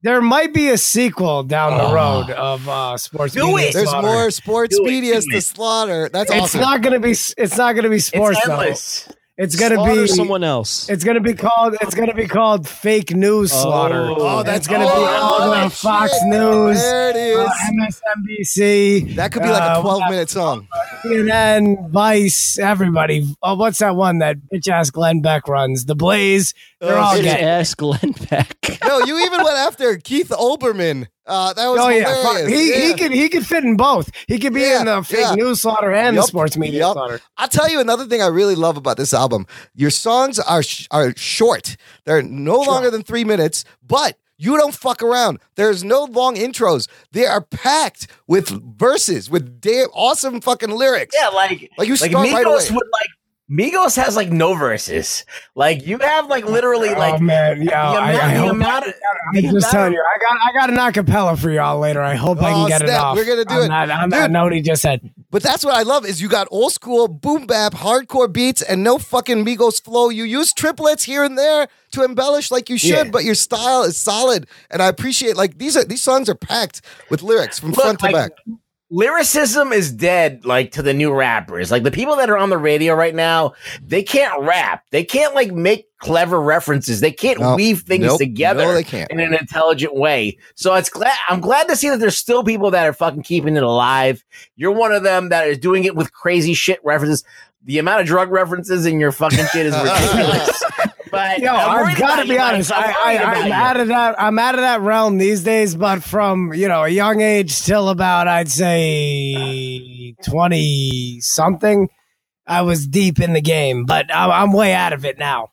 Speaker 2: there might be a sequel down the
Speaker 4: Oh.
Speaker 2: road of uh, sports.
Speaker 5: Do
Speaker 2: media
Speaker 5: it!
Speaker 1: There's
Speaker 2: slaughter.
Speaker 1: more sports
Speaker 5: Do it,
Speaker 1: medias
Speaker 5: do
Speaker 1: to
Speaker 5: it.
Speaker 1: slaughter. That's
Speaker 2: It's
Speaker 1: awesome.
Speaker 2: not gonna be. s- It's not gonna be sports.
Speaker 5: it's
Speaker 2: though.
Speaker 5: endless.
Speaker 2: It's gonna
Speaker 4: Slaughter
Speaker 2: be
Speaker 4: someone else.
Speaker 2: It's gonna be called. It's gonna be called fake news
Speaker 4: Oh.
Speaker 2: slaughter.
Speaker 4: Oh,
Speaker 1: that's
Speaker 2: It's gonna
Speaker 1: oh,
Speaker 2: be all
Speaker 1: that
Speaker 2: over Fox
Speaker 1: shit.
Speaker 2: News,
Speaker 1: There it is.
Speaker 2: uh, MSNBC.
Speaker 1: that could be like a
Speaker 2: uh,
Speaker 1: 12 minute song.
Speaker 2: CNN, Vice, everybody. Oh, what's that one that bitch ass Glenn Beck runs? The Blaze. They're
Speaker 1: Oh,
Speaker 2: all
Speaker 4: Bitch
Speaker 2: gay.
Speaker 4: ass Glenn Beck.
Speaker 1: No, you even went after Keith Olbermann. Uh, that was
Speaker 2: Oh yeah,
Speaker 1: hilarious.
Speaker 2: fuck. he
Speaker 1: Yeah.
Speaker 2: he could he could fit in both. He could be
Speaker 1: Yeah,
Speaker 2: in the fake
Speaker 1: yeah.
Speaker 2: news slaughter and the
Speaker 1: Yup,
Speaker 2: sports media
Speaker 1: yup.
Speaker 2: slaughter.
Speaker 1: I'll tell you another thing I really love about this album. Your songs are sh- are short. They're no longer than three minutes, but you don't fuck around. There's no long intros. They are packed with verses, with damn awesome fucking lyrics.
Speaker 5: Yeah, like
Speaker 1: Like, you
Speaker 5: like
Speaker 1: start
Speaker 5: Migos
Speaker 1: right away.
Speaker 5: would like Migos has like no verses. Like you have like literally
Speaker 2: oh
Speaker 5: like
Speaker 2: man, yeah.
Speaker 5: the
Speaker 2: I,
Speaker 5: amount,
Speaker 2: I
Speaker 5: the
Speaker 2: hope.
Speaker 5: amount of- the
Speaker 2: I'm just
Speaker 5: amount
Speaker 2: telling
Speaker 5: of-
Speaker 2: you, I got I got an acapella for y'all later. I hope I
Speaker 1: Oh,
Speaker 2: can get it
Speaker 1: snap.
Speaker 2: off.
Speaker 1: We're gonna do
Speaker 2: on
Speaker 1: it.
Speaker 2: That, on
Speaker 1: Dude.
Speaker 2: that note, he just said.
Speaker 1: But that's what I love is you got old school boom bap hardcore beats and no fucking Migos flow. You use triplets here and there to embellish like you should, but your style is solid. And I appreciate like these are these songs are packed with lyrics from front to
Speaker 5: like,
Speaker 1: back.
Speaker 5: Lyricism is dead, like to the new rappers. Like the people that are on the radio right now, they can't rap. They can't like make clever references. They can't
Speaker 1: No.
Speaker 5: weave things
Speaker 1: Nope.
Speaker 5: together
Speaker 1: No, they can't.
Speaker 5: in an intelligent way. So it's glad I'm glad to see that there's still people that are fucking keeping it alive. You're one of them that is doing it with crazy shit references. The amount of drug references in your fucking shit is ridiculous. but
Speaker 2: Yo,
Speaker 5: I'm worried
Speaker 2: I've got
Speaker 5: about
Speaker 2: to
Speaker 5: you,
Speaker 2: be
Speaker 5: Mike.
Speaker 2: honest.
Speaker 5: I'm
Speaker 2: I,
Speaker 5: worried
Speaker 2: I,
Speaker 5: about
Speaker 2: I'm
Speaker 5: you.
Speaker 2: out of that. I'm out of that realm these days. But from you know a young age till about I'd say twenty something, I was deep in the game. But I'm, I'm way out of it now.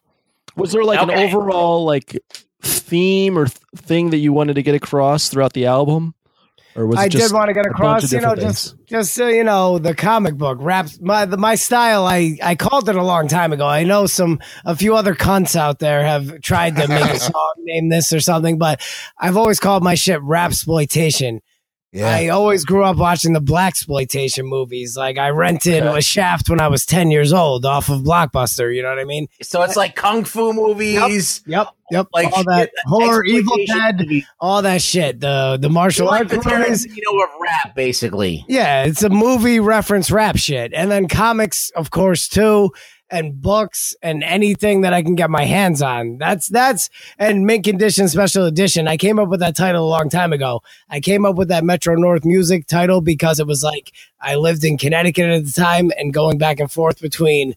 Speaker 4: Was there like
Speaker 5: Okay.
Speaker 4: an overall like theme or th- thing that you wanted to get across throughout the album, or was it
Speaker 2: I
Speaker 4: just
Speaker 2: did want to get
Speaker 4: a bunch of
Speaker 2: across, you know,
Speaker 4: different
Speaker 2: just just so you know, the comic book raps. My the, my style, I I called it a long time ago. I know some a few other cunts out there have tried to make a song name this or something, but I've always called my shit rap exploitation. I always grew up watching the black exploitation movies. Like I rented a Shaft when I was ten years old off of Blockbuster. You know what I mean?
Speaker 5: So it's like kung fu movies.
Speaker 2: Yep, yep.
Speaker 5: Like,
Speaker 2: Like all that
Speaker 5: shit,
Speaker 2: horror, Evil
Speaker 5: exploitation
Speaker 2: Dead,
Speaker 5: movies.
Speaker 2: all that shit. The the martial arts
Speaker 5: like the
Speaker 2: movies.
Speaker 5: Tarantino of rap, basically.
Speaker 2: Yeah, it's a movie reference rap shit. And then comics, of course, too, and books and anything that I can get my hands on. That's that's and mint condition special edition. I came up with that title a long time ago. I came up with that Metro North music title because it was like I lived in Connecticut at the time and going back and forth between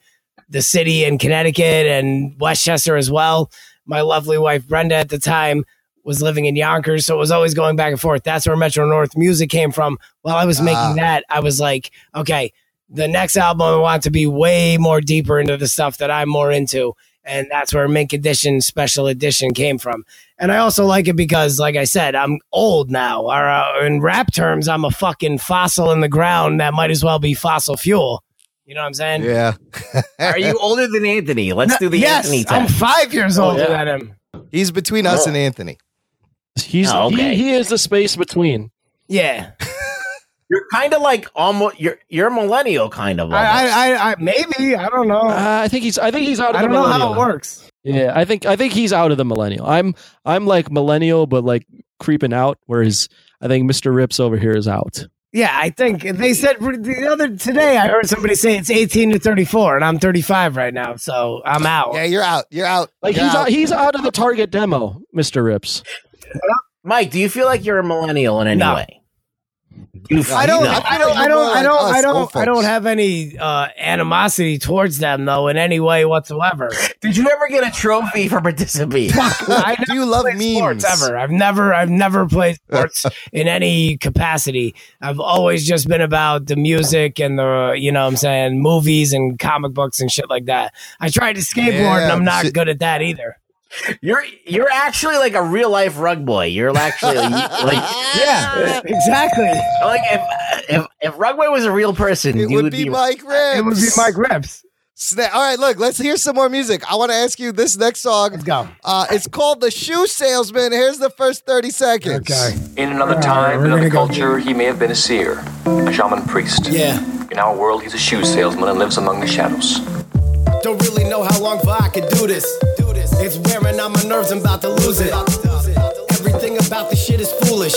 Speaker 2: the city and Connecticut and Westchester as well. My lovely wife Brenda at the time was living in Yonkers, so it was always going back and forth. That's where Metro North music came from. While I was
Speaker 1: Ah.
Speaker 2: making that, I was like, okay, the next album I want to be way more deeper into the stuff that I'm more into. And that's where Mink Edition Special Edition came from. And I also like it because, like I said, I'm old now. Or uh, in rap terms, I'm a fucking fossil in the ground that might as well be fossil fuel. You know what I'm saying?
Speaker 1: Yeah.
Speaker 5: Are you older than Anthony? Let's do the
Speaker 2: yes,
Speaker 5: Anthony
Speaker 2: I'm
Speaker 5: test. Oh,
Speaker 2: five years older than him.
Speaker 1: He's between us and Anthony.
Speaker 4: things? He's
Speaker 5: Oh, okay.
Speaker 4: he, he is the space between.
Speaker 2: Yeah,
Speaker 5: You're kind of like almost you're you're a millennial kind of.
Speaker 2: I,
Speaker 5: almost.
Speaker 2: I, I, I, maybe I don't know.
Speaker 4: Uh, I think he's I think he's out. Of
Speaker 2: I
Speaker 4: the
Speaker 2: don't know how
Speaker 4: millennial.
Speaker 2: it works.
Speaker 4: Yeah, I think I think he's out of the millennial. I'm I'm like millennial, but like creeping out. Whereas I think Mr. Rips over here is out.
Speaker 2: Yeah, I think they said the other today. I heard somebody say it's eighteen to thirty-four, and I'm thirty-five right now, so I'm out.
Speaker 1: Yeah, you're out. You're out.
Speaker 4: Like he's out. he's out of the target demo, Mister Rips.
Speaker 5: Mike, do you feel like you're a millennial in any
Speaker 4: No.
Speaker 5: way? You
Speaker 2: I don't,
Speaker 5: feel it.
Speaker 2: I don't, I don't, I don't, I don't, I don't have any uh, animosity towards them though in any way whatsoever.
Speaker 5: Did you ever get a trophy for participating?
Speaker 2: I do you love memes? Sports ever? I've never, I've never played sports in any capacity. I've always just been about the music and the, you know, what I'm saying movies and comic books and shit like that. I tried to skateboard and
Speaker 5: Yeah,
Speaker 2: I'm not
Speaker 5: shit.
Speaker 2: good at that either.
Speaker 5: You're you're actually like a real life rug boy. You're actually like, yeah,
Speaker 2: exactly.
Speaker 5: Like if if, if rug boy was a real person,
Speaker 1: It
Speaker 5: you
Speaker 1: would be Mike Rips.
Speaker 2: It would be Mike Rips.
Speaker 1: Sna- All right, look, let's hear some more music. I want to ask you this next song. Let's
Speaker 2: go.
Speaker 1: Uh, it's called The Shoe Salesman. Here's the first 30 seconds. Okay.
Speaker 12: In another time, another culture, he may have been a seer, a shaman priest.
Speaker 13: Yeah.
Speaker 12: In our world, he's a shoe salesman and lives among the shadows.
Speaker 13: Don't really know how long for I could do this. Do this. It's wearing on my nerves, I'm about to lose it. Everything about this shit is foolish.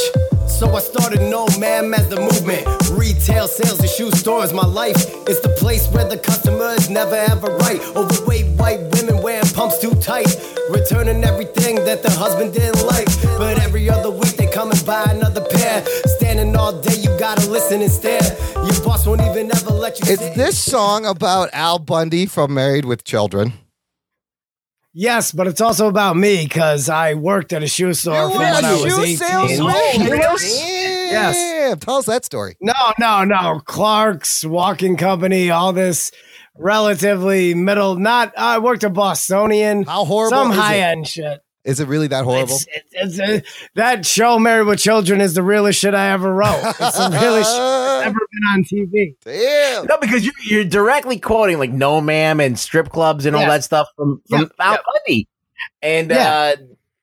Speaker 13: So I started No Man as the movement. Retail sales and shoe stores, my life. It's the place where the customer is never ever right. Overweight white women wearing pumps too tight. Returning everything that their husband didn't like. But every other week they come and buy another pair. Standing all day, you gotta listen and stare. Your boss won't even ever let you
Speaker 1: Is this song about Al Bundy from Married with Children?
Speaker 2: Yes, but it's also about me because I worked at a shoe store
Speaker 1: You
Speaker 2: from
Speaker 1: were
Speaker 2: when
Speaker 1: a
Speaker 2: I was
Speaker 1: shoe
Speaker 2: 18.
Speaker 1: salesman?
Speaker 2: Yes.
Speaker 1: Damn, Tell us that story.
Speaker 2: No, no, no. Clark's Walking Company, all this relatively middle. Not I worked at Bostonian.
Speaker 1: How horrible
Speaker 2: Some
Speaker 1: is
Speaker 2: high
Speaker 1: it?
Speaker 2: end shit.
Speaker 1: Is it really that horrible?
Speaker 2: It's, it's, it's, uh, that show Married with Children is the realest shit I ever wrote. It's the realest shit that's ever been on TV.
Speaker 1: Damn.
Speaker 5: No, because you're, you're directly quoting like no ma'am and strip clubs and all
Speaker 2: Yeah.
Speaker 5: that stuff from, from Al Bundy. And uh,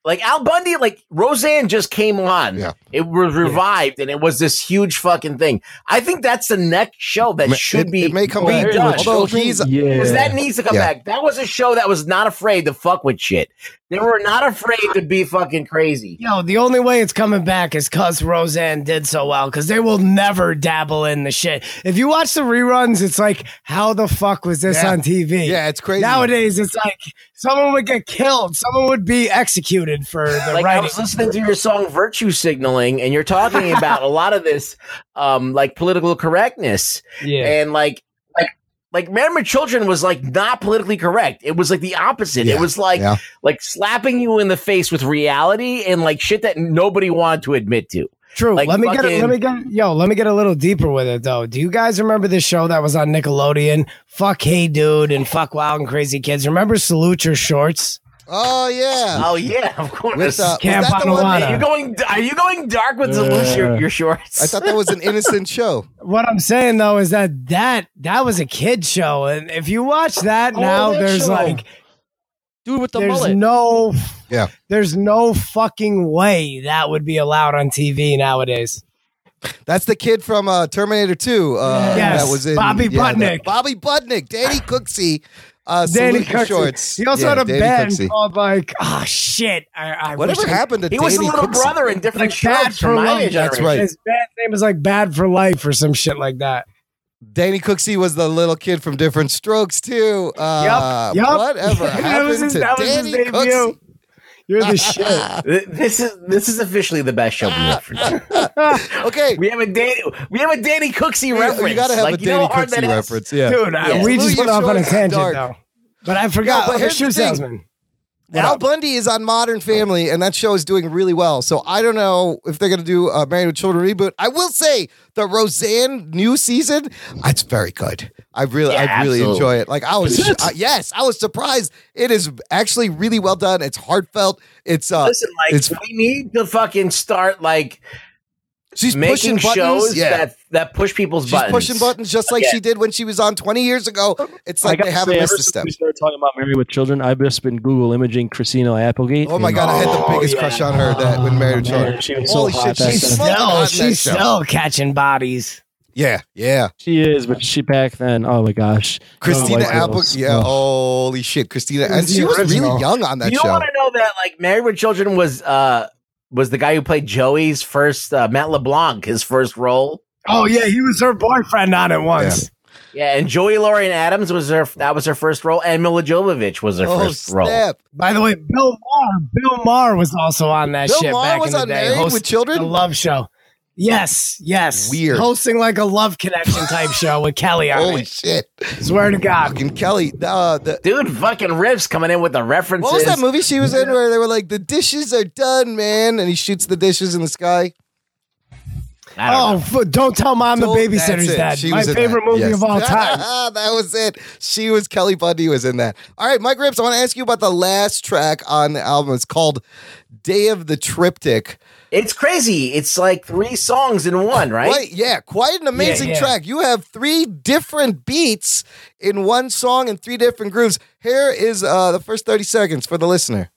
Speaker 5: like Al Bundy, like Roseanne just came on. It was revived and it was this huge fucking thing. I think that's the next show that
Speaker 1: Ma-
Speaker 5: should
Speaker 1: it-
Speaker 5: be
Speaker 1: it may come
Speaker 5: be
Speaker 1: back.
Speaker 5: done.
Speaker 1: Although he's-
Speaker 5: Because that
Speaker 1: Yeah.
Speaker 5: needs to come
Speaker 1: Yeah.
Speaker 5: back. That was a show that was not afraid to fuck with shit. They were not afraid to be fucking crazy.
Speaker 2: Yo, the only way it's coming back is because Roseanne did so well, because they will never dabble in the shit. If you watch the reruns, it's like, how the fuck was this
Speaker 1: Yeah.
Speaker 2: on TV?
Speaker 1: Yeah, it's crazy.
Speaker 2: Nowadays, it's like someone would get killed, Oh, someone would be executed for the
Speaker 5: like I
Speaker 2: writing.
Speaker 5: was listening to your song "Virtue Signaling," and you're talking about a lot of this, um, like political correctness,
Speaker 2: Yeah.
Speaker 5: and like, like, like, Married with Children was like not politically correct. It was like the opposite.
Speaker 1: Yeah,
Speaker 5: It was like,
Speaker 1: yeah.
Speaker 5: like slapping you in the face with reality and like shit that nobody wanted to admit to.
Speaker 2: True.
Speaker 5: Like
Speaker 2: let me get.
Speaker 5: fucking-
Speaker 2: A, let me get. Yo, let me get a little deeper with it though. Do you guys remember this show that was on Nickelodeon? Fuck Hey Dude and Fuck Wild and Crazy Kids. Remember Salute Your Shorts?
Speaker 1: Oh yeah.
Speaker 5: Oh yeah, of course.
Speaker 1: With, uh, was
Speaker 2: Camp
Speaker 1: that the one-
Speaker 2: Onawata.
Speaker 5: You're going. Are you going dark with the loose your, your shorts?
Speaker 1: I thought that was an innocent show.
Speaker 2: What I'm saying though is that that that was a kid show, and if you watch that
Speaker 4: Oh,
Speaker 2: now,
Speaker 4: that
Speaker 2: there's
Speaker 4: show.
Speaker 2: like
Speaker 4: dude with the
Speaker 2: there's
Speaker 4: mullet.
Speaker 2: no
Speaker 1: yeah,
Speaker 2: there's no fucking way that would be allowed on TV nowadays.
Speaker 1: That's the kid from uh, Terminator 2. Uh,
Speaker 2: Yes,
Speaker 1: that was in
Speaker 2: Bobby
Speaker 1: yeah, that-
Speaker 2: Butnick.
Speaker 1: Bobby Butnick, Danny Cooksey, uh,
Speaker 2: Danny
Speaker 1: Salute Your
Speaker 2: Cooksey.
Speaker 1: Shorts.
Speaker 2: He also
Speaker 1: Yeah,
Speaker 2: had a
Speaker 1: Danny
Speaker 2: band
Speaker 1: Cooksey.
Speaker 2: called like, oh shit, I, I
Speaker 1: Whatever
Speaker 2: wish I-
Speaker 1: happened to
Speaker 5: He was the
Speaker 1: Danny
Speaker 5: little
Speaker 1: Cooksey?
Speaker 5: brother in different
Speaker 2: Like Bad
Speaker 5: shows
Speaker 2: for
Speaker 5: from my
Speaker 2: Life.
Speaker 5: age.
Speaker 1: That's right.
Speaker 2: His band name is like Bad for Life or some shit like that.
Speaker 1: Danny Cooksey was the little kid from Different Strokes too. Uh,
Speaker 2: Yup, yup.
Speaker 1: Whatever
Speaker 2: That was
Speaker 1: happened
Speaker 2: his-
Speaker 1: to
Speaker 2: that was his
Speaker 1: Danny
Speaker 2: debut.
Speaker 1: Cooksey?
Speaker 2: You're the shit.
Speaker 5: This is this is officially the best show we have for you.
Speaker 1: okay,
Speaker 5: we have a Danny we have a Danny Cooksey
Speaker 1: gotta
Speaker 5: reference.
Speaker 1: have
Speaker 5: Like,
Speaker 1: a
Speaker 5: you know
Speaker 1: Danny
Speaker 5: how hard that
Speaker 1: Cooksey
Speaker 5: is?
Speaker 1: reference, yeah.
Speaker 2: Dude, I-
Speaker 1: Yeah.
Speaker 2: we
Speaker 1: Salute
Speaker 2: just went
Speaker 1: Your
Speaker 2: off on a
Speaker 1: Shorts,
Speaker 2: tangent
Speaker 1: dark.
Speaker 2: though. But I
Speaker 1: No,
Speaker 2: forgot.
Speaker 1: but
Speaker 2: oh, the
Speaker 1: here's the
Speaker 2: shoe
Speaker 1: thing.
Speaker 2: salesman.
Speaker 1: Al Bundy is on Modern Family, and that show is doing really well. So I don't know if they're going to do a Married with Children reboot. I will say the Roseanne new season, it's very good. I really,
Speaker 5: Yeah,
Speaker 1: I really
Speaker 5: absolutely.
Speaker 1: enjoy it. Like I was,
Speaker 5: Is it?
Speaker 1: uh, yes, I was surprised. It is actually really well done. It's heartfelt. It's uh,
Speaker 5: Listen, like
Speaker 1: it's
Speaker 5: we need to fucking start like
Speaker 1: She's
Speaker 5: making
Speaker 1: pushing buttons,
Speaker 5: shows
Speaker 1: yeah.
Speaker 5: that that push people's
Speaker 1: she's
Speaker 5: buttons.
Speaker 1: pushing buttons just like
Speaker 5: Yeah.
Speaker 1: she did when she was on 20 years ago. It's like
Speaker 4: gotta
Speaker 1: they haven't
Speaker 4: say,
Speaker 1: missed
Speaker 4: ever
Speaker 1: a
Speaker 4: since
Speaker 1: step.
Speaker 4: We started talking about Married with Children. I've just been Google imaging Christina Applegate.
Speaker 1: Oh my god, I had the biggest crush on her that when married to her.
Speaker 4: she was so hot back
Speaker 1: she's
Speaker 4: then.
Speaker 1: smoking hot in
Speaker 2: No,
Speaker 1: that
Speaker 2: she's
Speaker 1: show.
Speaker 2: still catching bodies.
Speaker 1: Yeah, yeah.
Speaker 4: She is, but she back then. Oh my gosh,
Speaker 1: Christina
Speaker 4: Young white
Speaker 1: Apple.
Speaker 4: girls.
Speaker 1: Yeah,
Speaker 4: Ugh.
Speaker 1: holy shit, Christina. And
Speaker 5: the
Speaker 1: she was really
Speaker 5: original.
Speaker 1: young on that
Speaker 5: you
Speaker 1: show.
Speaker 5: want to know that like Married with Children was uh was the guy who played Joey's first uh, Matt LeBlanc his first role.
Speaker 2: Oh yeah, he was her boyfriend on it once.
Speaker 5: Yeah, and Joey Lauren Adams was her. That was her first role, and Mila Jovovich was her
Speaker 1: Oh,
Speaker 5: first role.
Speaker 2: Oh, By the way, Bill Maher, Bill Maher was also on that
Speaker 5: Bill
Speaker 2: shit
Speaker 5: Maher
Speaker 2: back
Speaker 5: was
Speaker 2: in the
Speaker 5: on
Speaker 2: day.
Speaker 5: Married with
Speaker 2: Children, a love show. Yes, yes.
Speaker 1: Weird.
Speaker 2: Hosting like a love connection type show with Kelly on
Speaker 1: Holy
Speaker 2: it.
Speaker 1: shit.
Speaker 2: Swear to God.
Speaker 1: Fucking Kelly. Uh, the,
Speaker 5: Dude, fucking rips coming in with the references.
Speaker 1: What was that movie she was in where they were like, the dishes are done, man? And he shoots the dishes in the sky.
Speaker 2: Oh, f- don't tell mom
Speaker 1: Don't-
Speaker 2: the
Speaker 1: that's
Speaker 2: babysitter's
Speaker 1: it.
Speaker 2: dad.
Speaker 1: She
Speaker 2: My
Speaker 1: was in
Speaker 2: favorite
Speaker 1: that.
Speaker 2: movie
Speaker 1: Yes.
Speaker 2: of all time.
Speaker 1: that was it. She was Kelly Bundy was in that. All right, Mike Rips, I want to ask you about the last track on the album. It's called Day of the Triptych.
Speaker 5: It's crazy. It's like three songs in one, right?
Speaker 1: Quite, yeah, quite an amazing
Speaker 5: yeah.
Speaker 1: track. You have three different beats in one song and three different grooves. Here is uh, the first 30 seconds for the listener.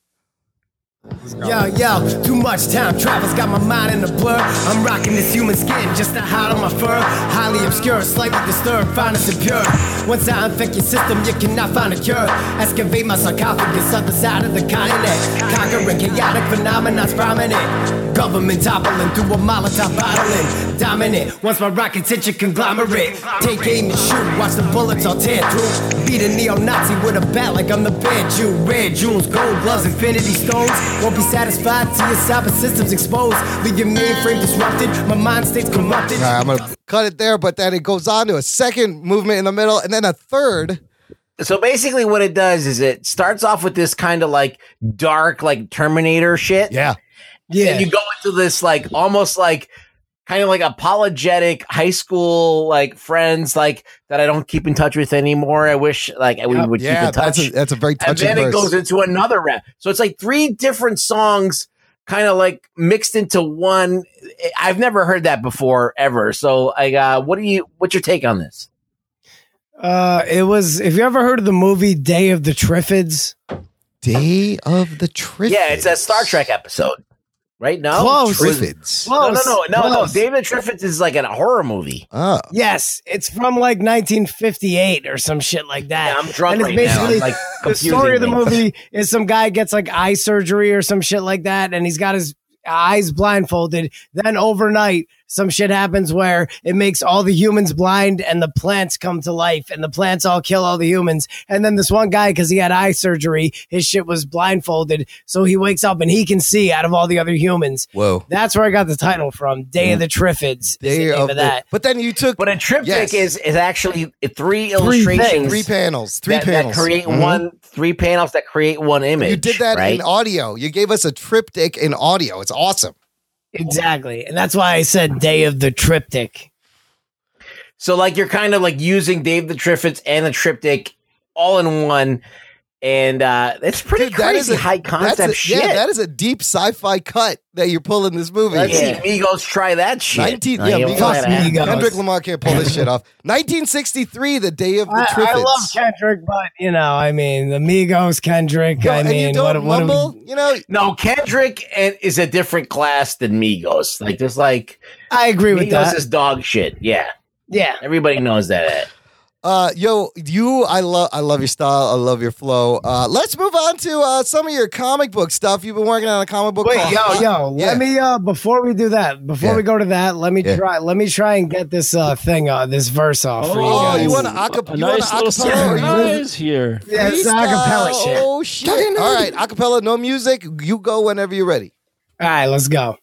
Speaker 13: Yo, yo, too much time travels, got my mind in a blur. I'm rocking this human skin just to hide on my fur. Highly obscure, slightly disturbed, finest and pure. Once I infect your system, you cannot find a cure. Excavate my sarcophagus, other side of the continent. Conquering chaotic phenomenon's prominent. Government toppling through a Molotov bottling. Dominant, once my rockets hit your conglomerate. Take aim and shoot, watch the bullets all tear through. Beat a neo-Nazi with a bat like I'm the bad Jew. Red jewels, gold gloves, infinity stones. Won't be satisfied till your cyber systems exposed. Leave your mainframe disrupted. My mind states corrupted.
Speaker 1: All right, I'm gonna cut it there, but then it goes on to a second movement in the middle, and then a third.
Speaker 5: So basically, what it does is it starts off with this kind of like dark, like Terminator shit.
Speaker 1: Yeah.
Speaker 5: Yeah. And you go into this like almost like kind of like apologetic high school like friends like that I don't keep in touch with anymore. I wish like we would keep in touch.
Speaker 1: that's a, that's a very
Speaker 5: and
Speaker 1: touching
Speaker 5: then it
Speaker 1: verse.
Speaker 5: goes into another rap. So it's like three different songs kind of like mixed into one. I've never heard that before ever. So like uh what do you what's your take on this?
Speaker 2: Uh, it was. Have you ever heard of the movie Day of the Triffids?
Speaker 1: Day of the Triffids.
Speaker 5: Yeah, it's that Star Trek episode. Right now?
Speaker 2: Close.
Speaker 1: Triffids.
Speaker 5: No, no, no, no, no.
Speaker 2: Close.
Speaker 5: David Triffids is like in a horror movie.
Speaker 1: Oh.
Speaker 2: Yes, it's from like 1958 or some shit like that.
Speaker 5: I'm drunk
Speaker 2: and it's
Speaker 5: right now.
Speaker 2: basically
Speaker 5: I'm, like,
Speaker 2: the story of the
Speaker 5: confusing
Speaker 2: movie is some guy gets like eye surgery or some shit like that, and he's got his eyes blindfolded. Then overnight, some shit happens where it makes all the humans blind, and the plants come to life, and the plants all kill all the humans. And then this one guy, because he had eye surgery, his shit was blindfolded, so he wakes up and he can see out of all the other humans.
Speaker 1: Whoa.
Speaker 2: That's where I got the title from, Day of the Triffids. Day
Speaker 1: Day
Speaker 2: the name
Speaker 1: of
Speaker 2: of,
Speaker 1: the-
Speaker 2: that.
Speaker 1: But then you took.
Speaker 5: But a triptych
Speaker 1: Yes.
Speaker 5: is is actually three illustrations,
Speaker 1: three panels, three
Speaker 5: that,
Speaker 1: panels
Speaker 5: that create
Speaker 1: Mhm.
Speaker 5: one, three panels that create one image.
Speaker 1: You did that
Speaker 5: right?
Speaker 1: in audio. You gave us a triptych in audio. It's awesome.
Speaker 2: Exactly. And that's why I said Day of the Triptych.
Speaker 5: So like you're kind of like using Dave the Triffids and the triptych all in one, and uh it's pretty
Speaker 1: Dude,
Speaker 5: crazy
Speaker 1: that is a
Speaker 5: high concept
Speaker 1: that's a,
Speaker 5: shit.
Speaker 1: Yeah, that is a deep sci-fi cut that you're pulling this movie.
Speaker 5: Let's see Migos try that shit.
Speaker 1: 19,
Speaker 5: Like,
Speaker 1: yeah,
Speaker 5: it was like that.
Speaker 1: Migos. Kendrick Lamar can't pull this shit off. 1963, the day of the
Speaker 2: I,
Speaker 1: Triffids.
Speaker 2: I love Kendrick, but you know, I mean, the Migos, Kendrick. I
Speaker 1: and you
Speaker 2: mean,
Speaker 1: don't
Speaker 2: what, what do we-
Speaker 1: mumble, you know.
Speaker 5: No, Kendrick and, is a different class than Migos. Like there's like
Speaker 2: I agree with
Speaker 5: Migos
Speaker 2: that.
Speaker 5: is dog shit. Yeah,
Speaker 2: yeah.
Speaker 5: Everybody knows that.
Speaker 1: Uh, yo, you, I love, I love your style. I love your flow. Uh, let's move on to uh, some of your comic book stuff. You've been working on a comic book.
Speaker 2: Wait,
Speaker 1: called-
Speaker 2: yo, yo,
Speaker 1: Yeah.
Speaker 2: let me uh before we do that, before
Speaker 1: Yeah.
Speaker 2: we go to that, let me
Speaker 1: Yeah.
Speaker 2: try let me try and get this uh thing uh this verse off for you
Speaker 1: Oh,
Speaker 2: guys.
Speaker 1: you want to acapella?
Speaker 4: A
Speaker 1: You want
Speaker 4: nice little
Speaker 1: to acapella? or you
Speaker 4: surprise here.
Speaker 2: yeah, it's not acapella
Speaker 1: Freestyle.
Speaker 2: shit.
Speaker 1: Oh shit! All right, acapella, no music. You go whenever you're ready.
Speaker 2: All right, let's go.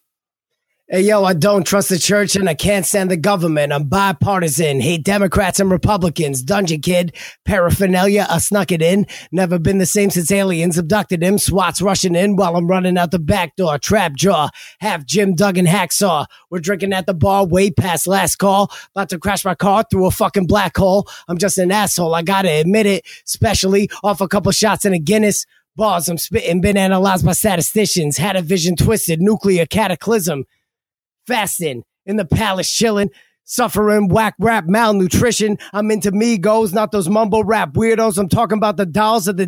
Speaker 2: Hey, yo, I don't trust the church and I can't stand the government. I'm bipartisan, hate Democrats and Republicans. Dungeon kid, paraphernalia, I snuck it in. Never been the same since aliens abducted him. SWAT's rushing in while I'm running out the back door. Trap jaw, half Jim Duggan hacksaw. We're drinking at the bar way past last call. About to crash my car through a fucking black hole. I'm just an asshole, I gotta admit it. Especially off a couple shots in a Guinness. Bars I'm spitting been analyzed by statisticians. Had a vision twisted, nuclear cataclysm. Fasting in the palace, chilling, suffering whack rap malnutrition. I'm into Migos, not those mumble rap weirdos. I'm talking about the dolls of the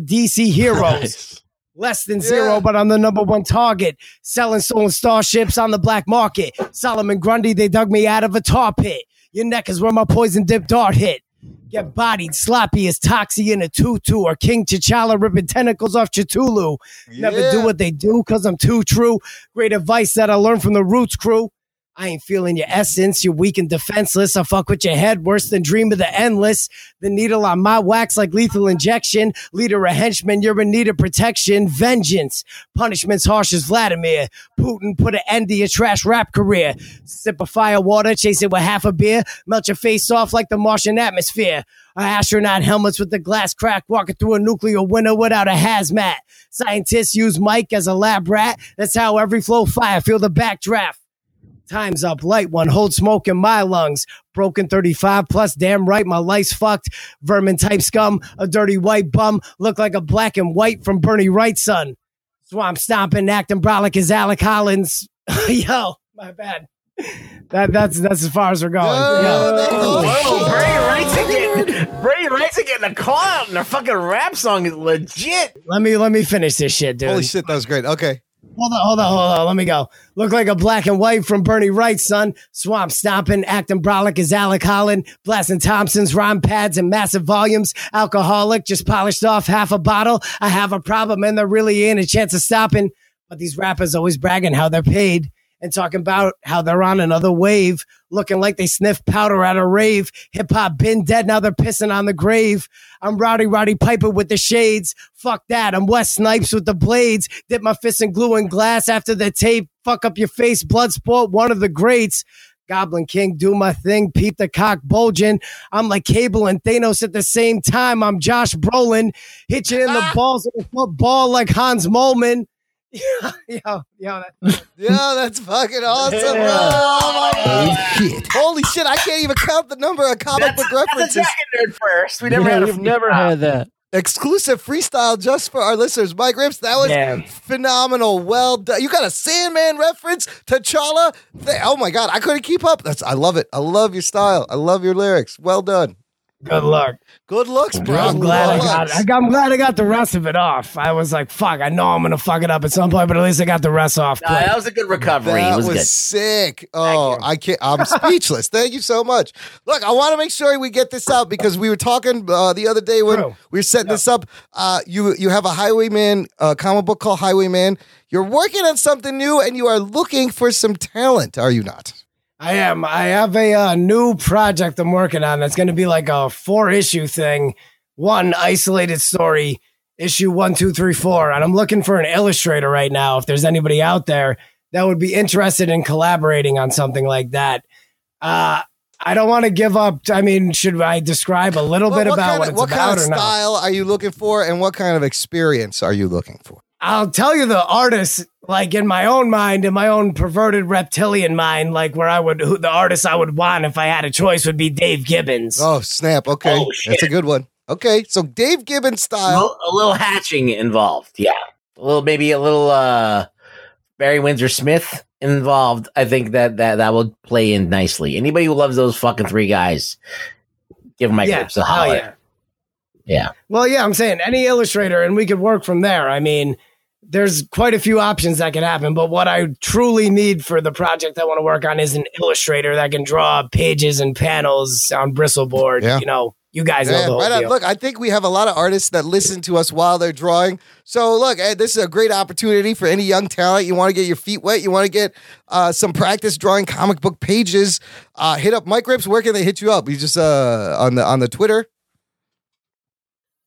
Speaker 2: DC heroes. Less than zero, but I'm the number one target. Selling stolen starships on the black market. Solomon Grundy, they dug me out of a tar pit. Your neck is where my poison dip dart hit. Get bodied, sloppy as Toxie in a tutu or King T'Challa ripping tentacles off Cthulhu. Never do what they do because I'm too true. Great advice that I learned from the Roots crew. I ain't feeling your essence. You're weak and defenseless. I fuck with your head worse than dream of the endless. The needle on my wax like lethal injection. Leader a henchman. You're in need of protection. Vengeance. Punishments harsh as Vladimir. Putin put an end to your trash rap career. Sip a fire water. Chase it with half a beer. Melt your face off like the Martian atmosphere. Our astronaut helmets with the glass crack, walking through a nuclear winter without a hazmat. Scientists use Mike as a lab rat. That's how every flow fire feel the backdraft. Time's up, light one. Hold smoke in my lungs. Broken 35 plus, damn right, my life's fucked. Vermin type scum, a dirty white bum. Look like a black and white from Bernie Wright's son. Swamp stomping, acting brolic as Alec Hollins. Yo, my bad. That, that's that's as far as we're going.
Speaker 1: Oh,
Speaker 2: Yo.
Speaker 3: Oh,
Speaker 5: Whoa, Bray Wright's getting Bray Wright's getting a call out, and their fucking rap song is legit.
Speaker 2: Let me let me finish this shit, dude.
Speaker 1: Holy shit, that was great. Okay.
Speaker 2: Hold on, hold on, hold on. Let me go. Look like a black and white from Bernie Wright, son. Swamp stomping, acting brolic as Alec Holland, blasting Thompson's rhyme pads in massive volumes. Alcoholic, just polished off half a bottle. I have a problem, and there really ain't a chance of stopping. But these rappers always bragging how they're paid and talking about how they're on another wave, looking like they sniffed powder at a rave. Hip hop been dead, now they're pissing on the grave. I'm Rowdy Roddy Piper with the shades. Fuck that, I'm West Snipes with the blades. Dip my fist in glue and glass after the tape. Fuck up your face, Bloodsport, one of the greats. Goblin King, do my thing, peep the cock bulging. I'm like Cable and Thanos at the same time. I'm Josh Brolin, hit you in the balls with a football like Hans Molman. Yeah, yeah, yeah.
Speaker 1: Yo, that's fucking awesome, bro. Oh my God. Holy shit, I can't even count the number of comic book references.
Speaker 5: nerd first. We never had a
Speaker 4: we've never had that.
Speaker 1: Exclusive freestyle just for our listeners. Mike Rips, that was
Speaker 4: Yeah.
Speaker 1: phenomenal. Well done. You got a Sandman reference, T'Challa. Th- oh my god, I couldn't keep up. That's I love it. I love your style. I love your lyrics. Well done.
Speaker 2: Good luck.
Speaker 1: Good looks, bro.
Speaker 2: I'm glad I
Speaker 1: Good
Speaker 2: got.
Speaker 1: looks.
Speaker 2: I got- I'm glad I got the rest of it off. I was like, "Fuck! I know I'm gonna fuck it up at some point, but at least I got the rest off."
Speaker 5: Nah, that was a good recovery.
Speaker 1: That
Speaker 5: it was,
Speaker 1: was,
Speaker 5: good.
Speaker 1: sick. Oh, I can't. I'm speechless. Thank you so much. Look, I want to make sure we get this out because we were talking uh, the other day when we were setting this up. Uh, you you have a Highwayman uh, comic book called Highwayman. You're working on something new and you are looking for some talent. Are you not?
Speaker 2: I am. I have a uh, new project I'm working on that's going to be like a four issue thing, one isolated story, issue one, two, three, four. And I'm looking for an illustrator right now. If there's anybody out there that would be interested in collaborating on something like that, uh, I don't want to give up. I mean, should I describe a little bit about
Speaker 1: kind
Speaker 2: what
Speaker 1: of,
Speaker 2: it's
Speaker 1: what
Speaker 2: about
Speaker 1: kind of
Speaker 2: or not?
Speaker 1: style are you looking for, and what kind of experience are you looking for?
Speaker 2: I'll tell you the artist, like in my own mind, in my own perverted reptilian mind, like where I would, who, the artist I would want if I had a choice would be Dave Gibbons.
Speaker 1: Oh snap! Okay, that's a good one. Okay, so Dave Gibbons
Speaker 5: A
Speaker 1: style.
Speaker 5: little- a little hatching involved. Yeah, a little maybe a little uh Barry Windsor Smith involved. I think that that that will play in nicely. Anybody who loves those fucking three guys, give my
Speaker 2: Yeah.
Speaker 5: grips a
Speaker 2: Oh,
Speaker 5: holler.
Speaker 2: yeah.
Speaker 5: yeah.
Speaker 2: Well, yeah, I'm saying any illustrator, and we could work from there. I mean, there's quite a few options that could happen, but what I truly need for the project I want to work on is an illustrator that can draw pages and panels on bristle board.
Speaker 1: Yeah.
Speaker 2: You know, you guys know the
Speaker 1: Yeah,
Speaker 2: whole
Speaker 1: right on.
Speaker 2: deal.
Speaker 1: Look, I think we have a lot of artists that listen to us while they're drawing. So, look, eh, this is a great opportunity for any young talent. You want to get your feet wet, you want to get uh, some practice drawing comic book pages. Uh, hit up Mike Rips. Where can they hit you up? You just uh, on the on the Twitter.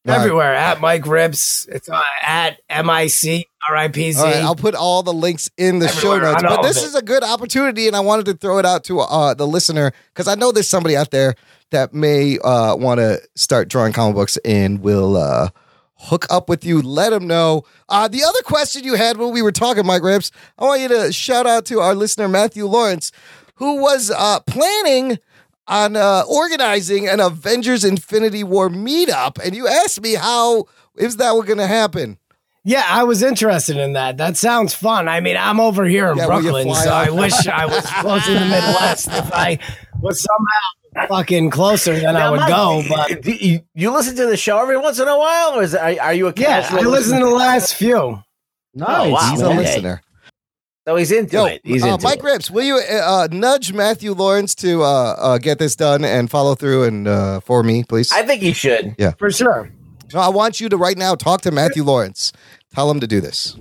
Speaker 1: All right.
Speaker 2: Everywhere at Mike Rips, it's uh, at M I C R I P Z.
Speaker 1: All right, I'll put all the links in the show
Speaker 2: Everywhere,
Speaker 1: notes.
Speaker 2: on all
Speaker 1: But
Speaker 2: of
Speaker 1: this
Speaker 2: it.
Speaker 1: is a good opportunity, and I wanted to throw it out to uh, the listener because I know there's somebody out there that may uh, want to start drawing comic books and will uh, hook up with you. Let them know. Uh, the other question you had when we were talking, Mike Rips, I want you to shout out to our listener, Matthew Lawrence, who was uh, planning. On uh, organizing an Avengers Infinity War meetup, and you asked me how is that going to happen?
Speaker 2: Yeah, I was interested in that. That sounds fun. I mean, I'm over here in
Speaker 1: Yeah, will you
Speaker 2: Brooklyn,
Speaker 1: fly
Speaker 2: so
Speaker 1: out?
Speaker 2: I wish I was close to the Midwest. If I was somehow fucking closer, then I
Speaker 5: Now,
Speaker 2: would
Speaker 5: Mike,
Speaker 2: go. But
Speaker 5: do you, you listen to the show every once in a while, or is are, are you a
Speaker 2: yeah,
Speaker 5: casual
Speaker 2: I listened to the last few.
Speaker 5: Oh, wow.
Speaker 1: He's a
Speaker 5: Okay.
Speaker 1: listener.
Speaker 5: So he's into it. He's
Speaker 1: Uh,
Speaker 5: into
Speaker 1: Mike
Speaker 5: it.
Speaker 1: Rips, will you uh, uh, nudge Matthew Lawrence to uh, uh, get this done and follow through and uh, for me, please?
Speaker 5: I think he should.
Speaker 1: Yeah.
Speaker 2: For sure.
Speaker 1: No, I want you to right now talk to Matthew Lawrence. Tell him to do this.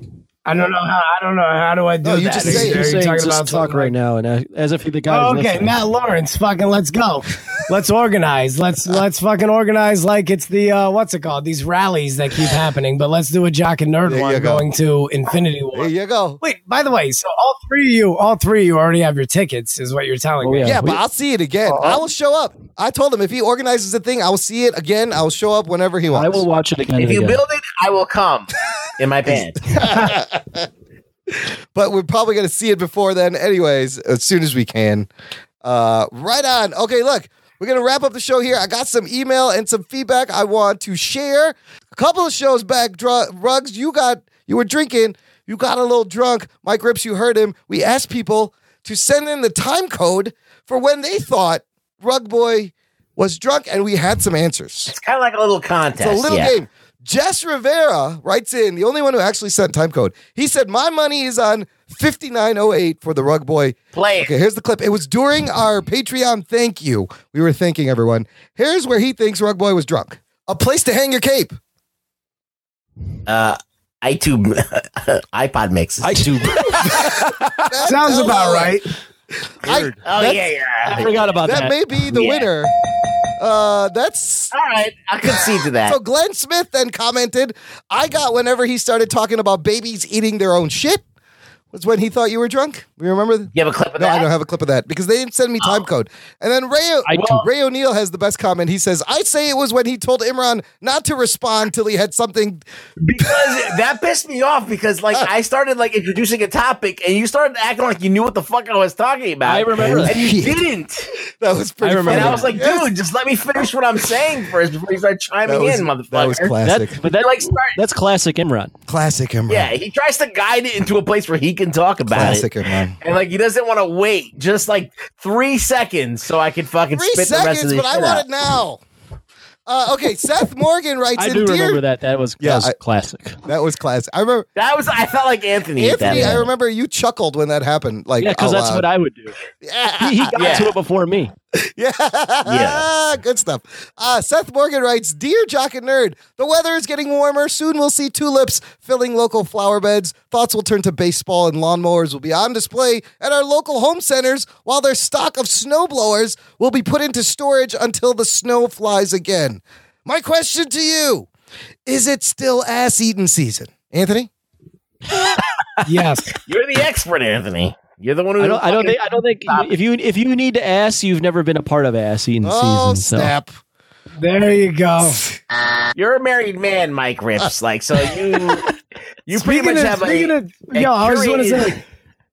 Speaker 2: I don't know how. I don't know how do I do
Speaker 4: No, you
Speaker 2: that?
Speaker 4: just say it.
Speaker 2: Are
Speaker 4: You're
Speaker 2: you
Speaker 4: saying
Speaker 2: talking
Speaker 4: just
Speaker 2: about
Speaker 4: talk right now, and uh, as if the guy.
Speaker 2: Oh,
Speaker 4: was
Speaker 2: okay,
Speaker 4: listening.
Speaker 2: Matt Lawrence, fucking let's go. let's organize. Let's let's fucking organize like it's the uh, what's it called? These rallies that keep happening. But let's do a jock and nerd
Speaker 1: There you
Speaker 2: one
Speaker 1: go.
Speaker 2: going to Infinity War.
Speaker 1: There you go.
Speaker 2: Wait, by the way, so all three of you, all three of you already have your tickets, is what you're telling me.
Speaker 1: Oh, yeah, but I'll see it again. I will show up. I told him if he organizes a thing, I will see it again. I will show up whenever he wants. I will
Speaker 4: watch it again.
Speaker 5: If you build it, I will come in my pants.
Speaker 1: but we're probably going to see it before then, anyways, as soon as we can. Uh, right on. Okay, look, we're going to wrap up the show here. I got some email and some feedback I want to share. A couple of shows back, dr- Rugs, you got, you were drinking, you got a little drunk. Mike Rips, you heard him. We asked people to send in the time code for when they thought Rug Boy was drunk, and we had some answers.
Speaker 5: It's kind of like a little contest.
Speaker 1: It's a little
Speaker 5: yeah.
Speaker 1: game. Jess Rivera writes in, the only one who actually sent time code. He said, My money is on 5908 for the Rug Boy.
Speaker 5: Play it.
Speaker 1: Okay, here's the clip. It was during our Patreon thank you. We were thanking everyone. Here's where he thinks Rug Boy was drunk. A place to hang your cape.
Speaker 5: Uh, iTube, iPod mixes.
Speaker 4: iTube.
Speaker 2: Sounds about right.
Speaker 1: I,
Speaker 5: Oh,
Speaker 1: that's-
Speaker 5: yeah, yeah.
Speaker 4: I forgot about that.
Speaker 1: That may be the
Speaker 5: Yeah.
Speaker 1: winner. Uh, that's
Speaker 5: all right. I concede to that.
Speaker 1: So Glenn Smith then commented, "I got whenever he started talking about babies eating their own shit." Was when he thought you were drunk. You remember?
Speaker 5: You have a clip of
Speaker 1: no,
Speaker 5: that? Oh.
Speaker 1: I don't have a clip of that because they didn't send me time code. And then Ray,
Speaker 4: I do.
Speaker 1: Ray O'Neill has the best comment. He says, "I say it was when he told Imran not to respond till he had something." Uh,
Speaker 5: because that pissed me off because like I started like introducing a topic and you started acting like you knew what the fuck I was talking about.
Speaker 4: I remember
Speaker 5: and
Speaker 4: that.
Speaker 5: you didn't.
Speaker 1: That was
Speaker 4: I
Speaker 1: pretty.
Speaker 4: remember
Speaker 5: And I
Speaker 4: that.
Speaker 5: was like, dude, just let me finish what I'm saying first before you start chiming
Speaker 1: That was-
Speaker 5: in,
Speaker 1: that
Speaker 5: motherfucker.
Speaker 1: was
Speaker 4: That-
Speaker 1: classic.
Speaker 4: but that,
Speaker 5: Like, start-
Speaker 4: that's classic Imran.
Speaker 1: Classic Imran.
Speaker 5: Yeah, he tries to guide it into a place where he can talk about
Speaker 1: Classic
Speaker 5: it.
Speaker 1: Imran.
Speaker 5: And like he doesn't want to wait just like three seconds so I can fucking
Speaker 1: Three
Speaker 5: spit the rest
Speaker 1: seconds,
Speaker 5: of this
Speaker 1: but I
Speaker 5: shit
Speaker 1: want
Speaker 5: out.
Speaker 1: it now. Uh, okay, Seth Morgan writes
Speaker 4: I
Speaker 1: in,
Speaker 4: do
Speaker 1: "Dear
Speaker 4: remember that. That was,
Speaker 1: Yeah,
Speaker 4: that was
Speaker 1: I-
Speaker 4: classic.
Speaker 1: That was classic. I remember
Speaker 5: That was I felt like Anthony. at that
Speaker 1: Anthony. I
Speaker 5: moment.
Speaker 1: remember you chuckled when that happened. Like,
Speaker 4: Yeah, because
Speaker 1: out
Speaker 4: that's
Speaker 1: loud.
Speaker 4: what I would do. He, he got
Speaker 5: Yeah.
Speaker 4: to it before me.
Speaker 1: Yeah.
Speaker 5: Yeah.
Speaker 1: Good stuff. Uh, Seth Morgan writes Dear Jock and Nerd, the weather is getting warmer. Soon we'll see tulips filling local flower beds. Thoughts will turn to baseball, and lawnmowers will be on display at our local home centers, while their stock of snowblowers will be put into storage until the snow flies again. My question to you is it still ass eating season? Anthony?
Speaker 2: Yes.
Speaker 5: You're the expert, Anthony. You're the one who
Speaker 4: I don't. I don't think. I don't think. If you if you need to ask, you've never been a part of ass eating
Speaker 1: Oh,
Speaker 4: season.
Speaker 1: snap.
Speaker 2: There you go.
Speaker 5: You're a married man, Mike Rips. Like so, you you pretty
Speaker 2: Speaking
Speaker 5: much
Speaker 2: of-
Speaker 5: have
Speaker 2: speaking
Speaker 5: a,
Speaker 2: of-
Speaker 5: a
Speaker 2: yo, I was gonna
Speaker 5: curated-
Speaker 2: say,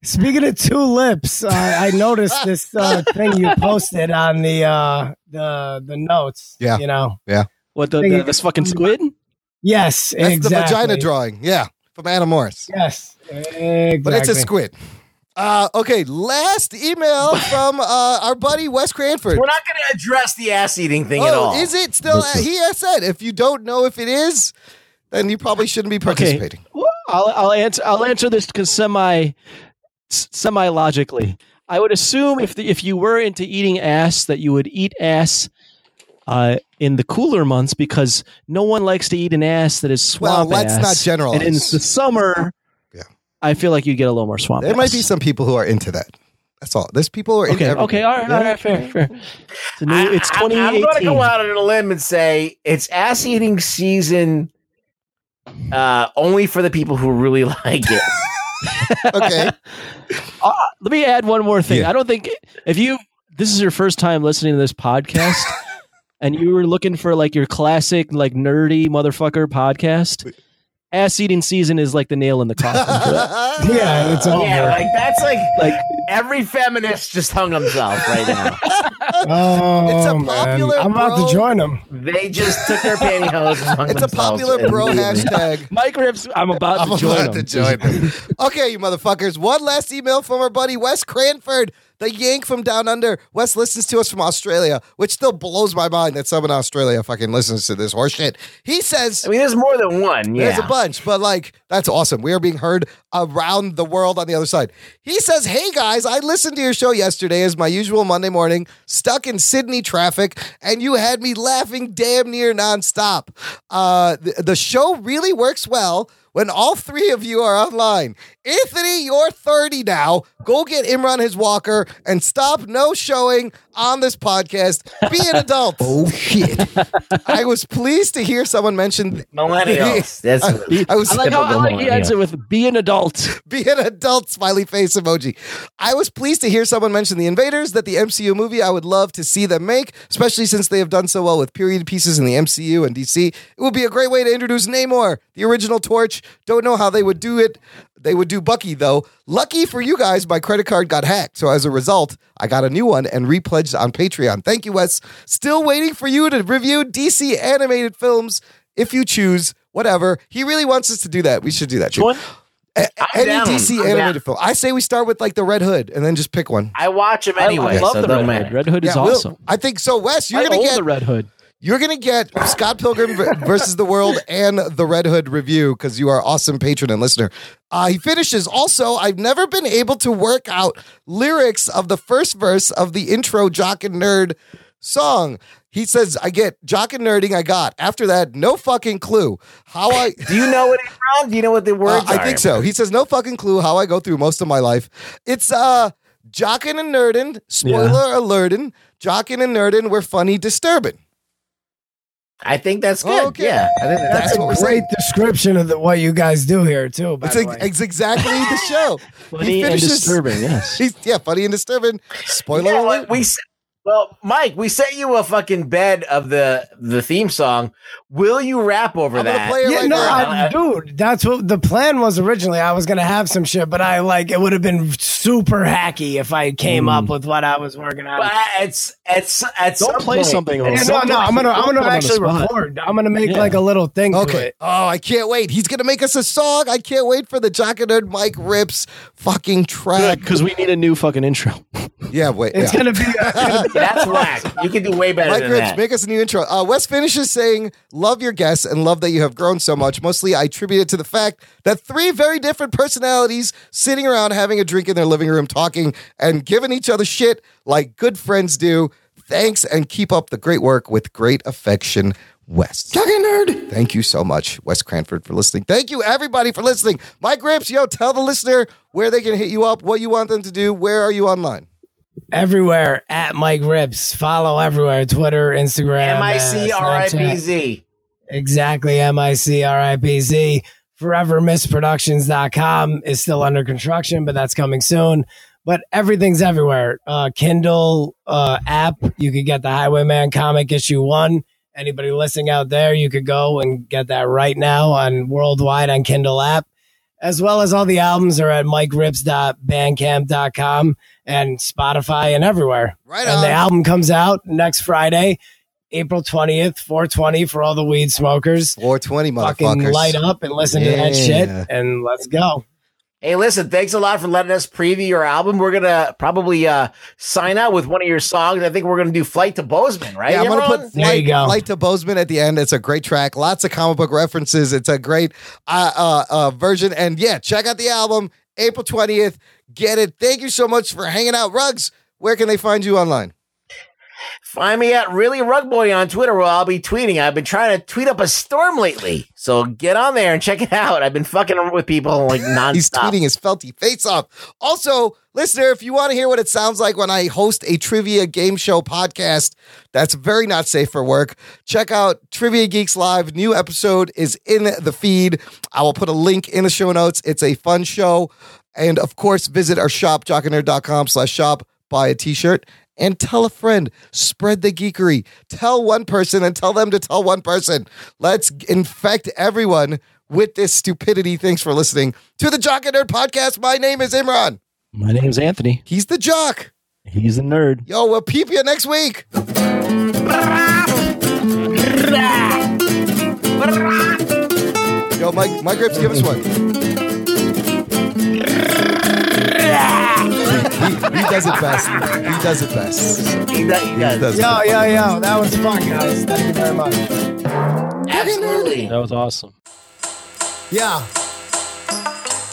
Speaker 2: speaking of two lips, uh, I noticed this uh, thing you posted on the uh, the the notes.
Speaker 1: Yeah.
Speaker 2: you know.
Speaker 4: So what the, the this fucking squid?
Speaker 2: Yes,
Speaker 1: That's
Speaker 2: exactly.
Speaker 1: the vagina drawing. Yeah. From Anna Morris.
Speaker 2: Yes, exactly.
Speaker 1: But it's a squid. Uh, okay, last email from uh, our buddy Wes Cranford.
Speaker 5: We're not going to address the ass eating thing at
Speaker 1: Oh,
Speaker 5: all.
Speaker 1: is it still? He has said if you don't know if it is, then you probably shouldn't be participating.
Speaker 4: Well, I'll, I'll answer. I'll answer this because semi semi logically, I would assume if the, if you were into eating ass, that you would eat ass. Uh, in the cooler months, because no one likes to eat an ass that is
Speaker 1: Well,
Speaker 4: swamp
Speaker 1: let's
Speaker 4: ass.
Speaker 1: not
Speaker 4: And in
Speaker 1: generalize.
Speaker 4: the summer,
Speaker 1: Yeah.
Speaker 4: I feel like you get a little more swamp.
Speaker 1: There might
Speaker 4: ass.
Speaker 1: be some people who are into that. That's all. There's people who are into
Speaker 4: Okay. Okay.
Speaker 1: everything.
Speaker 4: All right. All right. Fair. Fair. It's, a new,
Speaker 5: I-
Speaker 4: it's
Speaker 5: I- I'm going to
Speaker 4: 2018.
Speaker 5: go out on a limb and say it's ass eating season. Uh, only for the people who really like it.
Speaker 1: Okay.
Speaker 4: Uh, let me add one more thing.
Speaker 1: Yeah.
Speaker 4: I don't think if you this is your first time listening to this podcast and you were looking for like your classic like nerdy motherfucker podcast, ass eating season is like the nail in the coffin. for that.
Speaker 2: yeah, it's over.
Speaker 5: yeah, like that's like
Speaker 4: Like
Speaker 5: every feminist just hung themself right now.
Speaker 2: oh,
Speaker 1: It's a
Speaker 2: man.
Speaker 1: popular
Speaker 2: I'm about
Speaker 1: bro-
Speaker 2: to join them.
Speaker 5: They just took their pantyhose and hung
Speaker 1: it's a
Speaker 5: themselves.
Speaker 1: popular
Speaker 5: and
Speaker 1: bro
Speaker 5: leaving.
Speaker 1: hashtag.
Speaker 4: Mike Rips, I'm about
Speaker 1: I'm
Speaker 4: to join.
Speaker 1: about
Speaker 4: him.
Speaker 1: to join them. okay, you motherfuckers. One last email from our buddy Wes Cranford, the Yank from Down Under. Wes listens to us from Australia, which still blows my mind that someone in Australia fucking listens to this horseshit. He says
Speaker 5: I mean, there's more than one. Yeah,
Speaker 1: there's a bunch, but like that's awesome. We are being heard around the world on the other side. He says, "Hey guys, I listened to your show yesterday as my usual Monday morning, stuck in Sydney traffic, and you had me laughing damn near nonstop. Uh, the, the show really works well." when all three of you are online. Anthony, you're 30 now. Go get Imran his walker and stop no showing on this podcast. Be an adult. oh, shit. I was pleased to hear someone mention
Speaker 5: Millennials. That's
Speaker 1: I, I was
Speaker 4: I like how I like he ends it with be an adult.
Speaker 1: Be an adult smiley face emoji. I was pleased to hear someone mention The Invaders, that the MCU movie I would love to see them make, especially since they have done so well with period pieces in the MCU and DC. It would be a great way to introduce Namor, the original Torch. Don't know how they would do it. They would do Bucky though. Lucky for you guys, my credit card got hacked. So as a result, I got a new one and repledged on Patreon. Thank you, Wes. Still waiting for you to review DC animated films if you choose. Whatever. He really wants us to do that. We should do that. Drew. A- any
Speaker 5: down.
Speaker 1: DC
Speaker 5: I'm
Speaker 1: animated
Speaker 5: down.
Speaker 1: film. I say we start with like the Red Hood and then just pick one.
Speaker 5: I watch them
Speaker 1: I- I
Speaker 5: anyway.
Speaker 1: love
Speaker 5: so
Speaker 1: the
Speaker 5: don't
Speaker 1: Red
Speaker 5: matter.
Speaker 1: Hood. Red Hood is Yeah, Will- awesome. I think so. Wes, you're
Speaker 4: I
Speaker 1: gonna
Speaker 4: own
Speaker 1: get
Speaker 4: the Red Hood.
Speaker 1: You're gonna get Scott Pilgrim v- versus the World and the Red Hood review because you are awesome patron and listener. Uh, he finishes. Also, I've never been able to work out lyrics of the first verse of the intro Jock and Nerd song. He says, "I get jock and nerding. I got after that, no fucking clue how I." Uh,
Speaker 5: Do you know what it from? Do you know what the words?
Speaker 1: I
Speaker 5: are?
Speaker 1: think so. He says, "No fucking clue how I go through most of my life." It's uh, jockin' and nerdin. Spoiler alertin'. Jockin' and nerdin. We're funny, disturbing.
Speaker 5: I think that's
Speaker 1: Oh,
Speaker 5: good. Yeah, I think
Speaker 2: That's, a great description of the, what you guys do here too. By
Speaker 1: It's,
Speaker 2: the
Speaker 1: ex-
Speaker 2: way.
Speaker 1: it's exactly the show.
Speaker 2: Funny and disturbing,
Speaker 4: Yes.
Speaker 1: He's, yeah, funny and disturbing. Spoiler
Speaker 5: Yeah,
Speaker 1: alert.
Speaker 5: we s- well, Mike, we sent you a fucking bed of the the theme song. Will you rap over that?
Speaker 2: yeah, no, I, dude, that's what the plan was originally. I was gonna have some shit, but I like it would have been super hacky if I came
Speaker 5: Hmm.
Speaker 2: up with what I was working on.
Speaker 5: but it's it's at
Speaker 2: Don't
Speaker 5: some
Speaker 2: play
Speaker 5: point-
Speaker 2: something else. Yeah, no, no, I'm gonna- I'm gonna
Speaker 5: Don't put
Speaker 2: actually
Speaker 5: them on the spot.
Speaker 2: record. I'm gonna make, like, a little thing to
Speaker 1: Okay.
Speaker 2: it.
Speaker 1: Oh, I can't wait. He's gonna make us a song. I can't wait for the Jock and Nerd Mike Rips fucking track.
Speaker 4: Because we need a new fucking intro.
Speaker 1: Yeah, wait.
Speaker 4: It's
Speaker 1: yeah.
Speaker 4: gonna
Speaker 5: That's whack. You can do way better
Speaker 1: Mike
Speaker 5: than
Speaker 1: Rich,
Speaker 5: that.
Speaker 1: make us a new intro. Uh, Wes finishes saying, Love your guests and love that you have grown so much. Mostly, I attribute it to the fact that three very different personalities sitting around having a drink in their living room, talking and giving each other shit like good friends do. Thanks and keep up the great work with great affection, Wes. Nerd. Thank you so much, Wes Cranford, for listening. Thank you, everybody, for listening. Mike Rips, yo, tell the listener where they can hit you up, what you want them to do, where are you online?
Speaker 2: everywhere at Mike Rips. Follow everywhere: Twitter, Instagram, uh,
Speaker 5: M I C R I P Z.
Speaker 2: Snapchat. Exactly, M I C R I P Z. ForeverMissProductions.com is still under construction, but that's coming soon. But everything's everywhere. Uh, Kindle uh, app, you could get the Highwayman comic issue one. Anybody listening out there, you could go and get that right now on worldwide on Kindle app as well as all the albums are at mikerips.bandcamp.com and Spotify and everywhere. Right And the album comes out next Friday, April 20th, 420 for all the weed smokers.
Speaker 1: 420,
Speaker 2: Fucking
Speaker 1: motherfuckers.
Speaker 2: light up and listen to that shit
Speaker 1: Yeah.
Speaker 2: and let's go.
Speaker 5: Hey, listen, thanks a lot for letting us preview your album. We're gonna probably uh, sign out with one of your songs. I think we're gonna do "Flight to Bozeman," right?
Speaker 1: Yeah, I'm gonna
Speaker 5: everyone?
Speaker 1: put Light, Light to Bozeman at the end. It's a great track. Lots of comic book references. It's a great uh, uh, uh, version. And yeah, check out the album April 20th. Get it. Thank you so much for hanging out. Rugs, where can they find you online?
Speaker 5: Find me at Really Rug Boy on Twitter where I'll be tweeting. I've been trying to tweet up a storm lately. So get on there and check it out. I've been fucking with people like nonstop.
Speaker 1: He's tweeting his felty face off. Also, listener, if you want to hear what it sounds like when I host a trivia game show podcast, that's very not safe for work. Check out Trivia Geeks Live. New episode is in the feed. I will put a link in the show notes. It's a fun show. And of course, visit our shop, jockandnerd.com slash shop, buy a t-shirt, and tell a friend. Spread the geekery. Tell one person and tell them to tell one person. Let's infect everyone with this stupidity. Thanks for listening to the Jock and Nerd Podcast. My name is Imran.
Speaker 4: My name's Anthony.
Speaker 1: He's the jock.
Speaker 4: He's the nerd.
Speaker 1: Yo, we'll peep you next week. Yo, Mike, Mike Grips, give us one. he, he does it best. He does it best.
Speaker 5: He
Speaker 1: does.
Speaker 2: Yo, yo, yo. That was fun, guys. Thank you very much.
Speaker 5: Absolutely.
Speaker 4: That was awesome.
Speaker 13: Yeah.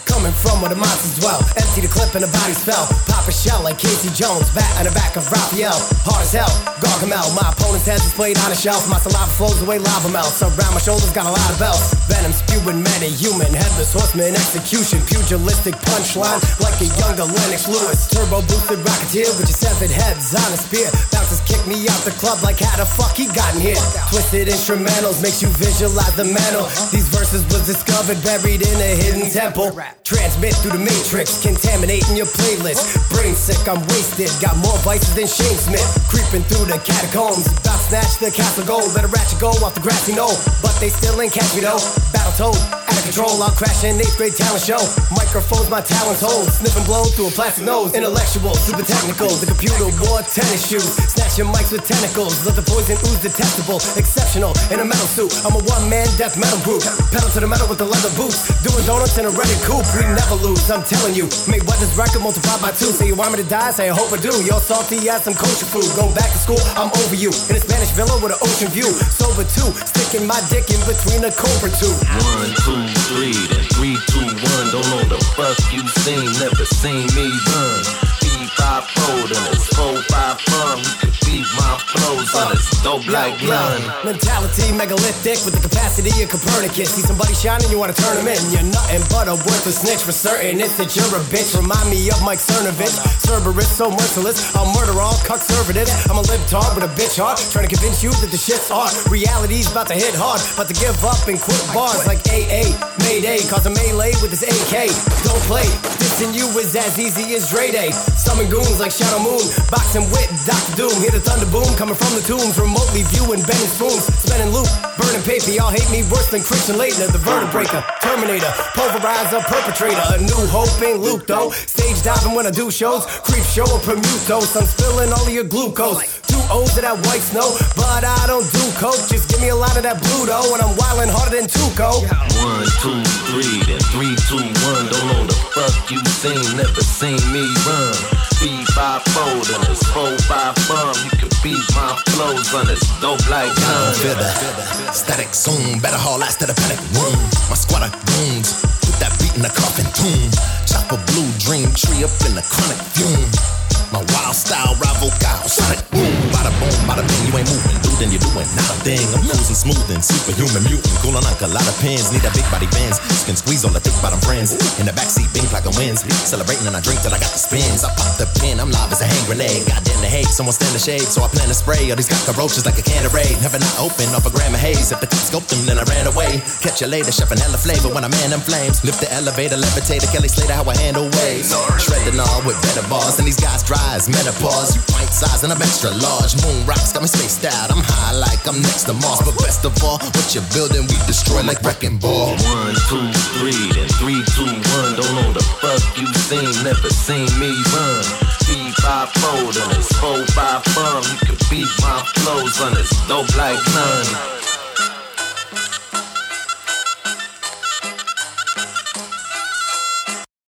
Speaker 13: Come coming from where the monsters dwell. Empty the clip and the bodies fell. Pop a shell like Casey Jones, bat in the back of Raphael. Hard as hell, Gargamel. My opponent's head displayed on a shelf. My saliva flows away lava melts. Around my shoulders got a lot of belts. Venom spewing many human. Headless horseman execution. Pugilistic punchline like a younger Lennox Lewis. Turbo boosted rocketeer with your severed heads on a spear. Bouncers kick me out the club like how the fuck he got in here. Twisted instrumentals makes you visualize the mantle. These verses was discovered buried in a hidden temple. Transmit through the matrix, contaminating your playlist. Brain sick, I'm wasted. Got more vices than Shane Smith. Creeping through the catacombs. About to snatch the castle gold. Let a ratchet go off the grassy knoll. But they still ain't catch me though. Battle toad, out of control. I'll crash in eighth grade talent show. Microphones my talents hold. Sniff and blow through a plastic nose. Intellectual, super technical. The computer wore tennis shoes. Snatching mics with tentacles. Let the poison ooze detectable. Exceptional in a metal suit. I'm a one man death metal group. Pedal to the metal with the leather boots. Doing donuts in a rented coupe. We never lose, I'm telling you. Make what this record multiply by two. Say you want me to die, say I hope I do. Yo, salty ass, some culture food. Going back to school, I'm over you. In a Spanish villa with an ocean view. Sober two, sticking my dick in between a cobra two.
Speaker 14: One, two, three, then three, two, one. Don't know the fuck you seen, never seen me run. Five fold and it's four five fun. You can beat my flows on it's dope like none.
Speaker 13: Mentality megalithic with the capacity of Copernicus. See somebody shining, you wanna turn 'em in. You're nothing but a worthless snitch for certain. It's that you're a bitch. Remind me of Mike Cernovich. Cerberus, so merciless. I'll murder all conservatives. I'm a libtard with a bitch heart. Trying to convince you that the shit's art. Reality's about to hit hard. About to give up and quit bars like AA. Mayday, cause a melee with this AK. Don't play. Dissing you is as easy as Dre Day. Summon goons like Shadow Moon. Boxing with Dr. Doom. Hear the thunder boom coming from the tombs. Remotely viewing Benny spoons. Spinning loop. Burning paper. Y'all hate me worse than Christian Leitner. The vertebraker. Terminator. Pulverizer. Perpetrator. A new hope ain't Luke though. Stage diving when I do shows. Creep show or Promutos. I'm spilling all of your glucose. Two O's of that white snow. But I don't do coke. Just give me a lot of that blue though. And I'm wildin' harder than Tuco.
Speaker 14: One, two, three, then three, two, one. Don't know the fuck you seen, never seen me run. Beat by fold and it's four by bum. You can beat my flows on it's dope like none.
Speaker 15: Static zoom, better haul ass to the panic room. My squad of goons, put that beat in the coffin tomb. Chop a blue dream tree up in the chronic fume. My wild style rival Kyle Sonic boom. Bada boom, bada bing, you ain't moving, dude, and you're doing not a thing. I'm cruising smooth and superhuman mutant. Cool on like a lot of pins, need a big body bands. Can squeeze all the big bottom friends. In the backseat, bing like a wins. Celebrating and I drink till I got the spins. I pop the pin, I'm live as a hand grenade. Goddamn the hate, someone stand the shade, so I plan to spray. All these got roaches like a can of raid. Never not open off a gram of haze. If the cops scoped them, then I ran away. Catch you later, chef and hella flavor when I'm in them flames. Lift the elevator, levitate, Kelly Slater, how I handle waves. Shredding all with better bars, and these guys dry as menopause. You pint size and I'm extra large. Moon rocks got me spaced out. I'm high like I'm next to Mars, but best of all, what you're building, we destroy like wrecking ball.
Speaker 14: One, two, three, then three, two, one. Don't know the fuck you seen, never seen me run. Beat by fold and it's four by bum. You can beat my flows on it's dope like none.